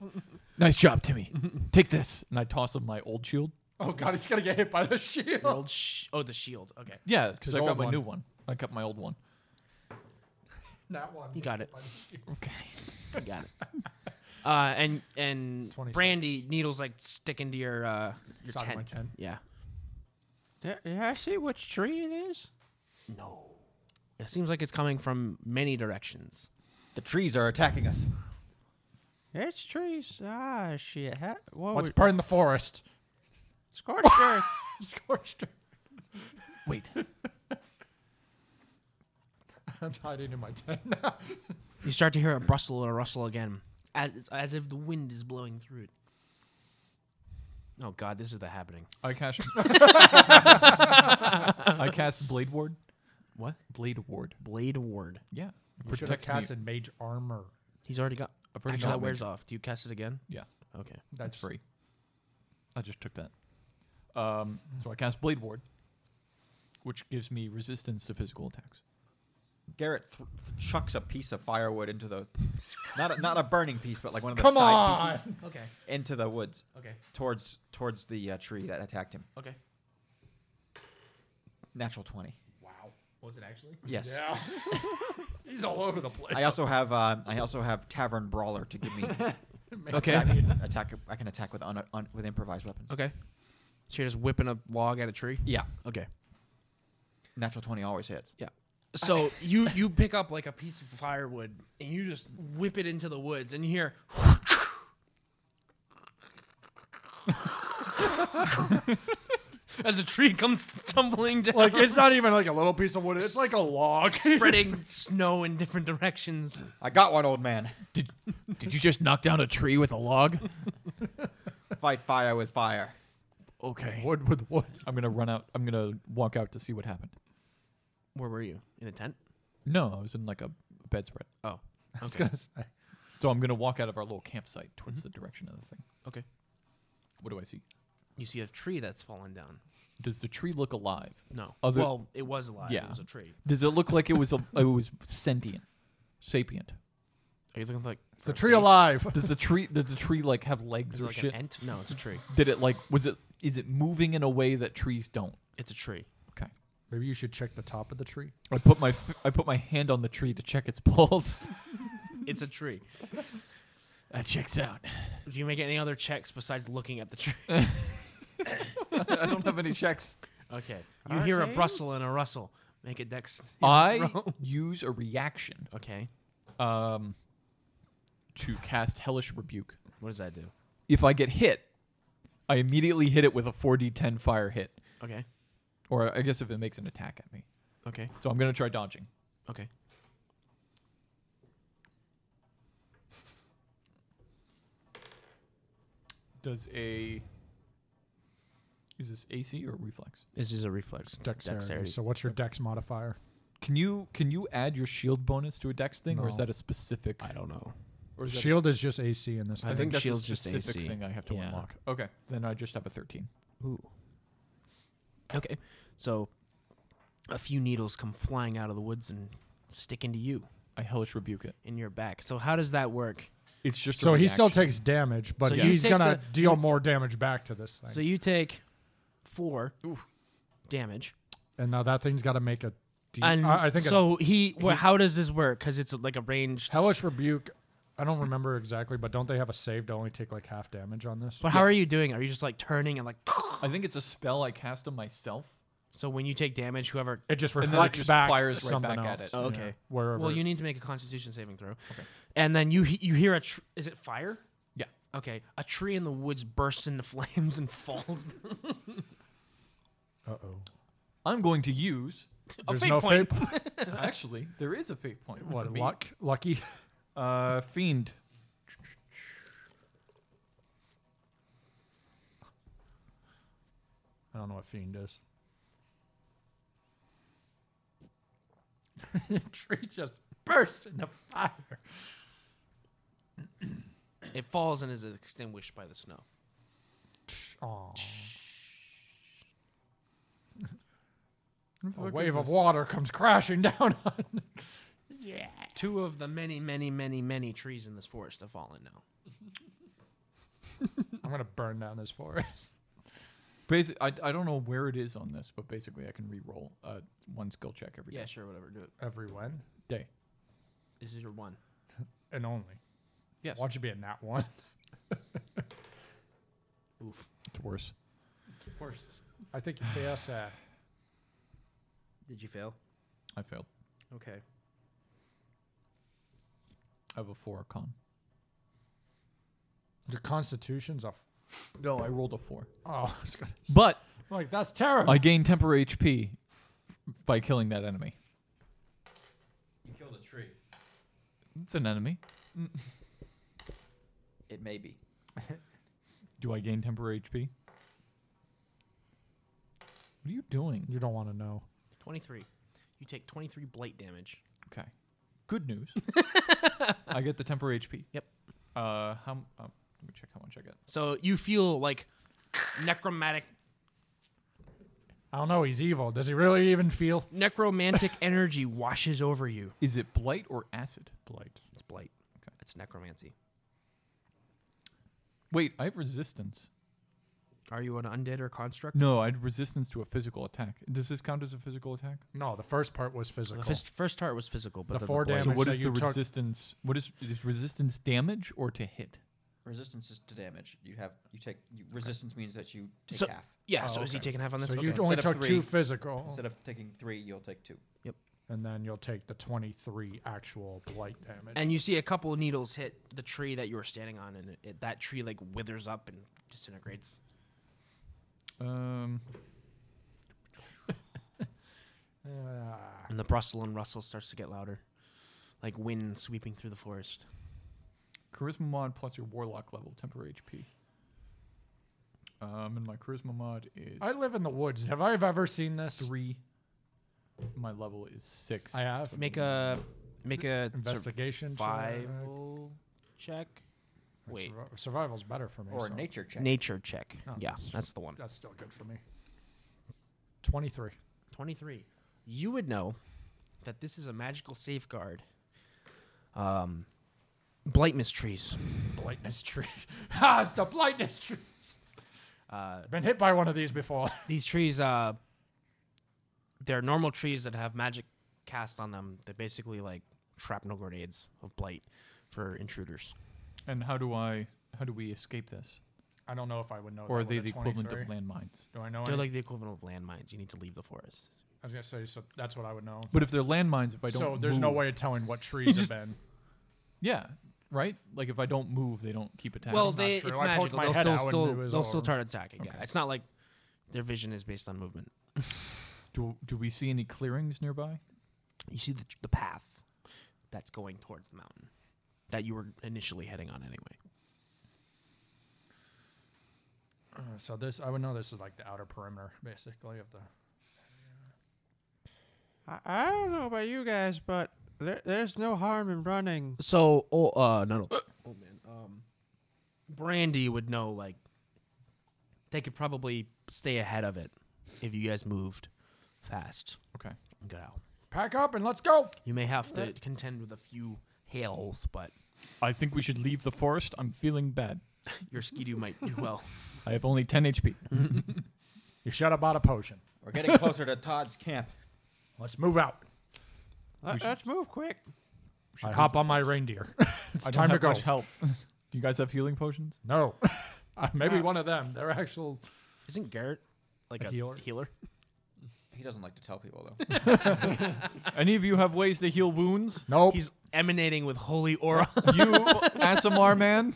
Speaker 9: Nice job, Timmy. Take this. And I toss him my old shield.
Speaker 3: Oh god, he's gonna get hit by the shield.
Speaker 1: Old sh- oh, the shield. Okay.
Speaker 9: Yeah, because I
Speaker 3: old
Speaker 9: got my
Speaker 3: one.
Speaker 9: new one. I kept my old one.
Speaker 3: Not one.
Speaker 1: You got it.
Speaker 9: Okay.
Speaker 1: Got it. Uh, and and
Speaker 3: 26.
Speaker 1: brandy needles like stick into your uh your
Speaker 3: Side of my
Speaker 1: tent.
Speaker 3: tent.
Speaker 1: Yeah.
Speaker 5: Did, did I see which tree it is?
Speaker 1: No. It seems like it's coming from many directions.
Speaker 4: The trees are attacking us.
Speaker 5: It's trees. Ah, shit. Ha-
Speaker 9: Oh,
Speaker 5: what
Speaker 3: Let's
Speaker 5: was
Speaker 3: burn the forest.
Speaker 5: scorched earth?
Speaker 3: Scorched.
Speaker 9: Wait.
Speaker 3: I'm hiding in my tent now.
Speaker 1: You start to hear a rustle and a rustle again, as as if the wind is blowing through it. Oh God, this is the happening.
Speaker 9: I cast. I cast Blade Ward.
Speaker 1: What?
Speaker 9: Blade Ward.
Speaker 1: Blade Ward.
Speaker 9: Yeah.
Speaker 3: You should have
Speaker 9: me.
Speaker 3: cast in mage armor.
Speaker 1: He's already got.
Speaker 9: I've already
Speaker 1: Actually,
Speaker 9: got
Speaker 1: that
Speaker 9: mage.
Speaker 1: wears off. Do you cast it again?
Speaker 9: Yeah.
Speaker 1: Okay.
Speaker 9: That's free. I just took that. Um, so I cast Blade Ward, which gives me resistance to physical attacks.
Speaker 4: Garrett th- th- chucks a piece of firewood into the, not a, not a burning piece, but like one of the
Speaker 3: Come
Speaker 4: side
Speaker 3: on.
Speaker 4: pieces
Speaker 1: Okay.
Speaker 4: into the woods
Speaker 1: Okay.
Speaker 4: towards towards the uh, tree that attacked him.
Speaker 1: Okay.
Speaker 4: Natural twenty.
Speaker 1: Wow. Was it actually?
Speaker 4: Yes.
Speaker 3: Yeah. he's all over the place.
Speaker 4: I also have uh, I also have tavern brawler to give me
Speaker 1: Okay.
Speaker 4: attack. I can attack with un, un, with improvised weapons.
Speaker 1: Okay. So you're just whipping a log at a tree.
Speaker 4: Yeah,
Speaker 1: Okay.
Speaker 4: natural twenty always hits.
Speaker 1: So you you pick up like a piece of firewood and you just whip it into the woods and you hear as a tree comes tumbling down,
Speaker 3: like it's not even like a little piece of wood. It's like a log.
Speaker 1: spreading snow in different directions.
Speaker 4: I got one, old man.
Speaker 10: Did did you just knock down a tree with a log?
Speaker 4: Fight fire with fire.
Speaker 10: Okay.
Speaker 9: Wood with wood. I'm gonna run out. I'm gonna walk out to see what happened.
Speaker 1: Where were you? In a tent?
Speaker 9: No, I was in like a bedspread.
Speaker 1: Oh,
Speaker 9: I was gonna say. So I'm gonna walk out of our little campsite towards the direction of the thing.
Speaker 1: Okay.
Speaker 9: What do I see?
Speaker 1: You see a tree that's fallen down.
Speaker 9: Does the tree look alive?
Speaker 1: No.
Speaker 9: Other-
Speaker 1: well, it was alive.
Speaker 9: Yeah.
Speaker 1: It was a tree.
Speaker 9: Does it look like it was a, it was sentient, sapient?
Speaker 1: Are you looking for like
Speaker 3: It's the tree alive.
Speaker 9: Does the tree did the tree like have legs
Speaker 1: Is
Speaker 9: or
Speaker 1: it like
Speaker 9: shit?
Speaker 1: an ant? No, it's a tree.
Speaker 9: Did it like was it is it moving in a way that trees don't?
Speaker 1: It's a tree.
Speaker 9: Okay.
Speaker 3: Maybe you should check the top of the tree.
Speaker 9: I put my f- I put my hand on the tree to check its pulse.
Speaker 1: It's a tree.
Speaker 9: that checks out.
Speaker 1: Do you make any other checks besides looking at the tree?
Speaker 9: I don't have any checks.
Speaker 1: Okay. You hear a rustle and a rustle. Make a dex.
Speaker 9: I use a reaction
Speaker 1: Okay.
Speaker 9: um to cast hellish rebuke.
Speaker 1: What does that do?
Speaker 9: If I get hit, I immediately hit it with a 4d10 fire hit
Speaker 1: Okay.
Speaker 9: or I guess if it makes an attack at me.
Speaker 1: Okay.
Speaker 9: So I'm going to try dodging.
Speaker 1: Okay.
Speaker 9: Does a is this AC or reflex?
Speaker 1: This is a reflex.
Speaker 3: Dexterity. So what's your dex modifier?
Speaker 9: Can you can you add your shield bonus to a dex thing, or is
Speaker 3: No.
Speaker 9: that a specific?
Speaker 1: I don't know.
Speaker 9: Or is that a
Speaker 3: Shield is just AC in this.
Speaker 9: I
Speaker 1: I
Speaker 3: thing.
Speaker 9: think
Speaker 1: think
Speaker 9: that's
Speaker 1: shield's
Speaker 9: a
Speaker 1: just
Speaker 9: specific
Speaker 1: AC.
Speaker 9: thing I have to
Speaker 1: Yeah.
Speaker 9: unlock. Okay, then I just have a 13.
Speaker 1: Ooh. Okay. So a few needles come flying out of the woods and stick into you
Speaker 9: I hellish rebuke it.
Speaker 1: in your back. So how does that work?
Speaker 9: It's just
Speaker 3: So he still takes damage, but
Speaker 1: So you
Speaker 3: he's
Speaker 1: take
Speaker 3: gonna
Speaker 1: the-
Speaker 3: deal more damage back to this thing.
Speaker 1: So you take 4 damage.
Speaker 3: and now that thing's got to make a. D-
Speaker 1: And
Speaker 3: I, I think a
Speaker 1: so he, well, how does this work? Cuz it's like a ranged
Speaker 3: hellish rebuke. I don't remember exactly, but don't they have a save to only take like half damage on this?
Speaker 1: But how are you doing? it? Are you just like turning and like
Speaker 9: I think it's a spell I cast on myself.
Speaker 1: so when you take damage whoever
Speaker 3: It just
Speaker 9: then it
Speaker 3: reflects
Speaker 9: just
Speaker 3: back
Speaker 9: fires right
Speaker 3: something
Speaker 9: back at
Speaker 3: else,
Speaker 9: it.
Speaker 1: Oh,
Speaker 3: yeah,
Speaker 1: okay.
Speaker 3: wherever.
Speaker 1: Well, you need to make a Constitution saving throw. Okay. And then you he- you hear a tr- is it fire?
Speaker 9: Yeah.
Speaker 1: Okay. A tree in the woods bursts into flames and falls.
Speaker 3: Uh oh.
Speaker 9: I'm going to use.
Speaker 1: a
Speaker 3: There's
Speaker 1: fate
Speaker 3: no
Speaker 1: point.
Speaker 3: fate.
Speaker 9: Actually, there is a fate point. for
Speaker 3: What
Speaker 9: me.
Speaker 3: luck? Lucky.
Speaker 9: Uh, fiend.
Speaker 3: I don't know what fiend is. tree just burst into fire.
Speaker 1: It falls and is extinguished by the snow.
Speaker 3: Aw. A wave of water comes crashing down on.
Speaker 1: Two of the many, many, many, many trees in this forest have fallen now.
Speaker 3: I'm gonna burn down this forest.
Speaker 9: Basi- I, I don't know where it is on this, but basically I can re-roll uh, one skill check every day.
Speaker 1: Yeah, sure, whatever. Do it.
Speaker 3: Every when
Speaker 9: day.
Speaker 1: This is your one.
Speaker 3: and only.
Speaker 9: Yes.
Speaker 3: Why don't you be a nat one?
Speaker 9: It's worse.
Speaker 3: I think you pass that.
Speaker 1: Did you fail?
Speaker 9: I failed.
Speaker 1: Okay.
Speaker 9: I have a four con.
Speaker 3: Your constitution's a. F-
Speaker 9: No, I rolled a four.
Speaker 3: oh, I was gonna.
Speaker 9: But
Speaker 3: Like that's terrible.
Speaker 9: I gain temporary HP by killing that enemy.
Speaker 4: You killed a tree.
Speaker 9: It's an enemy.
Speaker 4: It may be.
Speaker 9: Do I gain temporary HP? What are you doing?
Speaker 3: you don't want to know.
Speaker 1: 23. You take 23 blight damage.
Speaker 9: Okay. Good news. I get the temporary HP.
Speaker 1: Yep.
Speaker 9: Uh, how? m- Um, let me check how much I get.
Speaker 1: So you feel like necromantic
Speaker 3: I don't know. He's evil. Does he really even feel
Speaker 1: necromantic energy washes over you.
Speaker 9: Is it blight or acid?
Speaker 3: blight?
Speaker 1: It's blight. It's necromancy.
Speaker 9: Wait, I have resistance.
Speaker 1: Are you an undead or construct?
Speaker 9: No, I had resistance to a physical attack. Does this count as a physical attack?
Speaker 3: No, the first part was physical.
Speaker 1: The first, first heart was physical, but
Speaker 3: The
Speaker 1: then
Speaker 3: four
Speaker 1: blight-
Speaker 9: So
Speaker 3: damage
Speaker 9: what
Speaker 3: that
Speaker 9: is
Speaker 3: you
Speaker 9: the
Speaker 3: took-
Speaker 9: resistance? What is is resistance damage or to hit?
Speaker 4: Resistance is to damage. You have you take you, resistance means that you take
Speaker 1: So-
Speaker 4: half.
Speaker 1: Yeah,
Speaker 3: Oh,
Speaker 1: so is he
Speaker 3: okay.
Speaker 1: taking half on this?
Speaker 3: so
Speaker 1: Okay.
Speaker 3: you
Speaker 4: Instead
Speaker 3: only
Speaker 4: of
Speaker 3: took
Speaker 4: three-
Speaker 3: two physical,
Speaker 4: Instead of taking three, you'll take two.
Speaker 3: and then you'll take the twenty-three actual blight damage.
Speaker 1: and you see a couple of needles hit the tree that you were standing on, and it, it, that tree like withers up and disintegrates.
Speaker 9: Um,
Speaker 3: Ah.
Speaker 1: And the rustle and rustle starts to get louder, like wind sweeping through the forest.
Speaker 9: charisma mod plus your warlock level temporary HP. Um, and my charisma mod is
Speaker 3: I live in the woods. Have I ever seen this?
Speaker 9: three. My level is six.
Speaker 3: I have.
Speaker 9: So-
Speaker 1: Make a make a
Speaker 3: Investigation
Speaker 1: survival check.
Speaker 3: Or
Speaker 1: Wait,
Speaker 3: survi- survival's better for me.
Speaker 4: Or a
Speaker 3: so
Speaker 4: nature check.
Speaker 1: nature check.
Speaker 3: Oh,
Speaker 1: yeah,
Speaker 3: that's-
Speaker 1: that's the one.
Speaker 3: That's still good for me. Twenty-three.
Speaker 1: 23. You would know that this is a magical safeguard. Um, blightness trees.
Speaker 3: Blightness tree. ha! It's the blightness trees.
Speaker 1: Uh,
Speaker 3: I've been hit by one of these before.
Speaker 1: these trees, uh, they're normal trees that have magic cast on them. They're basically like shrapnel grenades of blight for intruders.
Speaker 9: And how do I? How do we escape this?
Speaker 3: I don't know if I would know.
Speaker 9: Or are
Speaker 3: that
Speaker 9: they
Speaker 3: with
Speaker 9: the
Speaker 3: a
Speaker 9: equivalent of
Speaker 3: 23.
Speaker 9: landmines?
Speaker 3: Do I know?
Speaker 1: They're
Speaker 3: any-
Speaker 1: like the equivalent of landmines. You need to leave the forest.
Speaker 3: I was gonna say, so that's what I would know.
Speaker 9: But if they're landmines, if I don't,
Speaker 3: So there's no
Speaker 9: move-
Speaker 3: way of telling what trees have
Speaker 9: just-
Speaker 3: been.
Speaker 9: Yeah, right. Like if I don't move, they don't keep attacking.
Speaker 1: well,
Speaker 3: That's not
Speaker 1: they
Speaker 3: true.
Speaker 1: it's
Speaker 3: I poked
Speaker 1: magical.
Speaker 3: my
Speaker 1: They'll
Speaker 3: head
Speaker 1: still,
Speaker 3: out when
Speaker 1: still
Speaker 3: it was
Speaker 1: they'll still
Speaker 3: over.
Speaker 1: start attacking. Yeah,
Speaker 9: Okay.
Speaker 1: it's not like their vision is based on movement.
Speaker 9: do, do we see any clearings nearby?
Speaker 1: You see the, the path that's going towards the mountain that you were initially heading on anyway.
Speaker 3: Uh, So this, I would know this is like the outer perimeter, basically, of the.
Speaker 5: I, I don't know about you guys, but there, there's no harm in running.
Speaker 1: So, oh, uh, no, no. oh man, um, Brandy would know. Like, they could probably stay ahead of it if you guys moved fast
Speaker 9: Okay.
Speaker 1: and got out.
Speaker 3: Pack up and let's go.
Speaker 1: You may have to contend with a few hails, but
Speaker 9: I think we should leave the forest. I'm feeling bad.
Speaker 1: your skidoo might do well.
Speaker 9: I have only 10 HP.
Speaker 3: You shut about a potion.
Speaker 4: We're getting closer to Todd's camp.
Speaker 3: Let's move out.
Speaker 5: Let, us move quick.
Speaker 3: I hop on my reindeer. it's
Speaker 9: I don't
Speaker 3: time to
Speaker 9: have
Speaker 3: go.
Speaker 9: much help. do you guys have healing potions?
Speaker 3: No, uh, maybe one of them. They're actual.
Speaker 1: Isn't Garrett like
Speaker 3: A
Speaker 1: a,
Speaker 3: healer?
Speaker 4: He doesn't like to tell people though.
Speaker 9: Any of you have ways to heal wounds?
Speaker 3: Nope.
Speaker 1: He's emanating with holy aura.
Speaker 9: You, Asimar man?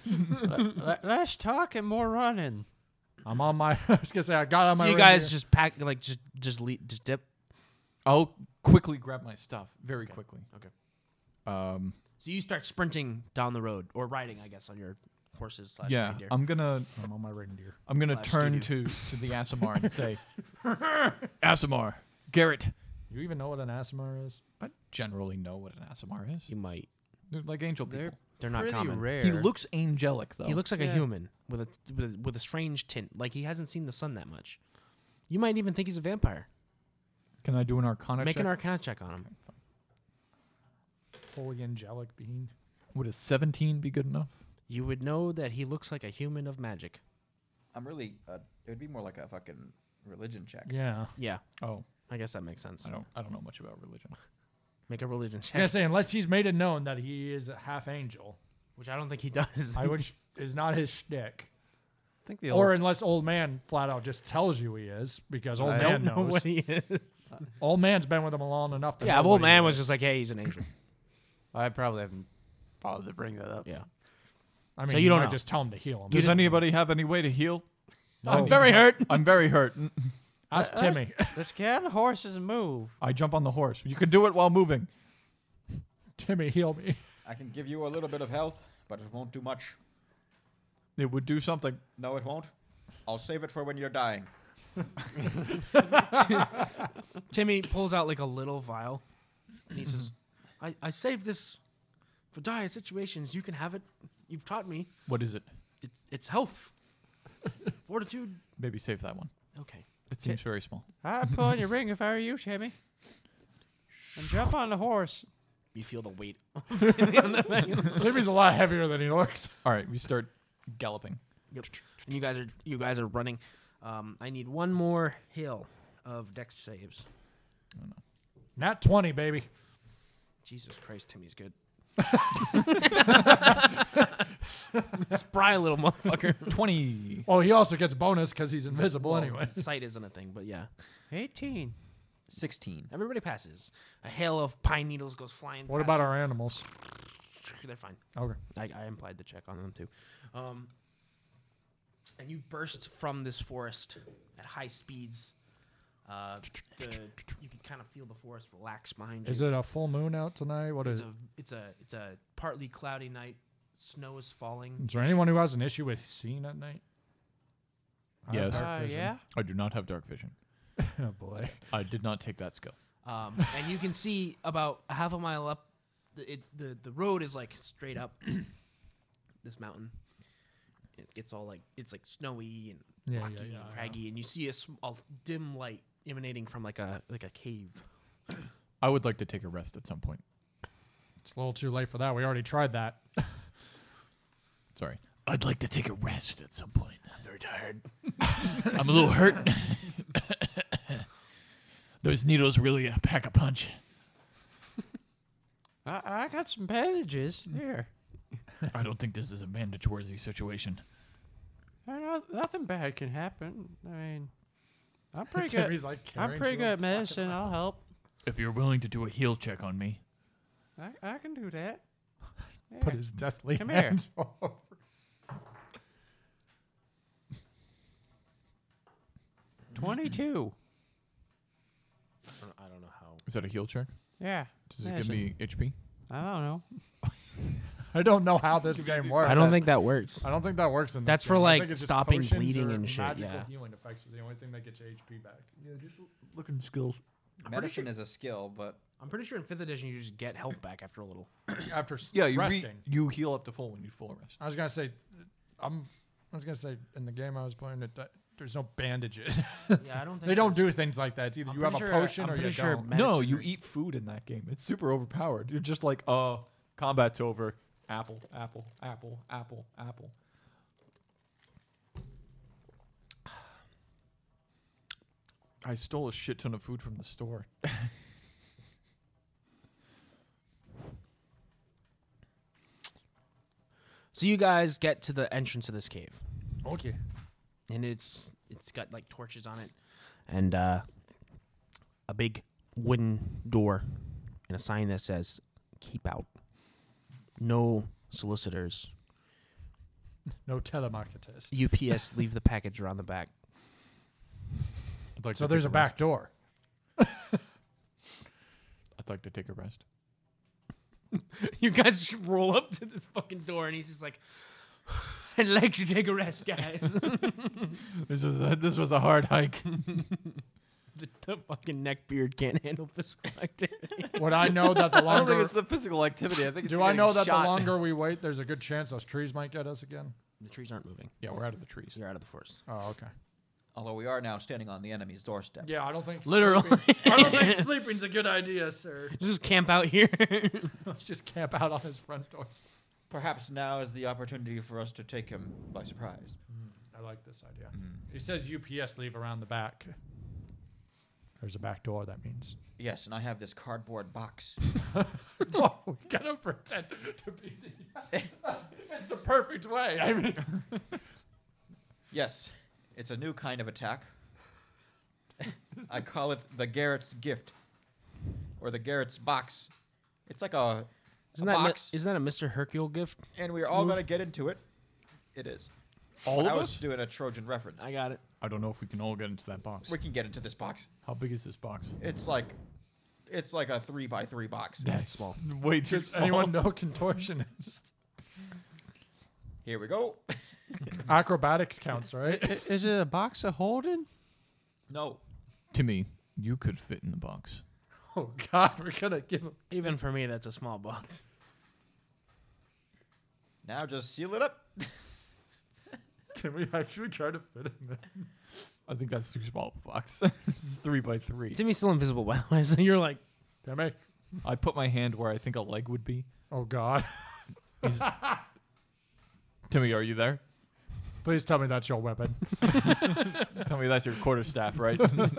Speaker 5: Let, less talk and more running.
Speaker 3: I'm on my. I was gonna say I got on
Speaker 1: So
Speaker 3: my.
Speaker 1: you guys
Speaker 3: reindeer.
Speaker 1: just pack, like, just just le- just dip.
Speaker 9: I'll quickly grab my stuff, very quickly.
Speaker 1: Okay.
Speaker 9: Um,
Speaker 1: So you start sprinting down the road or riding, I guess, on your horses. Slash
Speaker 9: yeah,
Speaker 1: reindeer.
Speaker 9: I'm gonna
Speaker 3: I'm on my reindeer.
Speaker 9: I'm gonna
Speaker 1: Slash
Speaker 9: turn to, to the Asimar and say, Asimar, Garrett.
Speaker 3: You even know what an asthma is?
Speaker 9: I generally know what an Asimar is.
Speaker 1: you might.
Speaker 9: They're like angel people.
Speaker 5: They're
Speaker 1: They're not
Speaker 5: pretty
Speaker 1: common.
Speaker 5: rare.
Speaker 9: He looks angelic though.
Speaker 1: He looks like a
Speaker 5: Yeah.
Speaker 1: human with a, with a with a strange tint. Like he hasn't seen the sun that much. You might even think he's a vampire.
Speaker 9: Can I do an Arcana
Speaker 1: Make
Speaker 9: check?
Speaker 1: an arcana check on him.
Speaker 3: Holy angelic being.
Speaker 9: Would a 17 be good enough?
Speaker 1: You would know that he looks like a human of magic.
Speaker 4: I'm really. Uh, it would be more like a fucking religion check.
Speaker 3: Yeah.
Speaker 1: Yeah,
Speaker 9: Oh,
Speaker 1: I guess that makes sense.
Speaker 9: I don't. I don't know much about religion.
Speaker 1: Make a religion
Speaker 3: I was gonna
Speaker 1: check,
Speaker 3: say unless he's made it known that he is a half angel,
Speaker 1: which I don't think he does.
Speaker 3: I which is not his shtick.
Speaker 2: I think the
Speaker 3: Or
Speaker 2: old,
Speaker 3: unless old man flat out just tells you he is, because old
Speaker 2: I
Speaker 3: man
Speaker 1: don't know
Speaker 3: knows.
Speaker 1: what he is.
Speaker 3: Old man's been with him long enough. To
Speaker 1: Yeah,
Speaker 3: know
Speaker 1: old
Speaker 3: what he
Speaker 1: man was
Speaker 3: is.
Speaker 1: just like, hey, he's an angel.
Speaker 2: I probably haven't bothered to Oh, bring that up.
Speaker 1: Yeah.
Speaker 3: I mean,
Speaker 1: so you
Speaker 3: you
Speaker 1: don't
Speaker 3: might
Speaker 1: know.
Speaker 3: just tell him to heal him.
Speaker 9: Does anybody Oh. have any way to heal?
Speaker 1: I'm very hurt.
Speaker 9: I'm very hurt.
Speaker 3: Ask Timmy.
Speaker 5: Let's get on the horses and move.
Speaker 9: I jump on the horse. You can do it while moving.
Speaker 3: Timmy, heal me.
Speaker 4: I can give you a little bit of health, but it won't do much.
Speaker 9: It would do something.
Speaker 4: No, it won't. I'll save it for when you're dying.
Speaker 1: Timmy pulls out like a little vial. And he says, I, I saved this for dire situations. You can have it. You've taught me.
Speaker 9: What is it?
Speaker 1: It, it's health, fortitude.
Speaker 9: Maybe save that one.
Speaker 1: Okay.
Speaker 9: It seems very small.
Speaker 5: I'd pull on your ring if I were you, Timmy. And jump on the horse.
Speaker 1: You feel the weight.
Speaker 3: Timmy's a lot heavier than he looks.
Speaker 9: All right, we start galloping.
Speaker 1: Yep. And you guys are you guys are running. Um, I need one more hill of dex saves.
Speaker 3: Not twenty, baby.
Speaker 1: Jesus Christ, Timmy's good. Spry little motherfucker.
Speaker 9: Twenty.
Speaker 3: Oh, he also gets bonus because he's invisible
Speaker 1: Well,
Speaker 3: anyway.
Speaker 1: Sight isn't a thing, but yeah.
Speaker 5: 18.
Speaker 4: 16.
Speaker 1: Everybody passes. A hail of pine needles goes flying.
Speaker 3: What
Speaker 1: past
Speaker 3: about our animals?
Speaker 1: They're fine.
Speaker 3: Okay.
Speaker 1: I, I implied the check on them too. Um, and you burst from this forest at high speeds. Uh, the- you can kind of feel the forest relax behind
Speaker 3: Is
Speaker 1: you.
Speaker 3: it a full moon out tonight? What
Speaker 1: It's
Speaker 3: is it?
Speaker 1: a it's a it's a partly cloudy night. Snow is falling.
Speaker 3: Is there anyone who has an issue with seeing at night? I have
Speaker 9: Yes.
Speaker 3: dark
Speaker 5: Uh,
Speaker 3: vision.
Speaker 5: yeah.
Speaker 9: I do not have dark vision.
Speaker 3: Oh boy.
Speaker 9: I did not take that skill.
Speaker 1: Um, and you can see about a half a mile up. The, it, the the road is like straight up this mountain. It gets all like it's like snowy and
Speaker 3: Yeah, yeah,
Speaker 1: rocky
Speaker 3: yeah, I
Speaker 1: and craggy, and you see a, sm- a dim light emanating from like a like a cave.
Speaker 9: I would like to take a rest at some point.
Speaker 3: It's a little too late for that. We already tried that.
Speaker 9: Sorry.
Speaker 10: I'd like to take a rest at some point. I'm very tired. I'm a little hurt. Those needles really uh, pack a punch.
Speaker 5: I, I got some bandages here.
Speaker 10: I don't think this is a bandage worthy situation.
Speaker 5: I know nothing bad can happen. I mean, I'm pretty good.
Speaker 3: Timmy's like
Speaker 5: I'm
Speaker 3: carrying
Speaker 5: pretty
Speaker 3: to
Speaker 5: good
Speaker 3: him.
Speaker 5: at medicine. I'll help.
Speaker 10: If you're willing to do a heal check on me,
Speaker 5: I, I can do that. Yeah.
Speaker 3: Put his deathly
Speaker 5: Come here.
Speaker 3: hands over.
Speaker 5: Twenty-two.
Speaker 1: I don't, I don't know how.
Speaker 9: Is that a heal check?
Speaker 5: Yeah.
Speaker 9: Does it give me HP?
Speaker 5: I don't know.
Speaker 3: I don't know how this game works.
Speaker 1: I don't think that works.
Speaker 3: I don't think that works in this
Speaker 1: That's for,
Speaker 3: game. I
Speaker 1: like,
Speaker 3: think it's just
Speaker 1: stopping
Speaker 3: potions
Speaker 1: bleeding
Speaker 3: or
Speaker 1: and shit,
Speaker 3: magical
Speaker 1: yeah.
Speaker 3: healing effects are the only thing that gets your HP back.
Speaker 9: Looking skills.
Speaker 4: Medicine is a skill, but
Speaker 1: I'm pretty sure in fifth edition you just get health back after a little.
Speaker 3: After s-
Speaker 9: Yeah, you re-
Speaker 3: resting.
Speaker 9: you heal up to full when you full rest.
Speaker 3: I was gonna say, I'm. I was gonna say in the game I was playing, it, that there's no bandages.
Speaker 1: Yeah, I don't. Think
Speaker 3: they don't do things like that. It's either
Speaker 1: I'm
Speaker 3: you have a
Speaker 1: pretty sure- uh,
Speaker 3: potion
Speaker 1: I'm
Speaker 3: or you
Speaker 1: pretty sure
Speaker 3: don't.
Speaker 1: med-
Speaker 9: no,
Speaker 1: Medicine
Speaker 9: you
Speaker 1: or-
Speaker 9: eat food in that game. It's super overpowered. You're just like, uh, combat's over. Apple, apple, apple, apple, apple. I stole a shit ton of food from the store.
Speaker 1: So you guys get to the entrance of this cave,
Speaker 3: Okay.
Speaker 1: and it's it's got like torches on it, and uh, a big wooden door, and a sign that says "Keep out, no solicitors."
Speaker 3: No telemarketers.
Speaker 1: UPS leave the package around the back.
Speaker 9: I'd like
Speaker 3: So
Speaker 9: to
Speaker 3: there's a
Speaker 9: take
Speaker 3: back door.
Speaker 9: rest. I'd like to take a rest.
Speaker 1: You guys should roll up to this fucking door, and he's just like, "I'd like to take a rest, guys."
Speaker 9: This was a, this was a hard hike.
Speaker 1: the, the fucking neckbeard can't handle physical activity.
Speaker 3: Would I know that the
Speaker 2: I don't think
Speaker 3: longer?
Speaker 2: it's the physical activity. I think it's
Speaker 3: Do I
Speaker 2: getting
Speaker 3: know that
Speaker 2: shot.
Speaker 3: the longer we wait, there's a good chance those trees might get us again?
Speaker 1: the trees aren't moving.
Speaker 3: Yeah, we're out of the trees.
Speaker 1: You're out of the forest.
Speaker 3: Oh, okay.
Speaker 4: Although we are now standing on the enemy's doorstep.
Speaker 3: Yeah, I don't think
Speaker 1: Literally.
Speaker 3: Sleeping, I don't think sleeping's a good idea, sir.
Speaker 1: Just camp out here.
Speaker 3: Let's just camp out on his front doorstep.
Speaker 4: Perhaps now is the opportunity for us to take him by surprise.
Speaker 3: I like this idea.
Speaker 9: Mm.
Speaker 3: He says UPS leave around the back. There's a back door. That means.
Speaker 4: Yes, and I have this cardboard box.
Speaker 3: oh, we gotta pretend to be. The, it's the perfect way. I mean,
Speaker 4: yes, it's a new kind of attack. I call it the Garrett's gift, or the Garrett's box. It's like a, a
Speaker 1: isn't, that, mi-
Speaker 4: box,
Speaker 1: isn't that a Mr. Hercule gift?
Speaker 4: and we're all gonna get into it. It is.
Speaker 9: All
Speaker 4: I
Speaker 9: of
Speaker 4: was
Speaker 9: us?
Speaker 4: doing a Trojan reference.
Speaker 1: I got it.
Speaker 9: I don't know if we can all get into that box.
Speaker 4: we can get into this box.
Speaker 9: How big is this box?
Speaker 4: It's like, it's like a three by three box.
Speaker 9: That's small. Way too
Speaker 3: does
Speaker 9: small.
Speaker 3: anyone know contortionist?
Speaker 4: Here we go.
Speaker 3: Acrobatics counts, right?
Speaker 5: I- Is it a box of holding?
Speaker 4: No,
Speaker 10: Timmy, you could fit in the box.
Speaker 3: Oh God, we're gonna give him.
Speaker 1: Even for me, that's a small box.
Speaker 4: now just seal it up.
Speaker 3: Can we actually try to fit him in?
Speaker 9: I think that's too small of a box. this is three by three.
Speaker 1: Timmy's still invisible, by the way, so you're like,
Speaker 3: Damn it.
Speaker 9: I put my hand where I think a leg would be.
Speaker 3: Oh God.
Speaker 9: Timmy, are you there?
Speaker 3: Please tell me that's your weapon.
Speaker 9: Tell me that's your quarter staff, right?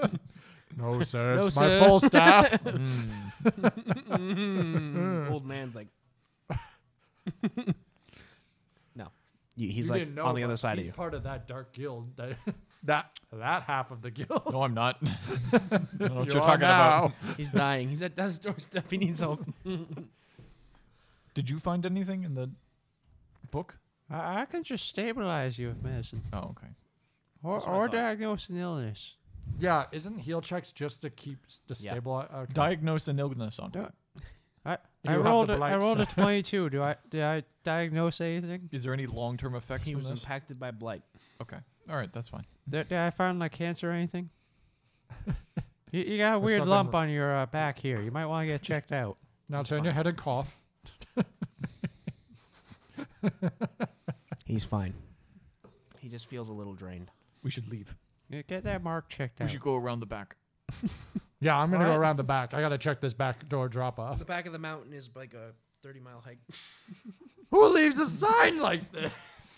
Speaker 3: No, sir.
Speaker 1: No,
Speaker 3: it's my
Speaker 1: sir.
Speaker 3: full staff.
Speaker 1: mm, old man's like. no. You- He's
Speaker 3: You
Speaker 1: like
Speaker 3: didn't know,
Speaker 1: on the
Speaker 3: but
Speaker 1: other side of
Speaker 3: he's
Speaker 1: you.
Speaker 3: part of that dark guild. That that, that half of the guild.
Speaker 9: no, I'm not. I don't know
Speaker 3: You
Speaker 9: what you're
Speaker 3: are
Speaker 9: talking about.
Speaker 3: now.
Speaker 1: He's dying. He's at death's doorstep. He needs help.
Speaker 9: Did you find anything in the book?
Speaker 5: I, I can just stabilize you with medicine
Speaker 9: Oh, okay.
Speaker 5: or,
Speaker 4: what I
Speaker 5: or
Speaker 4: thought.
Speaker 5: diagnose an illness.
Speaker 3: Yeah, isn't heal checks just to keep s- to
Speaker 1: Yeah.
Speaker 3: stabilize? Okay.
Speaker 9: Diagnose an illness on
Speaker 5: Don't- I,
Speaker 3: You
Speaker 5: I
Speaker 3: have
Speaker 5: rolled
Speaker 3: the
Speaker 5: a, I
Speaker 3: blight,
Speaker 5: rolled a
Speaker 3: sir.
Speaker 5: 22. Do I did I diagnose anything?
Speaker 9: Is there any long-term effects
Speaker 1: he
Speaker 9: from
Speaker 1: was
Speaker 9: this?
Speaker 1: impacted by blight.
Speaker 9: okay. All right, that's fine.
Speaker 5: Did, did I find like cancer or anything? You, you got a
Speaker 3: There's
Speaker 5: weird
Speaker 3: something
Speaker 5: lump
Speaker 3: wr-
Speaker 5: on your uh, back here. You might want to get checked out.
Speaker 3: now turn your head and cough.
Speaker 1: He's fine. He just feels a little drained.
Speaker 9: We should leave.
Speaker 5: Yeah, Get that mark checked
Speaker 9: We
Speaker 5: out.
Speaker 9: should go around the back.
Speaker 3: Yeah, I'm gonna go
Speaker 5: Alright.
Speaker 3: around the back. I gotta check this back door drop off.
Speaker 1: The back of the mountain is like a 30 mile hike.
Speaker 3: Who leaves a sign like this?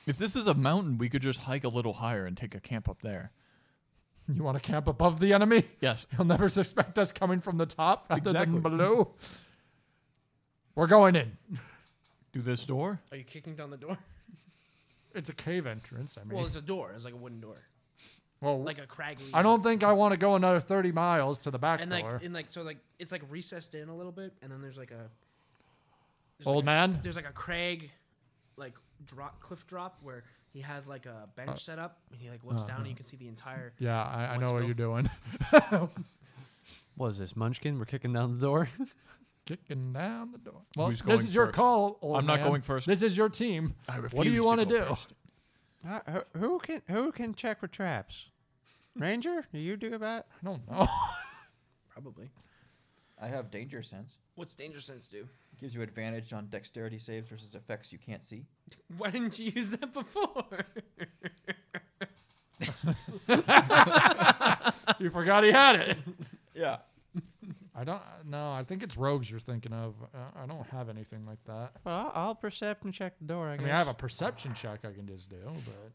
Speaker 9: If this is a mountain, we could just hike a little higher and take a camp up there.
Speaker 3: You want to camp above the enemy?
Speaker 9: Yes.
Speaker 3: He'll never suspect us coming from the top rather
Speaker 9: Exactly.
Speaker 3: than below. We're going in.
Speaker 9: Do this door.
Speaker 1: Are you kicking down the door?
Speaker 3: It's a cave entrance. I mean,
Speaker 1: Well,
Speaker 3: well,
Speaker 1: it's a door. It's like a wooden door, like a craggy.
Speaker 3: I don't think I want to go another 30 miles to the back
Speaker 1: And like,
Speaker 3: door.
Speaker 1: and like, so like, it's like recessed in a little bit, and then there's like a there's
Speaker 3: Old
Speaker 1: like
Speaker 3: man?
Speaker 1: A, there's like a crag, like drop cliff drop where he has like a bench set up, and he like looks down, and you can see the entire.
Speaker 3: yeah, I, I know
Speaker 1: Westville.
Speaker 3: what you're doing.
Speaker 2: What is this, Munchkin? We're kicking down the door.
Speaker 3: Kicking down the door. Well,
Speaker 9: Who's
Speaker 3: this
Speaker 9: going
Speaker 3: is your
Speaker 9: first?
Speaker 3: call. Old
Speaker 9: I'm not
Speaker 3: man.
Speaker 9: going first.
Speaker 3: This is your team.
Speaker 9: I
Speaker 3: What do you want to do?
Speaker 5: Uh, who, who can who can check for traps? Ranger, do you do that?
Speaker 3: I don't know.
Speaker 1: Probably.
Speaker 4: I have danger sense.
Speaker 1: What's danger sense do?
Speaker 4: Gives you advantage on dexterity saves versus effects you can't see.
Speaker 1: Why didn't you use that before?
Speaker 3: you forgot he had it.
Speaker 4: Yeah.
Speaker 3: I don't. No, I think it's rogues you're thinking of. Uh, I don't have anything like that.
Speaker 5: Well, I'll, I'll percept and check the door. I,
Speaker 3: I
Speaker 5: guess.
Speaker 3: mean, I have a perception check I can just do, but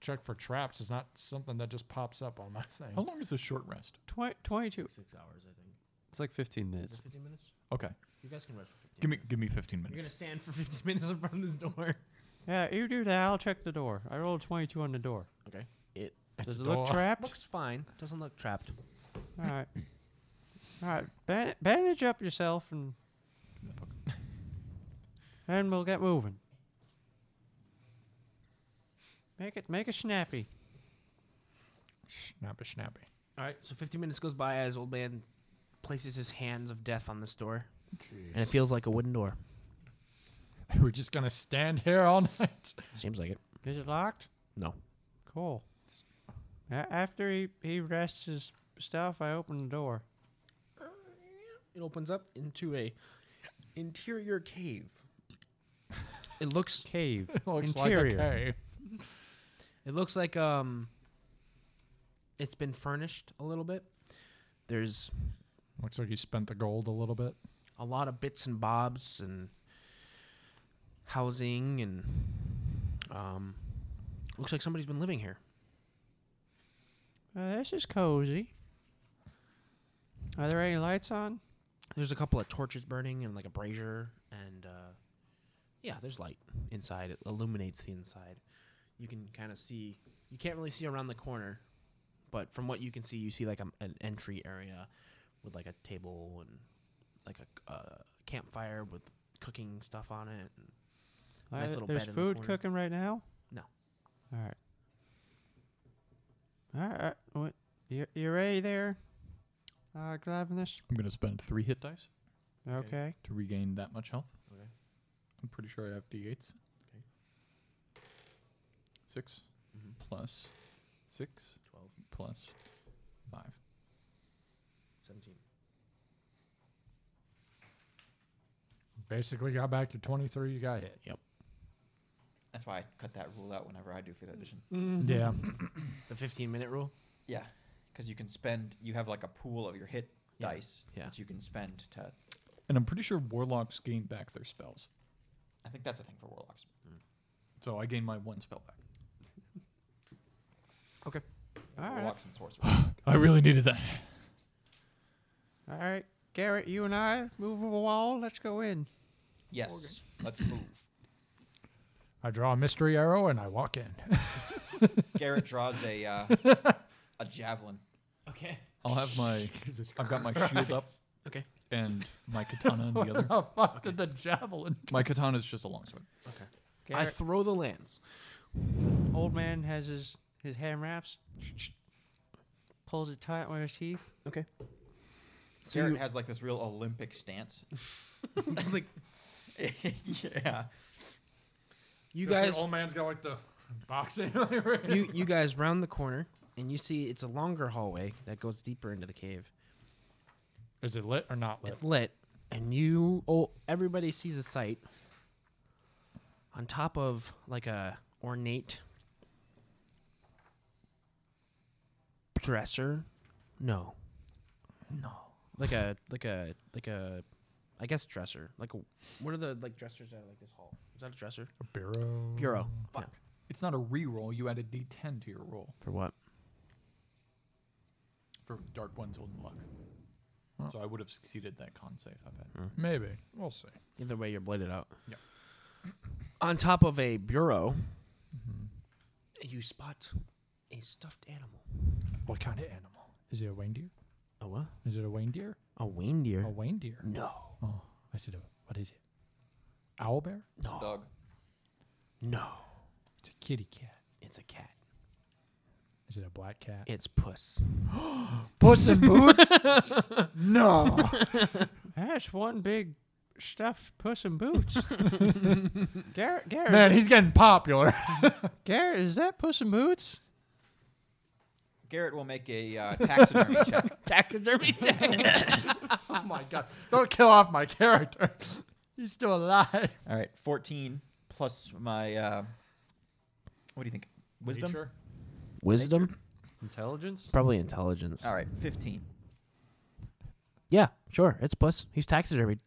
Speaker 3: check for traps is not something that just pops up on my thing.
Speaker 9: How long is this short rest?
Speaker 5: Twi- 22.
Speaker 1: Six hours, I think.
Speaker 2: It's like 15 minutes.
Speaker 1: Fifteen minutes.
Speaker 9: Okay.
Speaker 1: You guys can rest for fifteen.
Speaker 9: Give me give me 15
Speaker 1: You're
Speaker 9: minutes.
Speaker 1: gonna stand for fifteen minutes in front of this door.
Speaker 5: Yeah, you do that. I'll check the door. I rolled 22 on the door.
Speaker 1: Okay. It
Speaker 5: Does
Speaker 3: a
Speaker 5: it look
Speaker 3: door.
Speaker 5: trapped?
Speaker 1: looks fine. Doesn't look trapped.
Speaker 5: All right. All right. Ban- bandage up yourself and. and we'll get moving. Make it make it snappy.
Speaker 3: Snappy, snappy.
Speaker 1: All right, so 15 minutes goes by as old man places his hands of death on this door, and it
Speaker 3: Jeez.
Speaker 1: feels like a wooden door.
Speaker 3: We're just gonna stand here all night.
Speaker 1: Seems like it.
Speaker 5: Is it locked?
Speaker 1: No.
Speaker 5: Cool. A- after he, he rests his stuff, I open the door.
Speaker 1: It opens up into a interior cave. It looks
Speaker 5: Cave.
Speaker 3: Looks
Speaker 5: Interior.
Speaker 3: like a cave.
Speaker 1: It looks like um it's been furnished a little bit. There's
Speaker 3: Looks like he spent the gold a little bit.
Speaker 1: a lot of bits and bobs and housing and um looks like somebody's been living here.
Speaker 5: Uh, this is cozy. Are there any lights on?
Speaker 1: There's a couple of torches burning and like a brazier and uh yeah, there's light inside. It illuminates the inside. You can kind of see you can't really see around the corner, but from what you can see, you see like a, an entry area with like a table and like a uh, campfire with cooking stuff on it. And Nice
Speaker 5: Uh,
Speaker 1: little
Speaker 5: There's
Speaker 1: bed in the
Speaker 5: food
Speaker 1: corner.
Speaker 5: cooking right now.
Speaker 1: No.
Speaker 5: All right. All right. uh, What? You you ready there? Uh, Glavinus.
Speaker 9: I'm gonna spend three hit dice
Speaker 5: Okay.
Speaker 9: to regain that much health.
Speaker 1: Okay.
Speaker 9: I'm pretty sure I have d8s.
Speaker 1: Okay.
Speaker 9: 6 plus six
Speaker 1: 12,
Speaker 9: plus five.
Speaker 1: 17.
Speaker 3: Basically, got back to 23. You got hit.
Speaker 1: Yep.
Speaker 4: That's why I cut that rule out whenever I do fifth edition.
Speaker 3: Yeah.
Speaker 1: The 15 minute rule?
Speaker 4: Yeah, because you can spend. You have like a pool of your hit
Speaker 1: Yeah.
Speaker 4: dice
Speaker 1: Yeah.
Speaker 4: that you can spend to.
Speaker 9: And I'm pretty sure warlocks gain back their spells.
Speaker 4: I think that's a thing for warlocks.
Speaker 9: So I gain my one spell back.
Speaker 5: All right.
Speaker 4: warlocks and sorcerers.
Speaker 9: I really needed that.
Speaker 5: All right. Garrett, you and I move over the wall. Let's go in.
Speaker 4: yes, let's move.
Speaker 3: I draw a mystery arrow and I walk in.
Speaker 4: Garrett draws a uh, a javelin.
Speaker 1: Okay.
Speaker 9: I'll have my I've got my shield up.
Speaker 1: Okay.
Speaker 9: And my katana in the other.
Speaker 3: the fuck did the javelin?
Speaker 9: My katana is just a longsword.
Speaker 1: I
Speaker 5: Garrett,
Speaker 1: throw the lance.
Speaker 5: old man has his his hand wraps. Pulls it tight with his teeth.
Speaker 1: Okay. So
Speaker 4: Garrett
Speaker 1: you-
Speaker 4: has like this real Olympic stance.
Speaker 1: like,
Speaker 4: yeah.
Speaker 1: you guys
Speaker 3: old man's got like the boxing.
Speaker 1: you you guys round the corner and you see it's a longer hallway that goes deeper into the cave.
Speaker 3: Is it lit or not lit?
Speaker 1: It's lit, and you oh everybody sees a sight on top of like a ornate dresser. No, no, like a like a like a I guess dresser. Like a, what are the like dressers that are like this hall? Is that a dresser?
Speaker 3: a bureau.
Speaker 1: Bureau. Mm, Yeah.
Speaker 9: It's not a reroll. You add a d10 to your roll
Speaker 1: For what?
Speaker 9: for Dark One's Old Luck. So I would have succeeded that con save, I bet.
Speaker 3: Maybe. We'll see.
Speaker 1: Either way, you're bladed out.
Speaker 9: Yeah.
Speaker 1: On top of a bureau, you spot a stuffed animal.
Speaker 3: What kind of animal? Is it a reindeer?
Speaker 1: A what?
Speaker 3: Is it a reindeer?
Speaker 1: A reindeer?
Speaker 3: A reindeer?
Speaker 1: No.
Speaker 3: Oh, I said, a- what is it? Owl bear?
Speaker 1: No.
Speaker 4: Dog.
Speaker 1: No.
Speaker 3: It's a kitty cat.
Speaker 1: It's a cat.
Speaker 3: Is it a black cat?
Speaker 1: It's puss.
Speaker 3: Puss in Boots? no.
Speaker 5: That's one big stuffed puss in boots. Garrett, Garrett,
Speaker 3: Man, he's getting popular.
Speaker 5: Garrett, is that puss in boots?
Speaker 4: Garrett will make a uh, taxidermy check.
Speaker 1: Taxidermy check.
Speaker 3: oh my god. Don't kill off my character. He's still alive.
Speaker 4: All right, fourteen plus my. Uh, what do you think? Wisdom.
Speaker 1: Wisdom?
Speaker 2: Intelligence?
Speaker 1: Probably intelligence.
Speaker 4: All right, fifteen.
Speaker 1: Yeah, sure. It's puss. He's taxidermied.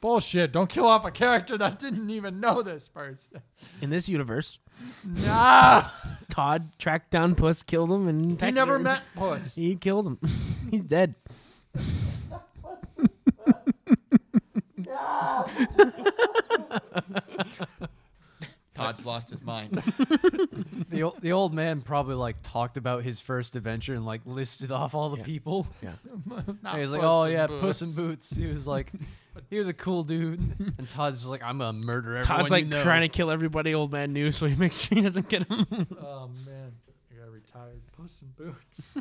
Speaker 3: Bullshit. Don't kill off a character that didn't even know this person.
Speaker 1: In this universe,
Speaker 3: No.
Speaker 1: Todd tracked down puss, killed him, and
Speaker 3: he never
Speaker 1: taxidermied-
Speaker 3: met Puss.
Speaker 1: He killed him. He's dead.
Speaker 4: Todd's lost his mind.
Speaker 2: the, old, the old man probably like talked about his first adventure and like listed off all the
Speaker 1: Yeah.
Speaker 2: people.
Speaker 3: Not
Speaker 9: Ah,
Speaker 2: And he was like,
Speaker 3: Puss
Speaker 2: oh
Speaker 3: in
Speaker 2: yeah,
Speaker 3: Boots."
Speaker 2: Puss in Boots. He was like, he was a cool dude. And Todd's just like, I'm gonna murder everyone.
Speaker 1: Todd's like
Speaker 2: you know.
Speaker 1: trying to kill everybody old man knew, so he makes sure he doesn't get him.
Speaker 3: Oh man. I got a retired Puss in Boots.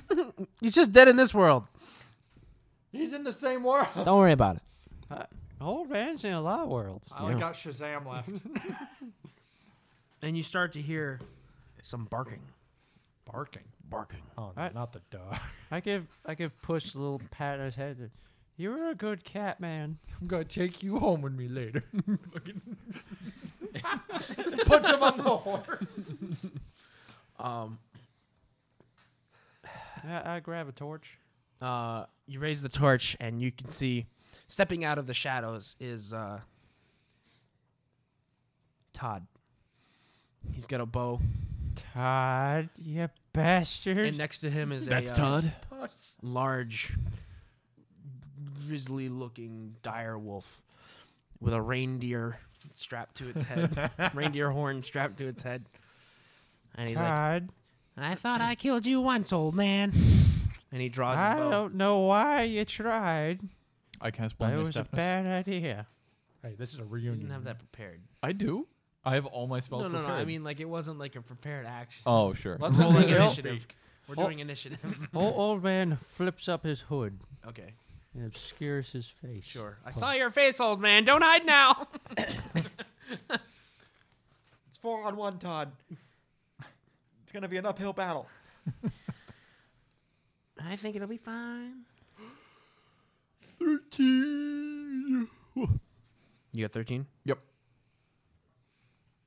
Speaker 1: He's just dead in this world.
Speaker 3: He's in the same world.
Speaker 1: Don't worry about it.
Speaker 5: Old man's in a lot of worlds.
Speaker 3: I only
Speaker 1: Yeah.
Speaker 3: got Shazam left.
Speaker 1: And you start to hear some barking.
Speaker 3: barking.
Speaker 9: Barking.
Speaker 3: Oh, no,
Speaker 5: I-
Speaker 3: not the dog.
Speaker 5: I give I give push a little pat on his head. You were a good cat, man.
Speaker 3: I'm gonna take you home with me later.
Speaker 4: Punch him on the horn.
Speaker 1: Um,
Speaker 5: I, I grab a torch.
Speaker 1: uh, you raise the torch, and you can see stepping out of the shadows is uh, Todd. He's got a bow,
Speaker 5: Todd, you bastard.
Speaker 1: and next to him is
Speaker 10: That's
Speaker 1: a uh,
Speaker 10: Todd.
Speaker 1: large, grizzly-looking dire wolf with a reindeer strapped to its head, reindeer horn strapped to its head. And he's like,
Speaker 5: Todd,
Speaker 1: "I thought I killed you once, old man." And he draws
Speaker 5: I
Speaker 1: his bow.
Speaker 5: don't know why you tried.
Speaker 9: I cast
Speaker 5: But it
Speaker 9: blindness
Speaker 5: was a
Speaker 9: deafness.
Speaker 5: bad idea.
Speaker 3: hey, this is a
Speaker 1: You
Speaker 3: reunion.
Speaker 1: didn't have that prepared.
Speaker 9: I do. I have all my spells
Speaker 1: no, no,
Speaker 9: prepared.
Speaker 1: no. I mean, like it wasn't like a prepared action.
Speaker 9: oh sure.
Speaker 1: Let's roll
Speaker 5: Well,
Speaker 1: initiative. We're
Speaker 5: Oh.
Speaker 1: doing initiative.
Speaker 5: old, old man flips up his hood
Speaker 1: okay,
Speaker 5: and obscures his face.
Speaker 1: sure. I saw your face, old man. Don't hide now.
Speaker 4: It's four on one, Todd. It's gonna be an uphill battle.
Speaker 1: I think it'll be fine.
Speaker 9: Thirteen.
Speaker 1: You got thirteen.
Speaker 9: Yep.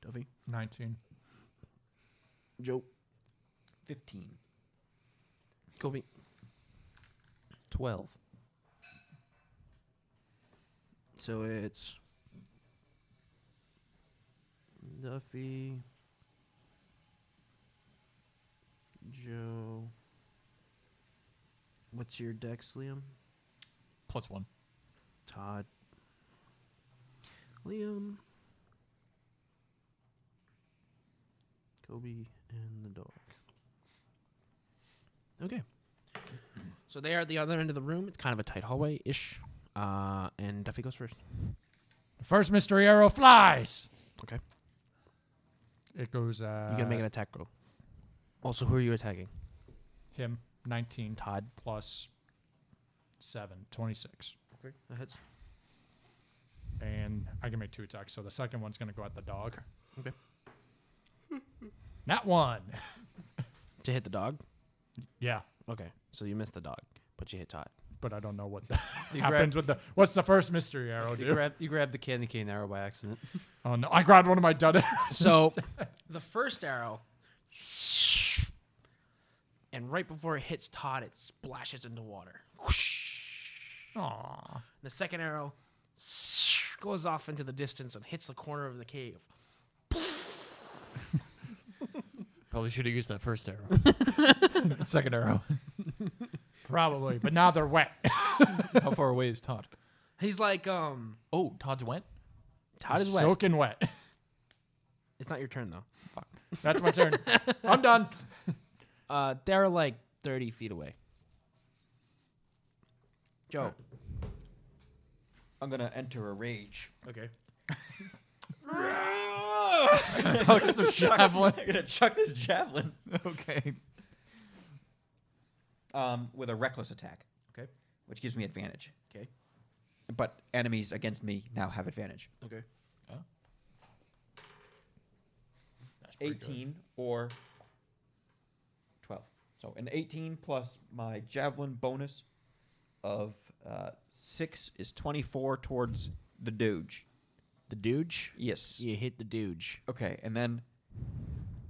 Speaker 1: Duffy.
Speaker 3: 19.
Speaker 1: Joe.
Speaker 4: Fifteen.
Speaker 1: Colby.
Speaker 2: 12.
Speaker 1: So it's
Speaker 2: Duffy.
Speaker 1: Joe. What's your dex, Liam?
Speaker 9: Plus one.
Speaker 1: Todd. Liam. Kobe and the dog. Okay. So they are at the other end of the room. It's kind of a tight hallway ish. Uh, and Duffy goes first.
Speaker 3: The first mystery arrow flies.
Speaker 1: Okay.
Speaker 3: It goes. Uh,
Speaker 1: You can make an attack roll. Also, who are you attacking?
Speaker 3: him 19
Speaker 1: Todd.
Speaker 3: plus 7, 26.
Speaker 1: That hits.
Speaker 3: And I can make two attacks. So the second one's going to go at the dog.
Speaker 1: Okay.
Speaker 3: Not one.
Speaker 1: To hit the dog?
Speaker 3: Yeah.
Speaker 1: Okay. So you missed the dog, but you hit Todd.
Speaker 3: But I don't know what that
Speaker 2: You
Speaker 3: happens
Speaker 2: grab,
Speaker 3: with the. What's the first mystery arrow
Speaker 2: you,
Speaker 3: do?
Speaker 2: grab, you grab the candy cane arrow by accident.
Speaker 3: oh, no. I grabbed one of my dud arrows.
Speaker 1: So the first arrow, and right before it hits Todd, it splashes into water.
Speaker 3: Aw.
Speaker 1: The second arrow goes off into the distance and hits the corner of the cave.
Speaker 10: Probably should have used that first arrow.
Speaker 9: Second arrow.
Speaker 3: Probably. But now they're wet.
Speaker 9: How far away is Todd?
Speaker 1: He's like, um,
Speaker 9: Oh, Todd's went.
Speaker 1: Todd is wet.
Speaker 3: Soaking wet.
Speaker 1: it's not your turn though.
Speaker 3: That's my turn. I'm done.
Speaker 1: Uh, they're like thirty feet away. Joe.
Speaker 4: I'm gonna enter a rage.
Speaker 1: Okay.
Speaker 4: Chuck some javelin. I'm gonna chuck this javelin.
Speaker 9: Okay.
Speaker 4: Um, with a reckless attack.
Speaker 1: Okay.
Speaker 4: Which gives me advantage.
Speaker 1: 'Kay.
Speaker 4: But enemies against me now have advantage.
Speaker 1: Okay.
Speaker 4: Eighteen or twelve. So an eighteen plus my javelin bonus of uh, six is twenty-four towards the doge.
Speaker 1: The Doge.
Speaker 4: Yes.
Speaker 1: You hit the Doge.
Speaker 4: Okay, and then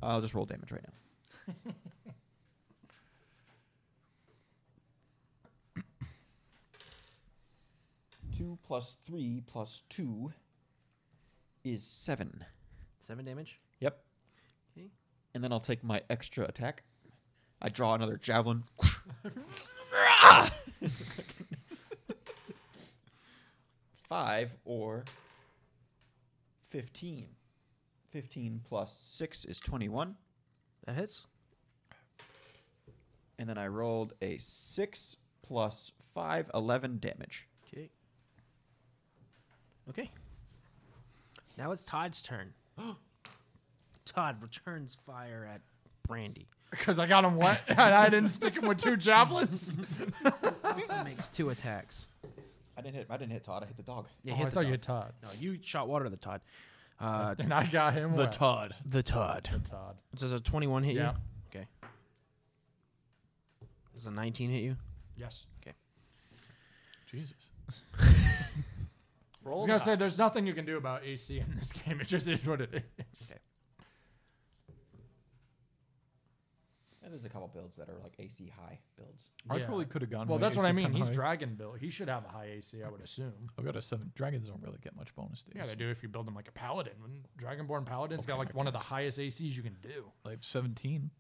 Speaker 4: I'll just roll damage right now. two plus three plus two is seven.
Speaker 1: Seven damage.
Speaker 4: Yep.
Speaker 1: 'Kay.
Speaker 4: And then I'll take my extra attack. I draw another javelin. Five or fifteen. Fifteen plus six is twenty-one.
Speaker 1: That hits.
Speaker 4: And then I rolled a six plus five, eleven damage.
Speaker 1: Okay. Okay. Now it's Todd's turn. Todd returns fire at Brandy.
Speaker 3: Because I got him wet and I didn't stick him with two javelins.
Speaker 1: Also makes two attacks.
Speaker 4: I didn't hit. I didn't hit Todd. I hit the dog.
Speaker 1: Yeah,
Speaker 3: Oh,
Speaker 1: hit
Speaker 3: I
Speaker 1: the
Speaker 3: thought
Speaker 1: Todd.
Speaker 3: you had Todd.
Speaker 1: No, you shot water to the Todd. Uh,
Speaker 3: And I got him
Speaker 10: The
Speaker 3: wet.
Speaker 10: Todd.
Speaker 1: the Todd.
Speaker 3: The Todd.
Speaker 1: Does a 21 hit
Speaker 3: Yeah.
Speaker 1: you? Okay. Does a 19 hit you?
Speaker 3: Yes.
Speaker 9: Jesus.
Speaker 3: I was gonna say there's nothing you can do about AC in this game. It just is what it is.
Speaker 4: And there's a couple builds that are like AC high builds.
Speaker 9: I
Speaker 3: Yeah.
Speaker 9: probably could have gone.
Speaker 3: Well,
Speaker 9: my
Speaker 3: that's what I
Speaker 9: AC
Speaker 3: mean.
Speaker 9: kinda
Speaker 3: He's
Speaker 9: high.
Speaker 3: dragon built. He should have a high AC, I would assume.
Speaker 9: I've got a seven. Dragons don't really get much bonus days.
Speaker 3: Yeah, they do if you build them like a paladin. When Dragonborn paladins got
Speaker 9: Okay,
Speaker 3: like
Speaker 9: I
Speaker 3: one of the
Speaker 9: guess.
Speaker 3: highest ACs you can do.
Speaker 9: I have seventeen.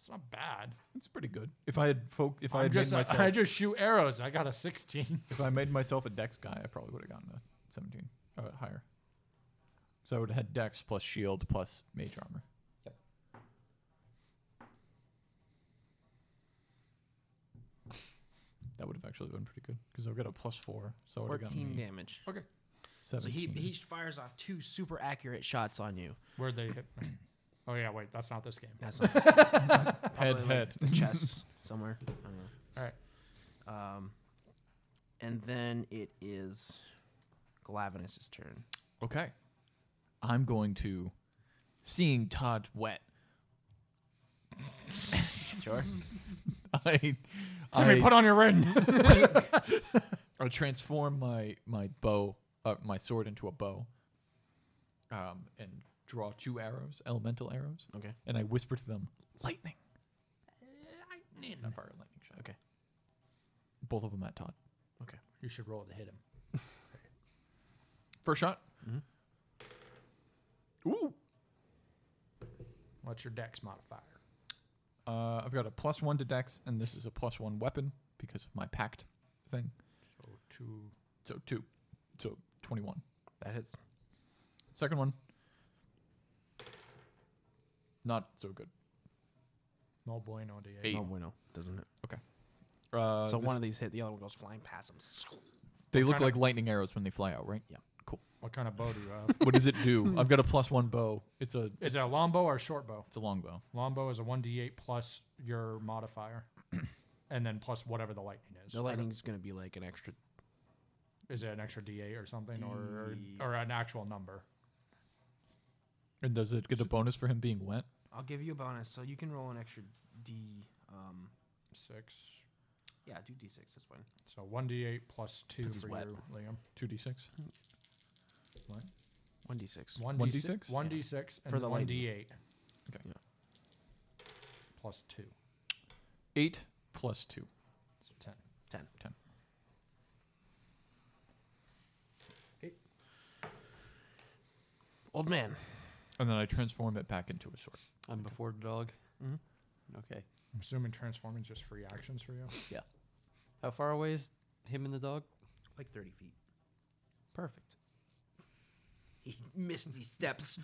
Speaker 3: It's not bad.
Speaker 9: It's pretty good. If I had folk, if I
Speaker 3: I'm
Speaker 9: had
Speaker 3: just
Speaker 9: made myself,
Speaker 3: I just shoot arrows. I got a 16.
Speaker 9: if I made myself a Dex guy, I probably would have gotten a seventeen uh, higher. So I would have had Dex plus Shield plus Mage Armor. That would have actually been pretty good because I've got a plus four, so I would have gotten
Speaker 1: 14
Speaker 9: me
Speaker 1: damage. So he,
Speaker 9: seventeen.
Speaker 1: he fires off two super accurate shots on you.
Speaker 3: Where'd they hit? me? Oh yeah, wait, that's not this game.
Speaker 1: That's not
Speaker 9: head
Speaker 1: probably,
Speaker 9: head.
Speaker 1: like, chest somewhere. I don't know.
Speaker 3: All right.
Speaker 1: Um, and then it is Glavinus' turn.
Speaker 9: Okay. I'm going to seeing Todd wet.
Speaker 1: Sure.
Speaker 9: I,
Speaker 3: Timmy,
Speaker 9: I,
Speaker 3: put on your ring.
Speaker 9: I transform my my bow, uh, my sword into a bow, um, and draw two arrows, elemental arrows.
Speaker 1: Okay.
Speaker 9: And I whisper to them, lightning. Lightning. I fire a lightning shot.
Speaker 1: Okay.
Speaker 9: Both of them at Todd.
Speaker 3: you should roll to hit him.
Speaker 9: First shot. Ooh.
Speaker 3: What's your dex modifier?
Speaker 9: Uh, I've got a plus one to dex, and this is a plus one weapon because of my pact thing.
Speaker 3: So two.
Speaker 9: So two. So 21.
Speaker 1: That hits.
Speaker 9: Second one. Not so good.
Speaker 3: No bueno, D8.
Speaker 9: Eight.
Speaker 1: Oh, bueno. Doesn't it?
Speaker 9: Uh,
Speaker 1: so
Speaker 9: this-
Speaker 1: one of these hit, the other one goes flying past him.
Speaker 9: they look
Speaker 3: kinda-
Speaker 9: like lightning arrows when they fly out, right?
Speaker 3: What kind of bow do you have?
Speaker 9: What does it do? I've got a plus one bow. It's a
Speaker 3: is it a longbow or a short bow?
Speaker 9: it's a long bow.
Speaker 3: Longbow is a 1d8 plus your modifier, and then plus whatever the lightning is.
Speaker 1: The lightning's going to be like an extra.
Speaker 3: Is it an extra d8 or something, or or an actual number?
Speaker 9: And does it get a bonus for him being wet?
Speaker 1: I'll give you a bonus, so you can roll an extra D. Um,
Speaker 3: Six.
Speaker 1: yeah, do D6. That's fine.
Speaker 3: So 1d8 plus two
Speaker 1: This is
Speaker 3: for
Speaker 1: wet.
Speaker 3: you, Liam.
Speaker 9: Two d six.
Speaker 1: 1D6.
Speaker 3: 1d6.
Speaker 9: 1d6?
Speaker 3: 1d6 and
Speaker 1: For the
Speaker 3: 1d8.
Speaker 1: lightning.
Speaker 9: Okay.
Speaker 1: Yeah.
Speaker 3: Plus two.
Speaker 9: Eight plus two.
Speaker 3: So 10.
Speaker 1: Old man.
Speaker 9: And then I transform it back into a sword.
Speaker 2: I'm before the dog.
Speaker 1: Mhm.
Speaker 2: Okay.
Speaker 3: I'm assuming transforming just free actions for you.
Speaker 2: How far away is him and the dog?
Speaker 1: Like 30 feet.
Speaker 2: Perfect.
Speaker 1: He misty steps.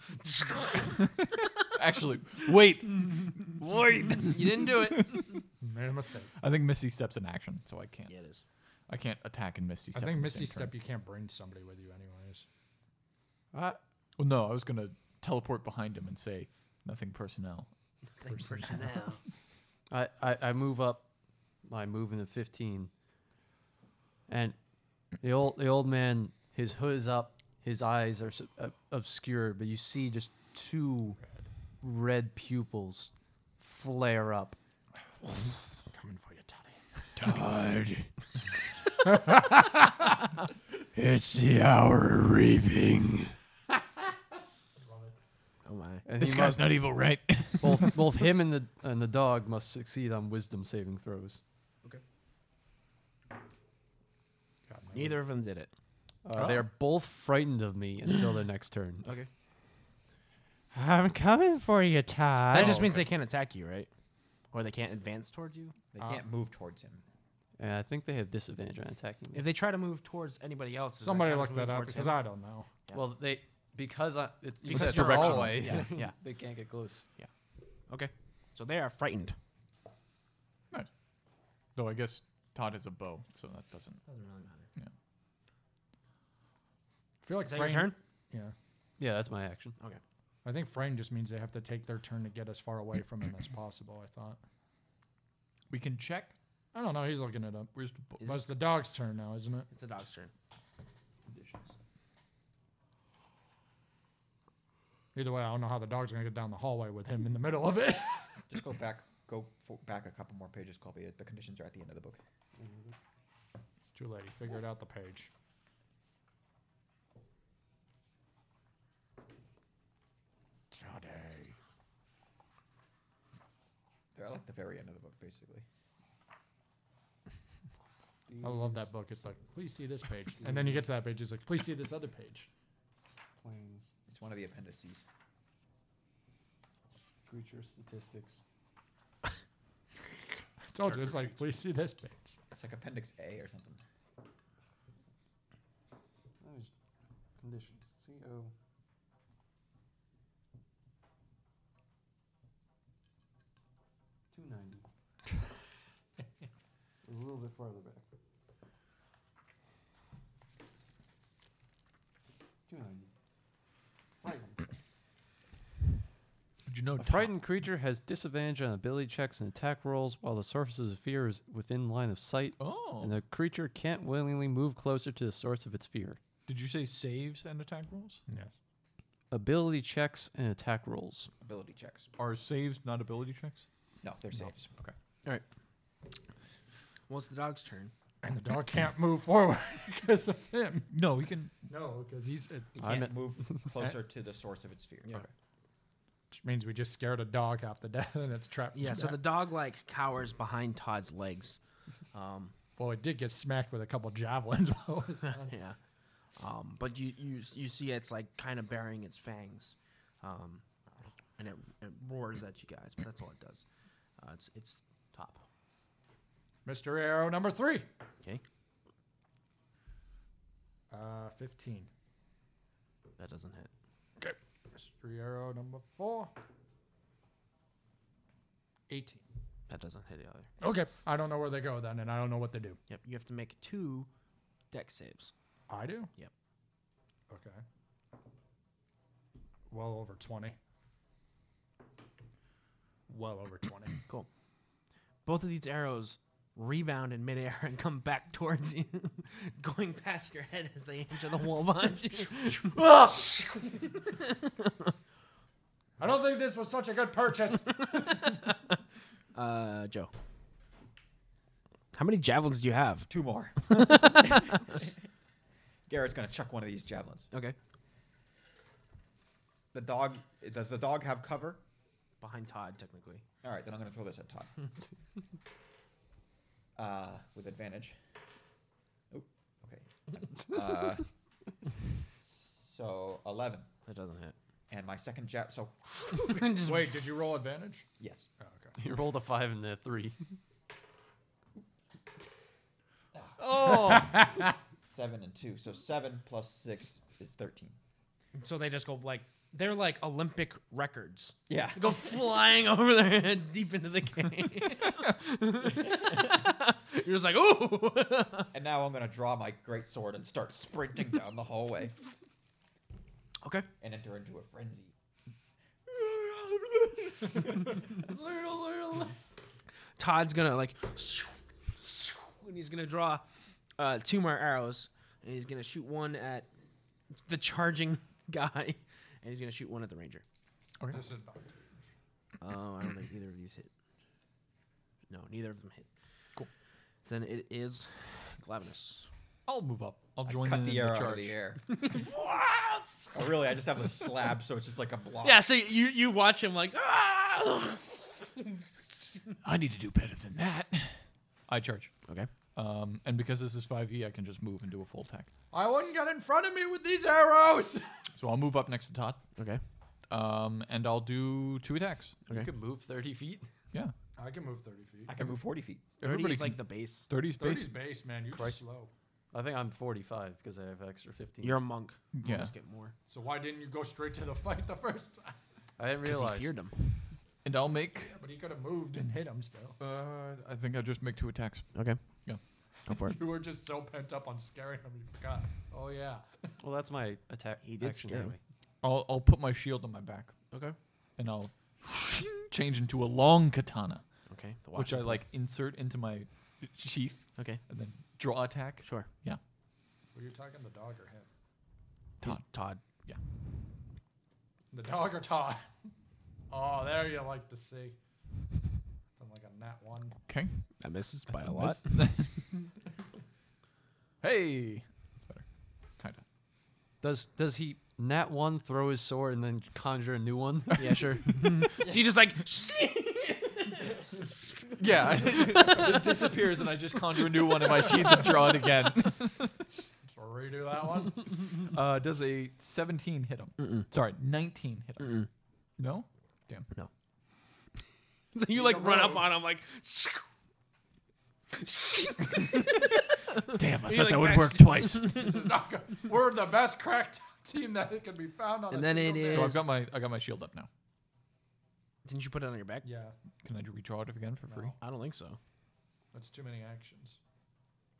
Speaker 9: Actually, wait.
Speaker 1: you didn't do it.
Speaker 3: Made a mistake.
Speaker 9: I think Misty steps in action, so I can't.
Speaker 1: Yeah, it is.
Speaker 9: I can't attack and
Speaker 3: I
Speaker 9: Misty step.
Speaker 3: think
Speaker 9: on the
Speaker 3: Misty
Speaker 9: same turn.
Speaker 3: Step, you can't bring somebody with you, anyways.
Speaker 9: Well, no, I was gonna teleport behind him and say nothing personnel.
Speaker 1: Thank personnel.
Speaker 2: I, I, I move up my move in the 15 and the old the old man his hood is up his eyes are s- ob- obscured but you see just two red, pupils flare up
Speaker 3: Coming for you, Toddy.
Speaker 10: Todd. it's the hour of reaping.
Speaker 1: oh, my.
Speaker 2: and
Speaker 10: This
Speaker 2: he
Speaker 10: guy's
Speaker 2: must,
Speaker 10: not evil, right?
Speaker 2: both, both him and the and the dog must succeed on wisdom saving throws
Speaker 3: God, my
Speaker 1: Neither of them did it.
Speaker 2: uh,
Speaker 10: Oh.
Speaker 2: they are both frightened of me until their next turn
Speaker 1: Okay.
Speaker 5: I'm coming for you, Todd.
Speaker 1: That just means they can't attack you, right? Or they can't advance towards you?
Speaker 11: They
Speaker 3: Uh,
Speaker 11: can't move towards him.
Speaker 2: and i think they have disadvantage on attacking me.
Speaker 1: If they try to move towards anybody else, does
Speaker 3: Somebody
Speaker 1: count as
Speaker 3: look that
Speaker 1: moving
Speaker 3: up
Speaker 1: towards
Speaker 3: because
Speaker 1: him?
Speaker 3: I don't know.
Speaker 1: Yeah.
Speaker 2: well they because i it's you
Speaker 1: Because
Speaker 2: said
Speaker 1: you're
Speaker 2: directional.
Speaker 1: hallway. Yeah, yeah.
Speaker 2: they can't get close
Speaker 1: Okay. So they are frightened.
Speaker 9: Though I guess Todd has a bow, so that doesn't.
Speaker 3: I feel like
Speaker 1: Is that your
Speaker 3: Frayne-
Speaker 1: turn?
Speaker 3: Yeah.
Speaker 2: yeah that's my action
Speaker 3: I think frame just means they have to take their turn to get as far away from him as possible, I thought.
Speaker 9: We can check.
Speaker 3: I don't know. He's looking it up.
Speaker 9: Where's the bow?
Speaker 1: Is
Speaker 3: But it's the dog's turn now, isn't it?
Speaker 1: It's the dog's turn.
Speaker 3: Either way, I don't know how the dog's going to get down the hallway with him in the middle of it.
Speaker 11: Just go back,
Speaker 4: go fo- back a couple more pages, Colby. The conditions are at the end of the book.
Speaker 3: It's too late. He figured out the page.
Speaker 4: They're like the very end of the book, basically.
Speaker 3: I love that book. It's like, please see this page. And then you get to that page. It's like, please see this other page.
Speaker 4: It's one of the appendices.
Speaker 2: Creature statistics.
Speaker 3: I told you, it's like, please see this page.
Speaker 4: It's like Appendix A or something.
Speaker 2: Conditions. CO. Two ninety. it was a little bit farther back. Two ninety. Frightened.
Speaker 9: Did you know?
Speaker 2: A frightened creature has disadvantage on ability checks and attack rolls while the source of fear is within line of sight,
Speaker 9: Oh,
Speaker 2: and the creature can't willingly move closer to the source of its fear.
Speaker 9: did you say saves and attack rolls?
Speaker 3: Yes.
Speaker 2: Ability checks and attack rolls.
Speaker 4: Ability checks.
Speaker 9: Are saves not ability checks?
Speaker 4: No, they're saves.
Speaker 1: Well, it's the dog's turn.
Speaker 3: And the dog can't move forward because of him.
Speaker 9: No, he can.
Speaker 3: No, because he's. It,
Speaker 4: It
Speaker 2: I'm
Speaker 4: can't move closer to the source of its fear.
Speaker 3: yeah. Which means we just scared a dog half to death and it's trapped.
Speaker 1: Yeah, so the dog like cowers behind Todd's legs. Um,
Speaker 3: Well, it did get smacked with a couple javelins. while it was on.
Speaker 1: yeah, um, but you you you see it's like kind of burying its fangs, um, and it, it roars at you guys. But that's all it does. Uh, it's it's top.
Speaker 3: Mr. Arrow number three.
Speaker 1: Okay,
Speaker 3: Uh, 15.
Speaker 1: that doesn't hit.
Speaker 3: Mr. Arrow number four. 18.
Speaker 1: That doesn't hit either.
Speaker 3: Okay. I don't know where they go then, and I don't know what they do.
Speaker 1: Yep, you have to make two deck saves.
Speaker 3: I do?
Speaker 1: Yep.
Speaker 3: Okay. Well over 20. Well over 20.
Speaker 1: Cool. Both of these arrows rebound in midair and come back towards you, going past your head as they enter the wall behind you. Ah!
Speaker 3: I don't think this was such a good purchase.
Speaker 1: Uh, Joe. How many javelins do you have?
Speaker 4: Two more. Garrett's gonna chuck one of these javelins.
Speaker 1: Okay.
Speaker 4: The dog. Does the dog have cover?
Speaker 1: Behind Todd, technically.
Speaker 4: All right, then I'm going to throw this at Todd. uh, with advantage. Oh, okay. Uh, so 11.
Speaker 1: That doesn't hit.
Speaker 4: And my second jab. So,
Speaker 3: Wait, did you roll advantage?
Speaker 4: yes.
Speaker 3: Oh, okay.
Speaker 2: You rolled a five and a three.
Speaker 4: Seven and two. So seven plus six is 13.
Speaker 1: So they just go like they're like Olympic records.
Speaker 4: Yeah.
Speaker 1: They go flying over their heads deep into the cave. You're just like, ooh.
Speaker 4: And now I'm going to draw my great sword and start sprinting down the hallway
Speaker 1: Okay.
Speaker 4: and enter into a frenzy.
Speaker 1: Todd's gonna like, and he's gonna draw uh, two more arrows, and he's gonna shoot one at the charging guy, and he's gonna shoot one at the ranger.
Speaker 3: This is about-
Speaker 1: Oh, I don't think either of these hit. No, neither of them hit. Cool. Then it is Glavinus.
Speaker 9: I'll move up. I'll join
Speaker 4: Cut
Speaker 9: in
Speaker 4: the arrow
Speaker 9: the
Speaker 4: out
Speaker 9: charge.
Speaker 4: of the air. Oh, really? I just have a slab, so it's just like a block.
Speaker 1: Yeah, so you you watch him like ah!
Speaker 12: I need to do better than that.
Speaker 9: I charge.
Speaker 1: Okay.
Speaker 9: Um, and because this is 5e, I can just move and do a full attack.
Speaker 3: I wouldn't get in front of me with these arrows.
Speaker 9: So I'll move up next to Todd.
Speaker 1: Okay.
Speaker 9: Um, and I'll do two attacks.
Speaker 1: Okay.
Speaker 2: You could move thirty feet.
Speaker 9: Yeah.
Speaker 3: I can move 30 feet.
Speaker 4: I can move 40 feet.
Speaker 9: Everybody
Speaker 1: Everybody's like
Speaker 9: can-
Speaker 1: the base.
Speaker 3: 30's
Speaker 9: 30's base.
Speaker 3: base, man. You're just slow.
Speaker 2: I think I'm forty-five because I have extra fifteen.
Speaker 1: You're a monk.
Speaker 9: Yeah.
Speaker 1: Monks get more.
Speaker 3: So why didn't you go straight to the fight the first time?
Speaker 2: I didn't
Speaker 1: Because
Speaker 2: realize.
Speaker 1: he feared him.
Speaker 9: And I'll make.
Speaker 3: Yeah, but he could have moved and hit him still.
Speaker 9: Uh, I think I just make two attacks.
Speaker 1: Okay.
Speaker 9: Yeah.
Speaker 1: Go for it.
Speaker 3: You were just so pent up on scaring him, you forgot. Oh, yeah.
Speaker 2: Well, that's my attack.
Speaker 1: He did
Speaker 2: action
Speaker 1: scare
Speaker 2: anyway.
Speaker 1: him.
Speaker 9: I'll, I'll put my shield on my back.
Speaker 1: Okay.
Speaker 9: And I'll change into a long katana,
Speaker 1: Okay. The
Speaker 9: which I
Speaker 1: watchman.
Speaker 9: like insert into my sheath
Speaker 1: Okay.
Speaker 9: and then draw attack.
Speaker 1: Sure.
Speaker 3: Were you talking the dog or him?
Speaker 1: Todd. Todd.
Speaker 3: The dog or Todd? Oh, there you like to see. Something one.
Speaker 9: Okay.
Speaker 1: That misses
Speaker 9: That's
Speaker 1: by a, lot.
Speaker 9: miss. hey. That's better. Kind of.
Speaker 2: Does does he nat one throw his sword and then conjure a new one?
Speaker 1: yeah, sure. she just like
Speaker 9: Yeah. it disappears and I just conjure a new one in my sheath and draw it again.
Speaker 3: So redo that one.
Speaker 9: Uh, does a 17 hit him? Sorry, 19 hit him. No? Damn.
Speaker 1: so you like run up on him like
Speaker 10: Damn, I
Speaker 3: He,
Speaker 10: thought
Speaker 3: like,
Speaker 10: that would
Speaker 3: maxed
Speaker 10: work
Speaker 3: his-
Speaker 10: twice.
Speaker 3: this is not good. We're the best crack team that it can be found on.
Speaker 1: And
Speaker 3: a
Speaker 1: then
Speaker 3: single
Speaker 1: it
Speaker 3: day.
Speaker 9: So
Speaker 1: is-
Speaker 9: I've got my I got my shield up now.
Speaker 1: Didn't you put it on your back?
Speaker 3: Yeah,
Speaker 9: Can I redraw it again for free?
Speaker 3: No.
Speaker 1: I don't think so.
Speaker 3: that's too many actions.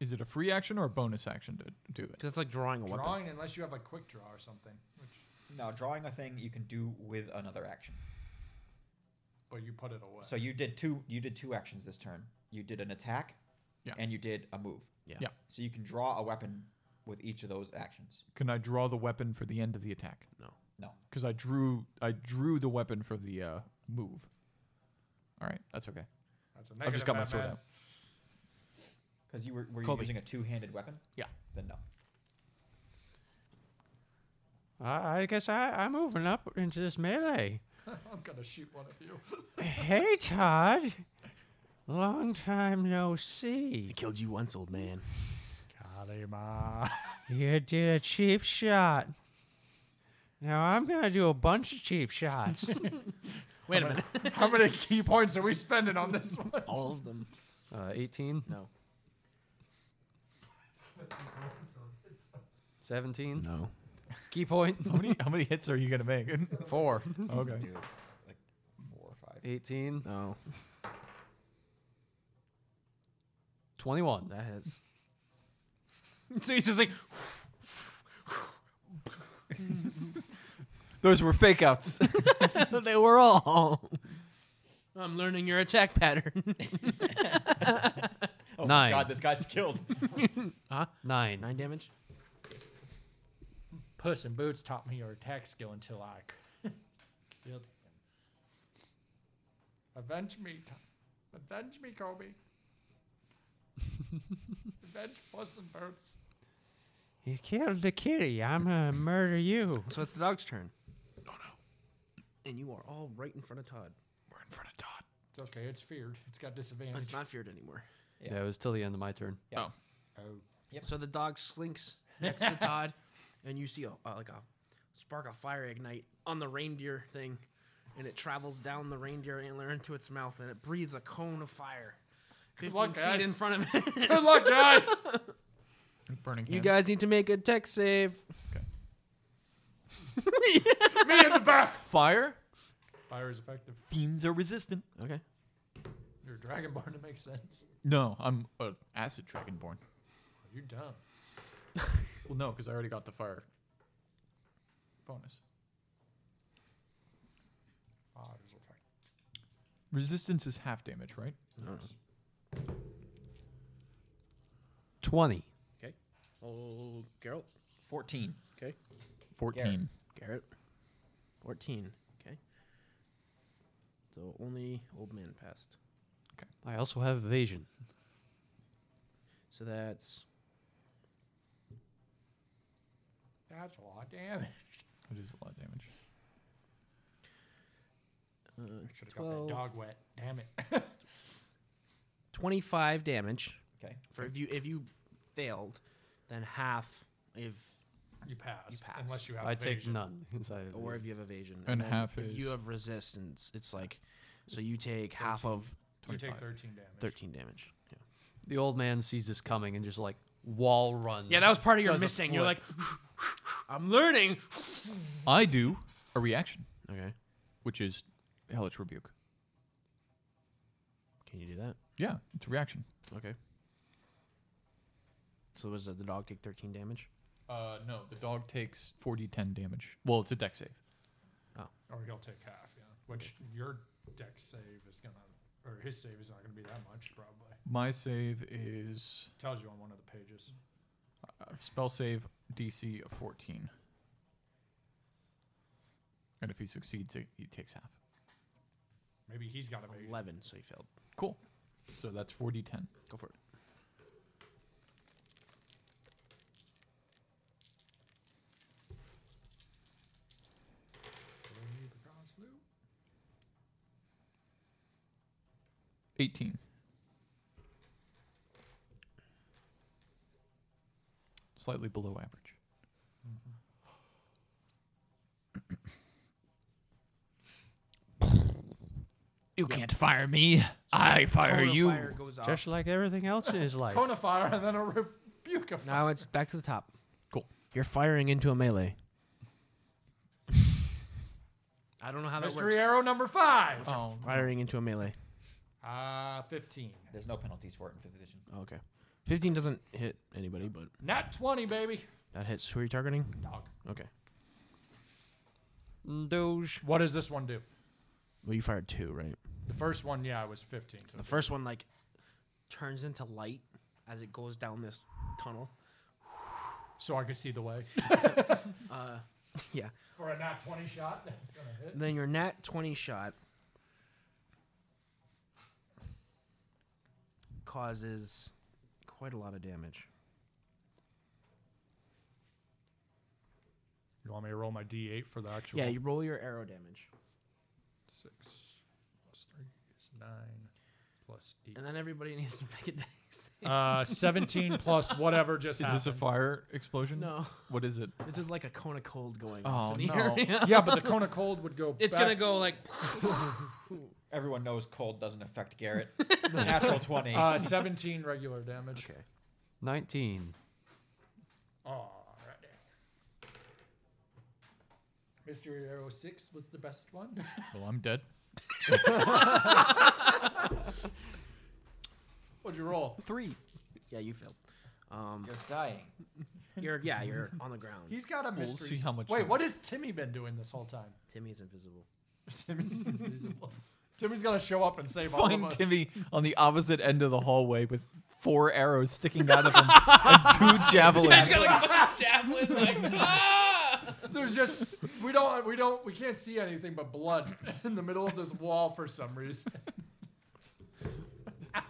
Speaker 9: Is it a free action or a bonus action to do it?
Speaker 1: Cuz it's like drawing a weapon.
Speaker 3: Drawing, unless you have a quick draw or something, which
Speaker 11: No, drawing a thing you can do with another action.
Speaker 3: but you put it away.
Speaker 11: So you did two. You did two actions this turn. You did an attack,
Speaker 9: Yeah.
Speaker 11: and you did a move.
Speaker 1: Yeah.
Speaker 9: Yeah.
Speaker 11: So you can draw a weapon with each of those actions.
Speaker 9: Can I draw the weapon for the end of the attack?
Speaker 11: No.
Speaker 9: Because I drew I drew the weapon for the uh, move. All right, that's okay.
Speaker 3: that's a
Speaker 9: I've
Speaker 3: negative,
Speaker 9: just got my sword
Speaker 3: Batman.
Speaker 9: out.
Speaker 11: Because you were were you
Speaker 1: Kobe.
Speaker 11: using a two-handed weapon?
Speaker 9: Yeah.
Speaker 11: Then no.
Speaker 5: I, I guess I, I'm moving up into this melee.
Speaker 3: I'm gonna shoot one of you.
Speaker 5: hey, Todd. Long time no see.
Speaker 1: I killed you once, old man.
Speaker 3: Kalima.
Speaker 5: You did a cheap shot. Now I'm gonna do a bunch of cheap shots.
Speaker 1: Wait a minute.
Speaker 3: How many key points are we spending on this one?
Speaker 1: All of them.
Speaker 2: Uh, 18?
Speaker 1: No.
Speaker 2: 17?
Speaker 1: No.
Speaker 2: Key point?
Speaker 9: How many how many hits are you gonna make?
Speaker 2: Four.
Speaker 9: okay.
Speaker 11: Do like four or five.
Speaker 2: 18?
Speaker 1: No.
Speaker 2: 21.
Speaker 1: That has. so he's just like
Speaker 9: Those were fake outs.
Speaker 1: they were all. I'm learning your attack pattern.
Speaker 11: Oh
Speaker 2: Nine.
Speaker 11: God, this guy's skilled.
Speaker 2: Nine.
Speaker 1: Nine damage.
Speaker 3: Puss in Boots taught me your attack skill until I c- killed him. Avenge me, T- avenge me, Kobe. avenge Puss in Boots.
Speaker 5: you killed the kitty. I'm gonna murder you.
Speaker 1: So it's the dog's turn. Oh no. And you are all right in front of Todd.
Speaker 9: we're in front of Todd.
Speaker 3: It's okay. It's feared. It's got disadvantage.
Speaker 1: It's not feared anymore.
Speaker 2: Yeah. it was till the end of my turn.
Speaker 11: Oh.
Speaker 1: So the dog slinks next to Todd, and you see a, uh, like a spark of fire ignite on the reindeer thing, and it travels down the reindeer antler into its mouth, and it breathes a cone of fire. Fifteen
Speaker 3: luck,
Speaker 1: feet
Speaker 3: guys.
Speaker 1: in front of it.
Speaker 3: Good luck, guys.
Speaker 9: Burning
Speaker 1: you
Speaker 9: hands.
Speaker 1: guys need to make a tech save.
Speaker 3: me in the back.
Speaker 9: Fire.
Speaker 3: Fire is effective.
Speaker 9: Fiends are resistant.
Speaker 1: Okay.
Speaker 3: You're a dragonborn. It makes sense.
Speaker 9: No, I'm an acid dragonborn.
Speaker 3: You're dumb.
Speaker 9: Well, no, because I already got the fire bonus.
Speaker 3: Fire is effective.
Speaker 9: Resistance is half damage, right?
Speaker 2: 20.
Speaker 1: Oh, Geralt.
Speaker 11: Fourteen.
Speaker 1: Okay.
Speaker 9: 14.
Speaker 1: Garrett. Fourteen. Okay. So only old man passed.
Speaker 2: I also have evasion.
Speaker 1: So that's
Speaker 3: That's a lot of damage.
Speaker 9: That is a lot of damage.
Speaker 1: uh,
Speaker 3: Should have got that
Speaker 1: 12,
Speaker 3: dog wet. Damn it.
Speaker 1: 25 damage.
Speaker 11: Okay.
Speaker 1: For if you if you failed, then half if
Speaker 3: You pass.
Speaker 1: pass.
Speaker 3: Unless you have
Speaker 2: I take
Speaker 3: evasion.
Speaker 2: none. 'cause I have
Speaker 1: or
Speaker 2: evasion.
Speaker 1: if you have evasion,
Speaker 9: And
Speaker 1: then
Speaker 9: half
Speaker 1: if you
Speaker 9: is-
Speaker 1: have resistance. It's like so you take half of
Speaker 3: You take
Speaker 9: 25.
Speaker 3: 13 damage.
Speaker 1: 13 damage. Yeah,
Speaker 2: the old man sees this coming and just like wall runs.
Speaker 1: that was part of your
Speaker 2: Does a
Speaker 1: missing. You're
Speaker 2: flip.
Speaker 1: like, I'm learning.
Speaker 9: I do a reaction,
Speaker 1: Okay,
Speaker 9: which is Hellish Rebuke.
Speaker 1: can you do that?
Speaker 9: Yeah, it's a reaction.
Speaker 1: Okay. So was it the dog take 13 damage?
Speaker 9: Uh, no, the dog takes 40 10 damage. Well, it's a deck save.
Speaker 3: Or he'll take half, yeah. Which your deck save is going to, or his save is not going to be that much, probably.
Speaker 9: My save is
Speaker 3: tells you on one of the pages.
Speaker 9: uh, spell save DC of 14. And if he succeeds, he he takes half.
Speaker 3: Maybe he's got evasion.
Speaker 1: 11, so he failed.
Speaker 9: Cool. So that's 4d10.
Speaker 1: Go for it.
Speaker 3: Blue, because blue.
Speaker 9: 18. Slightly below average.
Speaker 10: You can't fire me. I fire
Speaker 1: Cone of
Speaker 10: you.
Speaker 1: Fire goes off.
Speaker 2: Just like everything else in his life.
Speaker 3: Cone of fire and then a rebuke of fire.
Speaker 1: Now it's back to the top.
Speaker 9: Cool.
Speaker 1: You're firing into a melee. I don't know how that
Speaker 3: Mystery
Speaker 1: works.
Speaker 3: arrow number five.
Speaker 9: Oh,
Speaker 1: Firing into a melee.
Speaker 3: Uh, 15.
Speaker 11: There's no penalties for it in fifth edition.
Speaker 1: Oh, okay. 15 doesn't hit anybody, but
Speaker 3: Nat 20, baby.
Speaker 1: that hits. Who are you targeting?
Speaker 3: Dog.
Speaker 1: Okay.
Speaker 2: Doge.
Speaker 3: What does this one do?
Speaker 1: Well, you fired two, right?
Speaker 3: The first one, yeah, was 15.
Speaker 1: The first one, like, turns into light as it goes down this tunnel.
Speaker 3: So I could see the way.
Speaker 1: Uh, yeah.
Speaker 3: For a nat 20 shot, that's going to hit.
Speaker 1: Then your nat 20 shot causes quite a lot of damage.
Speaker 3: You want me to roll my d8 for the actual?
Speaker 1: Yeah, you roll your arrow damage.
Speaker 3: Six plus three is nine plus eight.
Speaker 1: And then everybody needs to make a dex. save.
Speaker 3: Uh, 17 plus whatever just
Speaker 9: Is this a fire explosion?
Speaker 1: No,
Speaker 9: What is it?
Speaker 1: this is like a cone of cold going
Speaker 9: Oh,
Speaker 1: off in the
Speaker 9: no.
Speaker 1: area.
Speaker 3: yeah, but the cone of cold would go.
Speaker 1: It's
Speaker 3: back-
Speaker 1: gonna go like
Speaker 11: Everyone knows cold doesn't affect Garrett. Natural 20.
Speaker 3: Uh, 17 regular damage.
Speaker 1: okay.
Speaker 2: 19.
Speaker 3: All right. Mystery Arrow 6 was the best one.
Speaker 9: Well, I'm dead.
Speaker 3: What'd you roll?
Speaker 1: three. Yeah, you failed. Um,
Speaker 4: You're dying.
Speaker 1: you're yeah, you're on the ground.
Speaker 3: He's got a
Speaker 9: We'll
Speaker 3: mystery.
Speaker 9: see how much
Speaker 3: Wait,
Speaker 9: damage.
Speaker 3: what has Timmy been doing this whole time?
Speaker 1: Timmy's invisible.
Speaker 3: Timmy's invisible. Timmy's gonna show up and save all of
Speaker 9: Find
Speaker 3: us.
Speaker 9: Timmy on the opposite end of the hallway with four arrows sticking out of him and two javelins.
Speaker 1: ah!
Speaker 3: There's just we don't we don't we can't see anything but blood in the middle of this wall for some reason.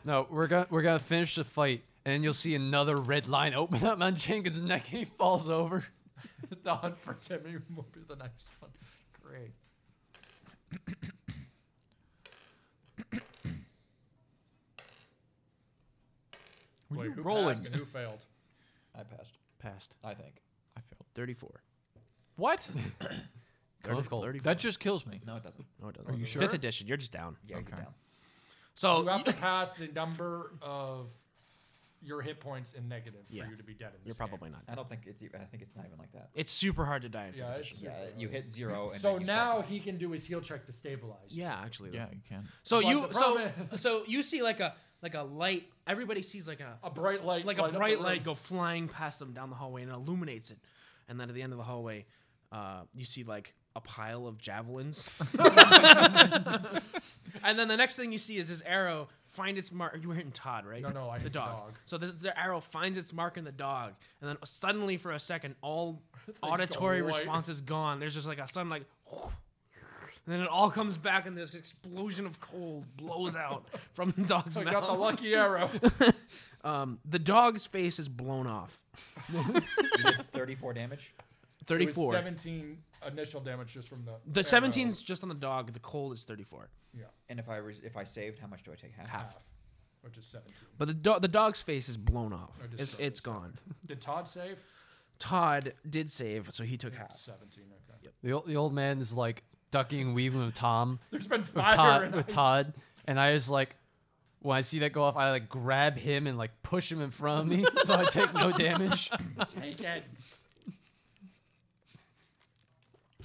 Speaker 2: No, we're gonna we're gonna finish the fight, and then you'll see another red line open up on Jenkins' neck. and He falls over.
Speaker 3: the hunt for Timmy will be the next one. Great.
Speaker 9: Were
Speaker 3: Wait,
Speaker 9: you
Speaker 3: who
Speaker 9: rolling?
Speaker 3: passed and who failed?
Speaker 11: I passed.
Speaker 2: Passed.
Speaker 11: I think.
Speaker 9: I failed.
Speaker 1: Thirty-four.
Speaker 9: What?
Speaker 1: 30,
Speaker 9: Cool.
Speaker 1: 34.
Speaker 9: That just kills me.
Speaker 11: No, it doesn't.
Speaker 1: no, it doesn't.
Speaker 9: Are you sure?
Speaker 1: Fifth edition. You're just down.
Speaker 11: Yeah, you're
Speaker 9: Okay.
Speaker 11: down.
Speaker 1: Oh,
Speaker 3: You have to pass the number of your hit points in negative
Speaker 1: Yeah.
Speaker 3: for you to be dead in
Speaker 1: You're
Speaker 3: this
Speaker 1: probably not.
Speaker 11: I don't think it's. e- I think it's not even like that.
Speaker 1: It's super hard to die in
Speaker 3: game.
Speaker 1: fifth
Speaker 3: Yeah,
Speaker 1: edition.
Speaker 3: it's
Speaker 11: Yeah, you hit zero. And
Speaker 3: So
Speaker 11: then you
Speaker 3: now
Speaker 11: start
Speaker 3: he can do his heal check to stabilize. you.
Speaker 1: Yeah, actually.
Speaker 9: Yeah, you can.
Speaker 1: So
Speaker 3: But
Speaker 1: you
Speaker 3: the
Speaker 1: so
Speaker 3: problem
Speaker 1: so you see like a like a light. Everybody sees like a
Speaker 3: A bright light.
Speaker 1: like
Speaker 3: light up
Speaker 1: a
Speaker 3: the
Speaker 1: bright
Speaker 3: room.
Speaker 1: light go flying past them down the hallway and it illuminates it. And then at the end of the hallway, uh, you see like a pile of javelins. and then the next thing you see is this arrow find its mark. You were hitting Todd, right?
Speaker 3: No, no, I
Speaker 1: the
Speaker 3: hit the
Speaker 1: dog.
Speaker 3: dog.
Speaker 1: So this, the arrow finds its mark in the dog, and then suddenly for a second, all
Speaker 3: go
Speaker 1: auditory
Speaker 3: white.
Speaker 1: response is gone. There's just like a sudden like. And then it all comes back, and this explosion of cold blows out from the dog's
Speaker 3: So I
Speaker 1: mouth.
Speaker 3: got the lucky arrow.
Speaker 1: Um, the dog's face is blown off.
Speaker 11: You did 34 damage.
Speaker 3: It was
Speaker 1: 34.
Speaker 3: 17 initial damage just from the.
Speaker 1: the
Speaker 3: arrow.
Speaker 1: 17 is just on the dog. The cold is 34.
Speaker 11: And if I res- if I saved, how much do I take? Half.
Speaker 1: Half.
Speaker 3: half, which is 17.
Speaker 1: But the, do- the dog's face is blown off.
Speaker 3: I just
Speaker 1: It's,
Speaker 3: saw
Speaker 1: it's
Speaker 3: this.
Speaker 1: gone.
Speaker 3: Did Todd save?
Speaker 1: Todd did save, so he took half.
Speaker 3: 17. Okay.
Speaker 2: The old, the old man is like ducking and weaving with Tom,
Speaker 3: There's been
Speaker 2: with
Speaker 3: fire
Speaker 2: Todd,
Speaker 3: and
Speaker 2: with
Speaker 3: ice.
Speaker 2: Todd, and I just like when I see that go off, I like grab him and like push him in front of me, so I take no damage.
Speaker 3: Take it.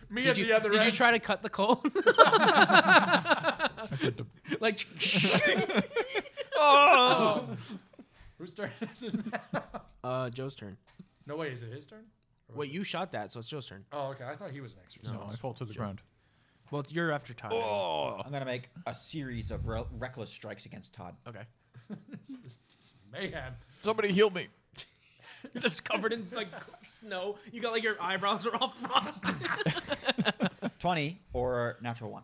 Speaker 3: Me
Speaker 1: Did,
Speaker 3: at
Speaker 1: you,
Speaker 3: the other
Speaker 1: did you
Speaker 3: end.
Speaker 1: try to cut the cold? like, oh.
Speaker 3: Who's turn is it?
Speaker 1: Uh, Joe's turn.
Speaker 3: No way. Is it his turn?
Speaker 1: Wait, you shot that, so it's Joe's turn.
Speaker 3: Oh, okay. I thought he was next. For
Speaker 9: No, I fall to the ground.
Speaker 1: Well, it's- you're after Todd. right?
Speaker 11: I'm gonna make a series of re- reckless strikes against Todd.
Speaker 1: Okay.
Speaker 3: this is just mayhem.
Speaker 9: Somebody heal me.
Speaker 1: You're just covered in like snow. You got like your eyebrows are all frosted.
Speaker 11: 20 or natural one.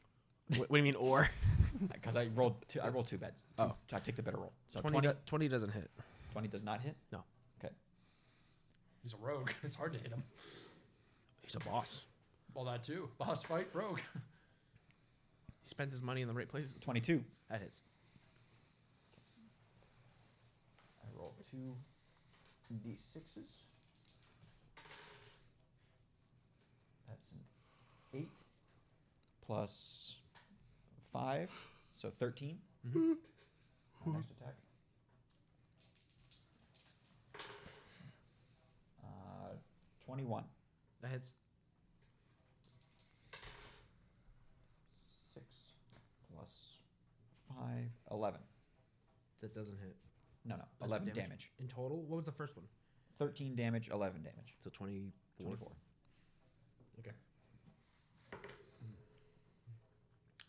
Speaker 1: what, what do you mean, or?
Speaker 4: because I rolled two, I rolled two beds. Oh, I take the better roll. So
Speaker 1: 20,
Speaker 4: 20,
Speaker 1: do- 20 doesn't hit.
Speaker 4: 20 does not hit.
Speaker 1: No.
Speaker 4: Okay.
Speaker 3: He's a rogue. It's hard to hit him.
Speaker 1: He's a boss.
Speaker 3: Well, that too. Boss fight, rogue.
Speaker 1: He spent his money in the right places.
Speaker 4: Twenty-two.
Speaker 1: That is.
Speaker 4: I roll two d6s. That's an eight plus five, so 13 Mm-hmm. My next attack. Uh, Twenty-one.
Speaker 1: That hits.
Speaker 4: Six plus five. Eleven.
Speaker 1: That doesn't hit.
Speaker 4: No, no.
Speaker 1: That's
Speaker 4: Eleven damage.
Speaker 1: In total? What was the first one?
Speaker 4: Thirteen damage. Eleven damage.
Speaker 1: So 24.
Speaker 4: Twenty-four.
Speaker 1: Okay.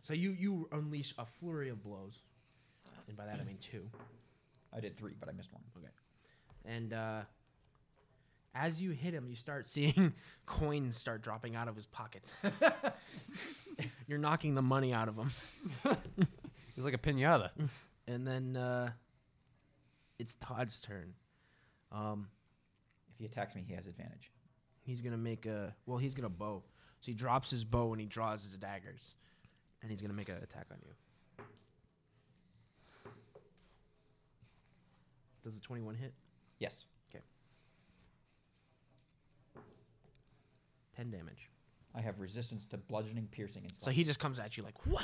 Speaker 1: So you, you unleash a flurry of blows. And by that I mean two.
Speaker 4: I did three, but I missed one.
Speaker 1: And uh, as you hit him, you start seeing coins start dropping out of his pockets. You're knocking the money out of him.
Speaker 2: It's like a pinata.
Speaker 1: And then uh, it's Todd's turn. Um,
Speaker 4: If he attacks me, he has advantage.
Speaker 1: he's going to make a. Well, he's going to bow. So he drops his bow and he draws his daggers. And he's going to make an attack on you. Does a 21 hit?
Speaker 4: Yes.
Speaker 1: 10 damage.
Speaker 4: I have resistance to bludgeoning, piercing, and
Speaker 1: So
Speaker 4: slashing.
Speaker 1: he just comes at you like, whoa!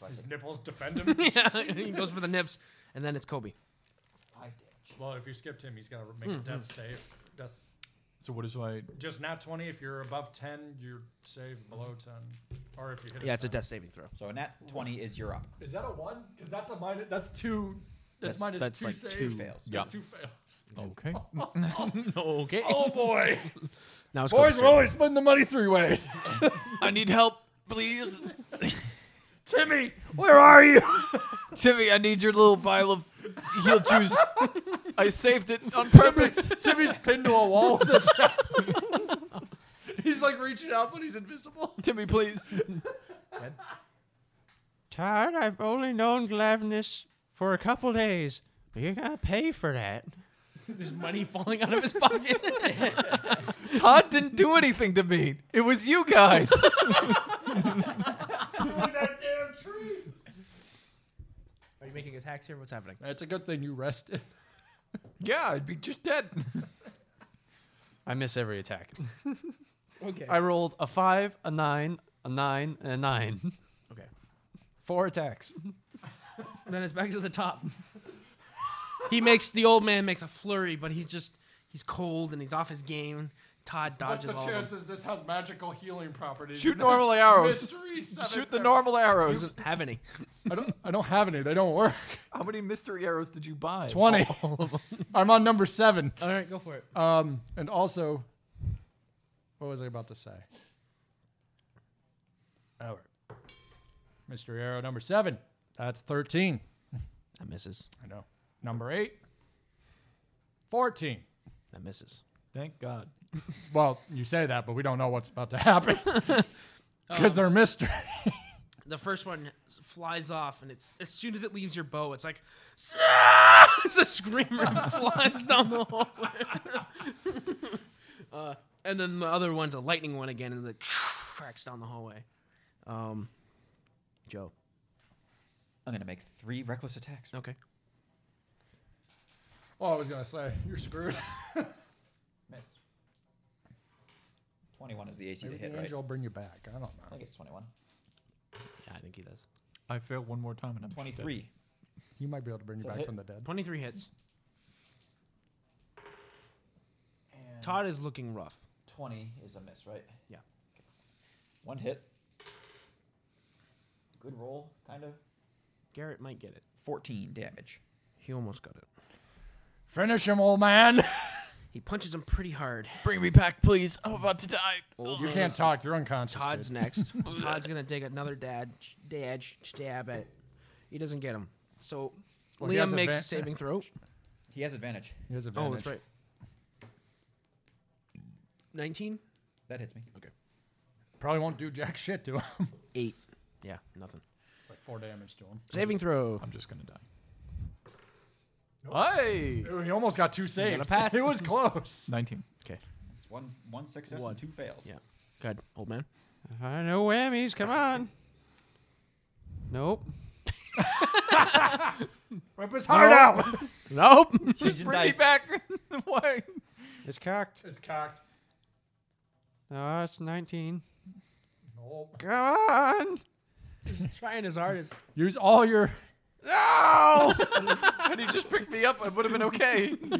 Speaker 4: So I
Speaker 3: His
Speaker 4: take
Speaker 3: nipples defend him.
Speaker 1: he goes for the nips. And then it's Kobe.
Speaker 4: five damage.
Speaker 3: well, if you skipped him, he's got to make a death save. Death.
Speaker 5: So what is my
Speaker 3: Just not 20. If you're above 10, you're save below 10. Or if you hit
Speaker 1: Yeah, it's a
Speaker 3: 10.
Speaker 1: death saving throw.
Speaker 4: So a nat 20 is your up.
Speaker 3: Is that a one? Because that's a minus. That's two. That's,
Speaker 1: That's-
Speaker 3: minus
Speaker 1: that's
Speaker 3: two
Speaker 1: like
Speaker 3: saves.
Speaker 1: two
Speaker 4: fails.
Speaker 3: That's
Speaker 5: Yeah.
Speaker 3: two fails.
Speaker 5: okay?
Speaker 1: okay.
Speaker 4: Oh boy!
Speaker 1: Now it's Kobe's
Speaker 4: Boys,
Speaker 1: turn.
Speaker 4: we're only splitting the money three ways.
Speaker 5: I need help, please,
Speaker 3: Timmy,
Speaker 5: Where are you, Timmy? I need your little vial of heal juice. I saved it on purpose.
Speaker 3: Timmy's pinned to a wall with a javelin. He's like reaching out, but he's invisible.
Speaker 5: Timmy, please.
Speaker 13: Todd, I've only known Glavness for a couple days. But you're gonna pay for that.
Speaker 1: There's money falling out of his pocket.
Speaker 5: Todd didn't do anything to me. It was you guys.
Speaker 1: Are you making attacks here? What's happening?
Speaker 3: It's a good thing you rested.
Speaker 5: yeah, I'd be just dead.
Speaker 2: I miss every attack.
Speaker 1: Okay.
Speaker 2: I rolled a five, a nine, a nine, and a nine.
Speaker 1: Okay.
Speaker 2: Four attacks.
Speaker 1: then it's back to the top. he makes the old man makes a flurry, but he's just he's cold and he's off his game. Todd dodges
Speaker 3: What's the
Speaker 1: all of them.
Speaker 3: chances this has magical healing properties?
Speaker 5: Shoot
Speaker 3: This
Speaker 5: normal arrows.
Speaker 3: mystery seven
Speaker 5: Shoot the
Speaker 3: thou-
Speaker 5: normal
Speaker 1: He
Speaker 5: arrows.
Speaker 1: doesn't have any.
Speaker 3: I don't. I don't have any. They don't work.
Speaker 5: How many mystery arrows did you buy?
Speaker 3: Twenty. I'm on number seven.
Speaker 1: All right, go for it.
Speaker 3: Um, and also, what was I about to say? Our mystery arrow number seven. That's thirteen.
Speaker 1: That misses.
Speaker 3: I know. Number eight. Fourteen.
Speaker 1: That misses.
Speaker 5: Thank God.
Speaker 3: Well, you say that, but we don't know what's about to happen because they're mystery.
Speaker 1: The first one flies off, and it's as soon as it leaves your bow, it's like it's a screamer and flies down the hallway. uh, and then the other one's a lightning one again, and it cracks down the hallway. Um, Joe.
Speaker 4: I'm gonna make three reckless attacks.
Speaker 1: Okay.
Speaker 3: Oh, I was gonna say you're screwed.
Speaker 4: Miss. 21 is the AC
Speaker 3: Maybe
Speaker 4: to hit,
Speaker 3: the
Speaker 4: right?
Speaker 3: angel will bring you back. I
Speaker 4: I
Speaker 3: don't know.
Speaker 4: think it's 21.
Speaker 1: Yeah, I think he does.
Speaker 5: I failed one more time and I'm
Speaker 4: 23.
Speaker 3: He might be able to bring you
Speaker 4: So
Speaker 3: back
Speaker 4: hit-
Speaker 3: from the dead.
Speaker 1: Twenty-three hits. Todd is looking rough.
Speaker 4: 20 is a miss, right?
Speaker 1: Yeah.
Speaker 4: One hit. Good roll, kind of.
Speaker 1: Garrett might get it.
Speaker 4: 14 damage.
Speaker 1: He almost got it.
Speaker 3: Finish him, old man.
Speaker 1: He punches him pretty hard.
Speaker 14: Bring me back, please. I'm about to die.
Speaker 1: Old
Speaker 3: You
Speaker 1: man
Speaker 3: can't
Speaker 1: is-
Speaker 3: talk. You're unconscious.
Speaker 1: Todd's
Speaker 3: dude.
Speaker 1: next. Todd's gonna take another dad dad stab at. He doesn't get him. So
Speaker 3: Well, he has
Speaker 1: Liam makes a
Speaker 3: advan-
Speaker 1: saving throw.
Speaker 4: He has advantage.
Speaker 3: He has
Speaker 1: Oh,
Speaker 3: advantage.
Speaker 1: that's right. Nineteen.
Speaker 4: That hits me.
Speaker 3: Probably won't do jack shit to him.
Speaker 1: Eight. Yeah, nothing.
Speaker 3: It's like four damage to him.
Speaker 1: Saving throw.
Speaker 9: I'm just gonna die.
Speaker 2: Hey!
Speaker 3: He almost got two saves.
Speaker 1: pass.
Speaker 3: It was close.
Speaker 9: Nineteen.
Speaker 4: It's one one success and two fails.
Speaker 1: Yeah. Good, old man.
Speaker 2: Uh, no whammies, come on. Nope.
Speaker 3: Rip his heart out.
Speaker 1: Nope.
Speaker 4: Changing dice.
Speaker 9: Why?
Speaker 2: It's cocked.
Speaker 3: it's cocked.
Speaker 2: No, it's 19.
Speaker 3: Nope.
Speaker 2: Come on!
Speaker 1: trying his hardest.
Speaker 3: Use all your.
Speaker 2: No!
Speaker 9: Had he just picked me up, I would have been okay.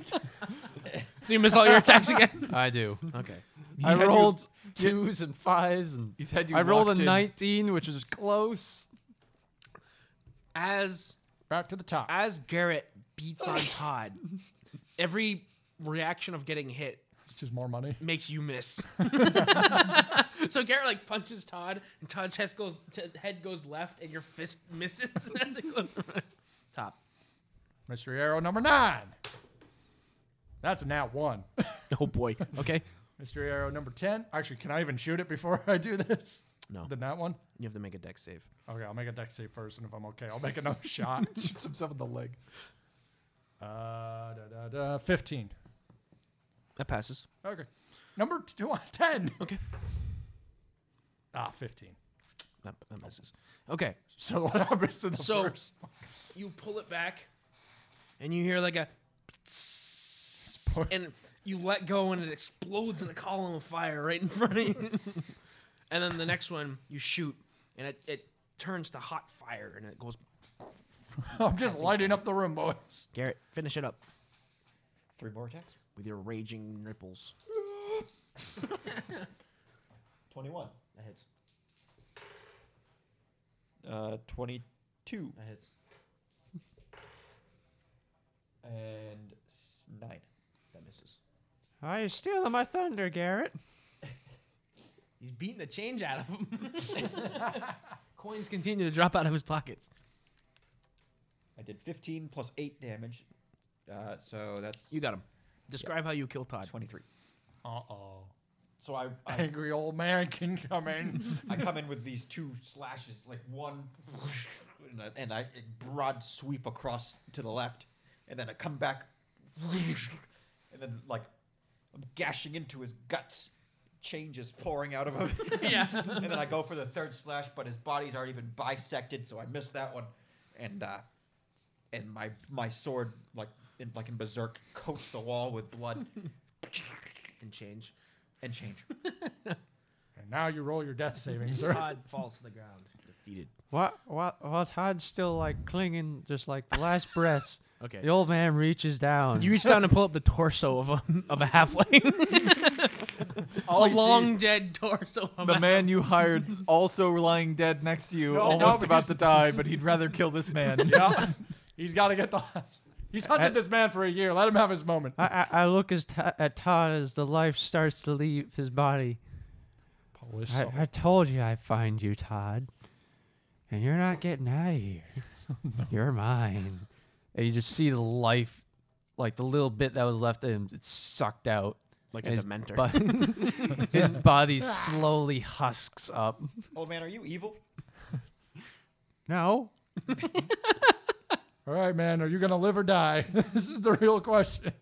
Speaker 1: So you miss all your attacks again.
Speaker 2: I do.
Speaker 1: okay.
Speaker 2: I
Speaker 9: had you-
Speaker 2: rolled twos and fives, and
Speaker 9: He's had you.
Speaker 2: I rolled a
Speaker 9: locked in.
Speaker 2: 19, which was close.
Speaker 1: As
Speaker 3: Back to the top.
Speaker 1: as Garrett beats on Todd, every reaction of getting hit
Speaker 3: It's just more money.
Speaker 1: makes you miss. so Garrett like punches Todd, and Todd's head goes t- head goes left, and your fist misses as it goes right. Top.
Speaker 3: Mystery arrow number nine. That's a nat one.
Speaker 1: Oh boy. Okay.
Speaker 3: Mystery arrow number 10. Actually, can I even shoot it before I do this?
Speaker 1: No.
Speaker 3: The nat one?
Speaker 1: You have to make a deck save.
Speaker 3: Okay, I'll make a deck save first, and if I'm okay, I'll make another shot.
Speaker 9: Shoots himself in the leg.
Speaker 3: Uh, da, da, da, 15.
Speaker 1: That passes.
Speaker 3: Okay. Number two, 10.
Speaker 1: Okay.
Speaker 3: Ah, 15.
Speaker 1: That, that passes. Okay.
Speaker 3: So what happens to the
Speaker 1: So-
Speaker 3: first?
Speaker 1: You pull it back, and you hear like a, and you let go, and it explodes in a column of fire right in front of you. and then the next one, you shoot, and it, it turns to hot fire, and it goes.
Speaker 3: I'm just lighting up the room, boys.
Speaker 1: Garrett, finish it up
Speaker 4: Three more attacks.
Speaker 1: with your raging ripples.
Speaker 4: Twenty-one.
Speaker 1: That hits.
Speaker 4: Uh, twenty-two
Speaker 1: That hits.
Speaker 4: and s- nine.
Speaker 1: That misses.
Speaker 2: Are you stealing my thunder, Garrett?
Speaker 1: He's beating the change out of him. Coins continue to drop out of his pockets.
Speaker 4: I did fifteen plus eight damage. Uh, so that's
Speaker 1: You got him. Describe how you kill Todd.
Speaker 4: twenty-three.
Speaker 3: Uh-oh.
Speaker 4: So I, I
Speaker 3: Angry old man can come in.
Speaker 4: I come in with these two slashes, like one, and I, and I broad sweep across to the left, and then I come back, and then like I'm gashing into his guts, change is pouring out of him.
Speaker 1: Yeah.
Speaker 4: and then I go for the third slash, but his body's already been bisected, so I miss that one, and uh, and my my sword like in, like in berserk coats the wall with blood
Speaker 1: And change.
Speaker 4: and change.
Speaker 3: And now you roll your death saving throw.
Speaker 1: Todd falls to the ground, defeated.
Speaker 2: What? What? While Todd's still like clinging, just like the last breaths,
Speaker 1: Okay.
Speaker 2: the old man reaches down.
Speaker 1: You reach down and pull up the torso of a of a halfling, a long dead torso. Of
Speaker 9: The man you hired also lying dead next to you,
Speaker 3: No, no,
Speaker 9: almost about to die, but he'd rather kill this man.
Speaker 3: yeah. He's got to get the last. He's hunted this man for a year. Let him have his moment.
Speaker 2: I, I, I look as t- at Todd as the life starts to leave his body.
Speaker 3: Polish
Speaker 2: I, I told you I'd find you, Todd. And you're not getting out of here. Oh, You're mine. And you just see the life, like the little bit that was left of him, it's sucked out.
Speaker 1: like
Speaker 2: And his,
Speaker 1: dementor.
Speaker 2: bo- his body slowly husks up.
Speaker 4: Old Oh, man, are you evil?
Speaker 2: No.
Speaker 3: All right, man. Are you gonna live or die? this is the real question.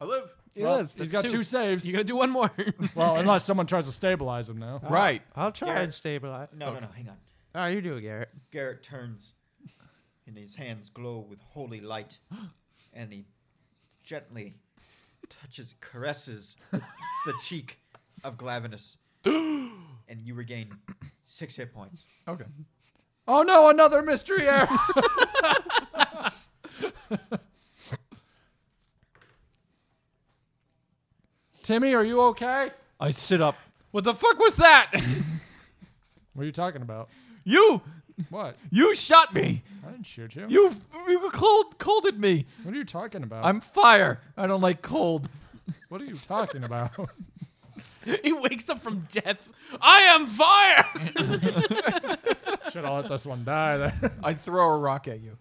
Speaker 9: I live.
Speaker 1: He
Speaker 3: Well,
Speaker 1: lives.
Speaker 3: He's
Speaker 1: That's
Speaker 3: got two, saves.
Speaker 1: You gotta do one more.
Speaker 3: well, unless someone tries to stabilize him now.
Speaker 9: Right.
Speaker 2: I'll try
Speaker 4: Garrett.
Speaker 2: and stabilize.
Speaker 4: No, no, no. Hang on.
Speaker 2: Oh, you do it, Garrett.
Speaker 4: Garrett turns, and his hands glow with holy light, and he gently touches, caresses the cheek of Glavinus, and you regain six hit points.
Speaker 3: Okay. Oh no, another mystery error. Timmy, are you okay?
Speaker 9: I sit up.
Speaker 3: What the fuck was that? what are you talking about?
Speaker 9: You,
Speaker 3: What?
Speaker 9: you shot me.
Speaker 3: I didn't shoot you.
Speaker 9: You, you cold, colded me.
Speaker 3: What are you talking about?
Speaker 9: I'm fire. I don't like cold.
Speaker 3: what are you talking about?
Speaker 1: he wakes up from death. I am fire.
Speaker 3: Should I let this one die there?
Speaker 9: I throw a rock at you.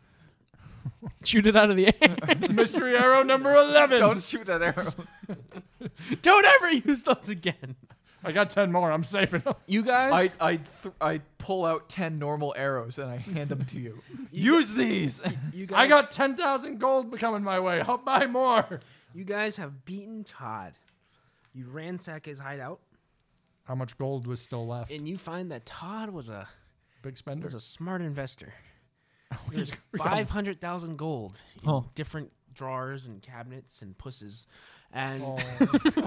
Speaker 1: Shoot it out of the air.
Speaker 3: mystery arrow number 11.
Speaker 9: Don't shoot that arrow.
Speaker 1: Don't ever use those again.
Speaker 3: I got ten more. I'm saving them.
Speaker 1: You guys,
Speaker 9: I I th- I pull out ten normal arrows and I hand them to you. Use these.
Speaker 1: you guys,
Speaker 3: I got ten thousand gold coming my way. I'll buy more.
Speaker 1: You guys have beaten Todd. You ransack his hideout,
Speaker 3: How much gold was still left?
Speaker 1: and you find that Todd was a
Speaker 3: Big spender.
Speaker 1: was a smart investor.
Speaker 3: We- we got-
Speaker 1: Five hundred thousand gold in
Speaker 9: Oh.
Speaker 1: different drawers and cabinets and pusses, and
Speaker 3: Oh.
Speaker 11: storing them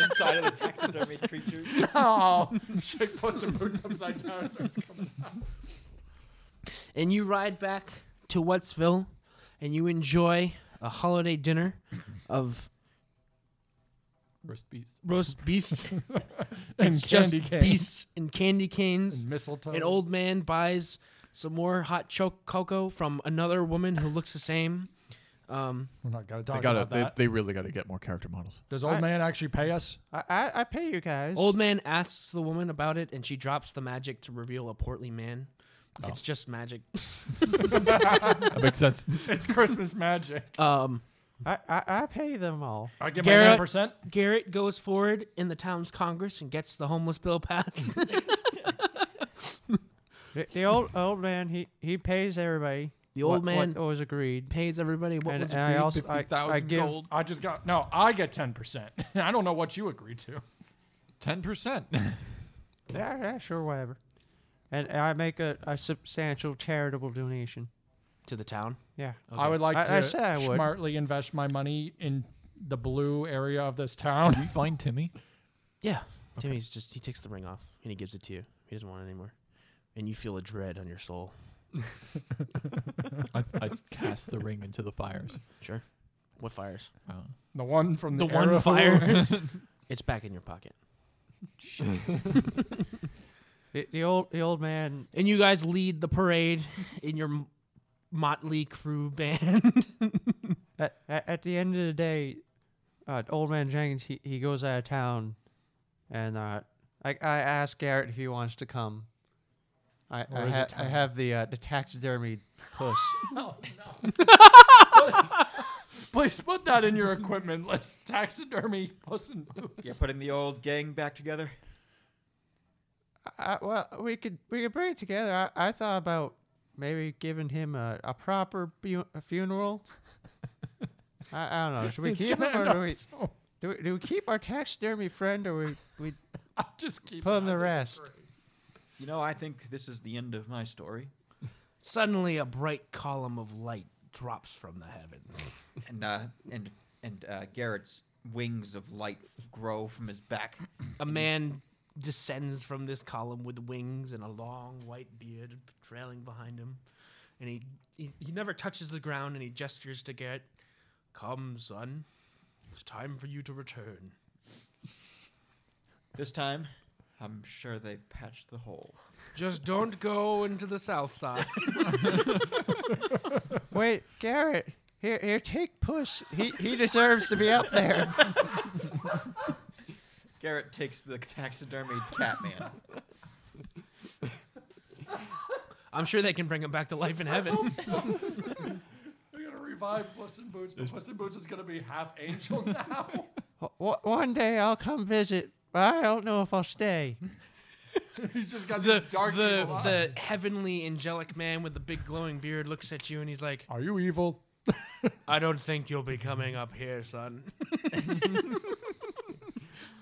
Speaker 11: inside of the taxidermy creatures.
Speaker 3: Oh, shake Puss in Boots upside down. So it's coming.
Speaker 1: and you ride back to Wettsville, and you enjoy a holiday dinner of
Speaker 9: Roast beast.
Speaker 1: roast beasts.
Speaker 3: And
Speaker 1: it's just
Speaker 3: candy canes.
Speaker 1: beasts and candy canes.
Speaker 3: And mistletoe.
Speaker 1: An old man buys some more hot cho- cocoa from another woman who looks the same. Um,
Speaker 3: We're not gonna talk
Speaker 10: They gotta.
Speaker 3: about
Speaker 10: They,
Speaker 3: that.
Speaker 10: they really gotta get more character models.
Speaker 3: Does old
Speaker 5: I-
Speaker 3: man actually pay us?
Speaker 5: I, I, I pay you guys.
Speaker 1: old man asks the woman about it, and she drops the magic to reveal a portly man.
Speaker 5: Oh.
Speaker 1: It's just magic.
Speaker 10: That makes sense.
Speaker 3: It's Christmas magic.
Speaker 1: Um,
Speaker 5: I, I, I pay them all.
Speaker 3: I get
Speaker 1: Garrett.
Speaker 3: my ten percent.
Speaker 1: Garrett goes forward in the town's Congress and gets the homeless bill passed.
Speaker 5: The, the old old man he, he pays everybody.
Speaker 1: the old
Speaker 5: what-
Speaker 1: man
Speaker 5: what was agreed.
Speaker 1: pays everybody what
Speaker 5: and
Speaker 1: was
Speaker 5: and I
Speaker 1: agreed.
Speaker 5: also I, I
Speaker 9: 50,000
Speaker 5: give
Speaker 9: gold.
Speaker 3: I just got no. I get ten percent. I don't know what you agreed to.
Speaker 9: Ten percent.
Speaker 5: yeah, yeah sure whatever, and, and I make a, a substantial charitable donation.
Speaker 1: to the town.
Speaker 5: Yeah,
Speaker 3: I would like to
Speaker 5: I- I said I would.
Speaker 3: smartly invest my money in the blue area of this
Speaker 10: Did
Speaker 3: town.
Speaker 10: we find Timmy?
Speaker 1: Yeah. Timmy's just he takes the ring off and he gives it to you. He doesn't want it anymore. And you feel a dread on your soul.
Speaker 9: I, I cast the ring into the fires.
Speaker 1: Sure. What fires?
Speaker 9: Oh.
Speaker 3: The one from the,
Speaker 1: The one
Speaker 3: arrow.
Speaker 1: fires. it's back in your pocket.
Speaker 5: the, the old the old man
Speaker 1: And you guys lead the parade in your m- motley crew band.
Speaker 5: at, at, at the end of the day, uh, old man Jenkins he, he goes out of town, and uh, I I ask Garrett if he wants to come. I
Speaker 3: Or
Speaker 5: I,
Speaker 3: is it
Speaker 5: ha- I
Speaker 3: time?
Speaker 5: have the uh, the taxidermy puss.
Speaker 3: Please put that in your equipment list. Taxidermy puss in
Speaker 11: Yeah,
Speaker 3: boots.
Speaker 11: putting the old gang back together.
Speaker 5: I, well, we could we could bring it together. I, I thought about maybe giving him a, a proper bu- a funeral. I, I don't know. Should we
Speaker 3: It's
Speaker 5: keep
Speaker 3: gonna
Speaker 5: him or
Speaker 3: end
Speaker 5: do
Speaker 3: up
Speaker 5: we,
Speaker 3: so-
Speaker 5: do we do we keep our taxidermy friend or we we
Speaker 3: I'll just keep
Speaker 5: put
Speaker 3: it
Speaker 5: him
Speaker 3: on
Speaker 5: to
Speaker 3: the
Speaker 5: rest?
Speaker 11: You know, I think this is the end of my story.
Speaker 1: Suddenly, a bright column of light drops from the heavens.
Speaker 11: And uh, and and uh, Garrett's wings of light f- grow from his back.
Speaker 1: A man descends from this column with wings and a long white beard trailing behind him. And he, he, he never touches the ground and he gestures to Garrett, Come, son. It's time for you to return.
Speaker 11: This time, I'm sure they've patched the hole.
Speaker 1: Just don't go into the south side.
Speaker 5: Wait, Garrett, here here take puss. He he deserves to be up there.
Speaker 11: Garrett takes the taxidermied cat man.
Speaker 1: I'm sure they can bring him back to life in heaven.
Speaker 3: We're gonna revive Puss in Boots, but Puss in Boots is gonna be half angel now.
Speaker 5: W- one day I'll come visit, but I don't know if I'll stay.
Speaker 3: He's just got
Speaker 1: the
Speaker 3: this dark
Speaker 1: the,
Speaker 3: evil eye.
Speaker 1: the heavenly angelic man with the big glowing beard looks at you and he's like,
Speaker 3: Are you evil?
Speaker 1: "I don't think you'll be coming up here, son.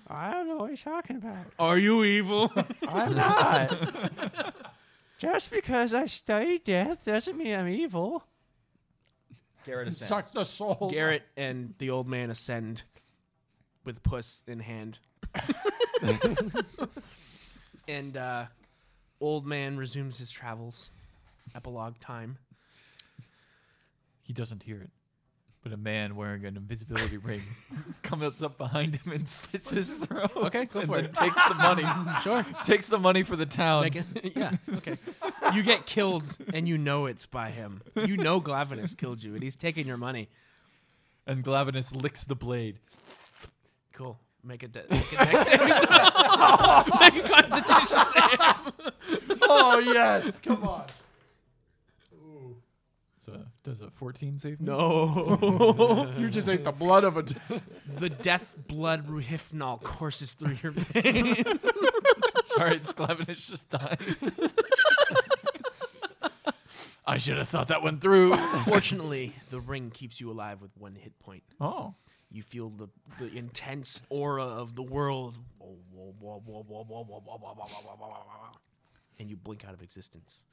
Speaker 5: I don't know what you're talking about.
Speaker 1: Are you evil?"
Speaker 5: I'm not. Just because I study death doesn't mean I'm evil.
Speaker 11: Garrett ascends.
Speaker 3: Sucks the soul.
Speaker 1: Garrett and the old man ascend with puss in hand. and uh, old man resumes his travels. Epilogue time.
Speaker 9: He doesn't hear it, but a man wearing an invisibility ring comes up behind him and slits his throat.
Speaker 1: Okay, go
Speaker 9: and
Speaker 1: for
Speaker 9: then
Speaker 1: it.
Speaker 9: Takes the money.
Speaker 1: Sure.
Speaker 9: takes the money for the town.
Speaker 1: Like, yeah. Okay. You get killed, and you know it's by him. You know Glavinus killed you, and he's taking your money.
Speaker 9: and Glavinus licks the blade.
Speaker 1: Cool. Make a, de- make a dex saving throw. Make a constitution save.
Speaker 3: Oh yes, come on.
Speaker 9: So does a 14 save? me?
Speaker 1: No.
Speaker 3: You just ate the blood of a. T-
Speaker 1: the death blood Ruhifnol courses through your veins.
Speaker 9: All right, Sklavinish just dies. I should have thought that one through.
Speaker 1: Fortunately, the ring keeps you alive with one hit point.
Speaker 9: Oh,
Speaker 1: You feel the, the intense aura of the world. And you blink out of existence.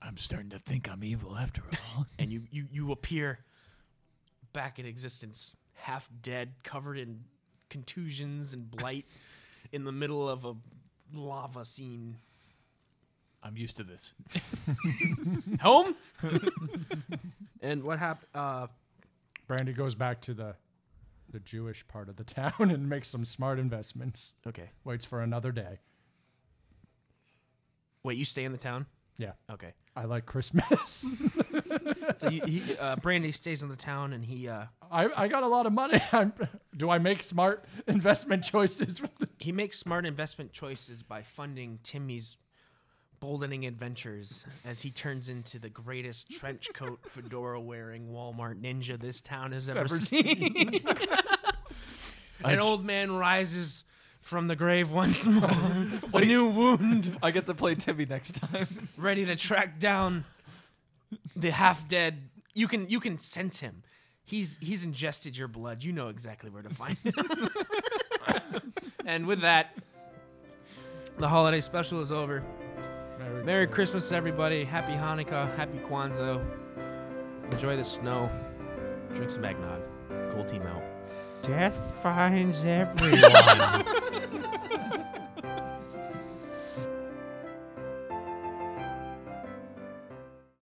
Speaker 10: I'm starting to think I'm evil after all.
Speaker 1: And you, you, you appear back in existence, half dead, covered in contusions and blight, in the middle of a lava scene.
Speaker 10: I'm used to this.
Speaker 1: Home? and what happened? Uh,
Speaker 3: Brandy goes back to the, the Jewish part of the town and makes some smart investments.
Speaker 1: okay.
Speaker 3: Waits for another day.
Speaker 1: Wait, you stay in the town?
Speaker 3: Yeah,
Speaker 1: Okay.
Speaker 3: I like Christmas.
Speaker 1: So you, he, uh, Brandy stays in the town and he uh,
Speaker 3: I, I got a lot of money. I'm, do I make smart investment choices with the
Speaker 1: he makes smart investment choices by funding Timmy's boldening adventures as he turns into the greatest trench coat fedora wearing Walmart ninja this town has ever, seen. An old man rises from the grave once more, a new wound,
Speaker 9: I get to play Timmy next time.
Speaker 1: ready to track down the half dead. You can you can sense him. He's he's ingested your blood. You know exactly where to find him. and with that, the holiday special is over.
Speaker 3: Merry
Speaker 1: Merry Christmas, everybody. Happy Hanukkah. Happy Kwanzaa. Enjoy the snow. Drink some eggnog. Gold team out.
Speaker 5: Death finds everyone.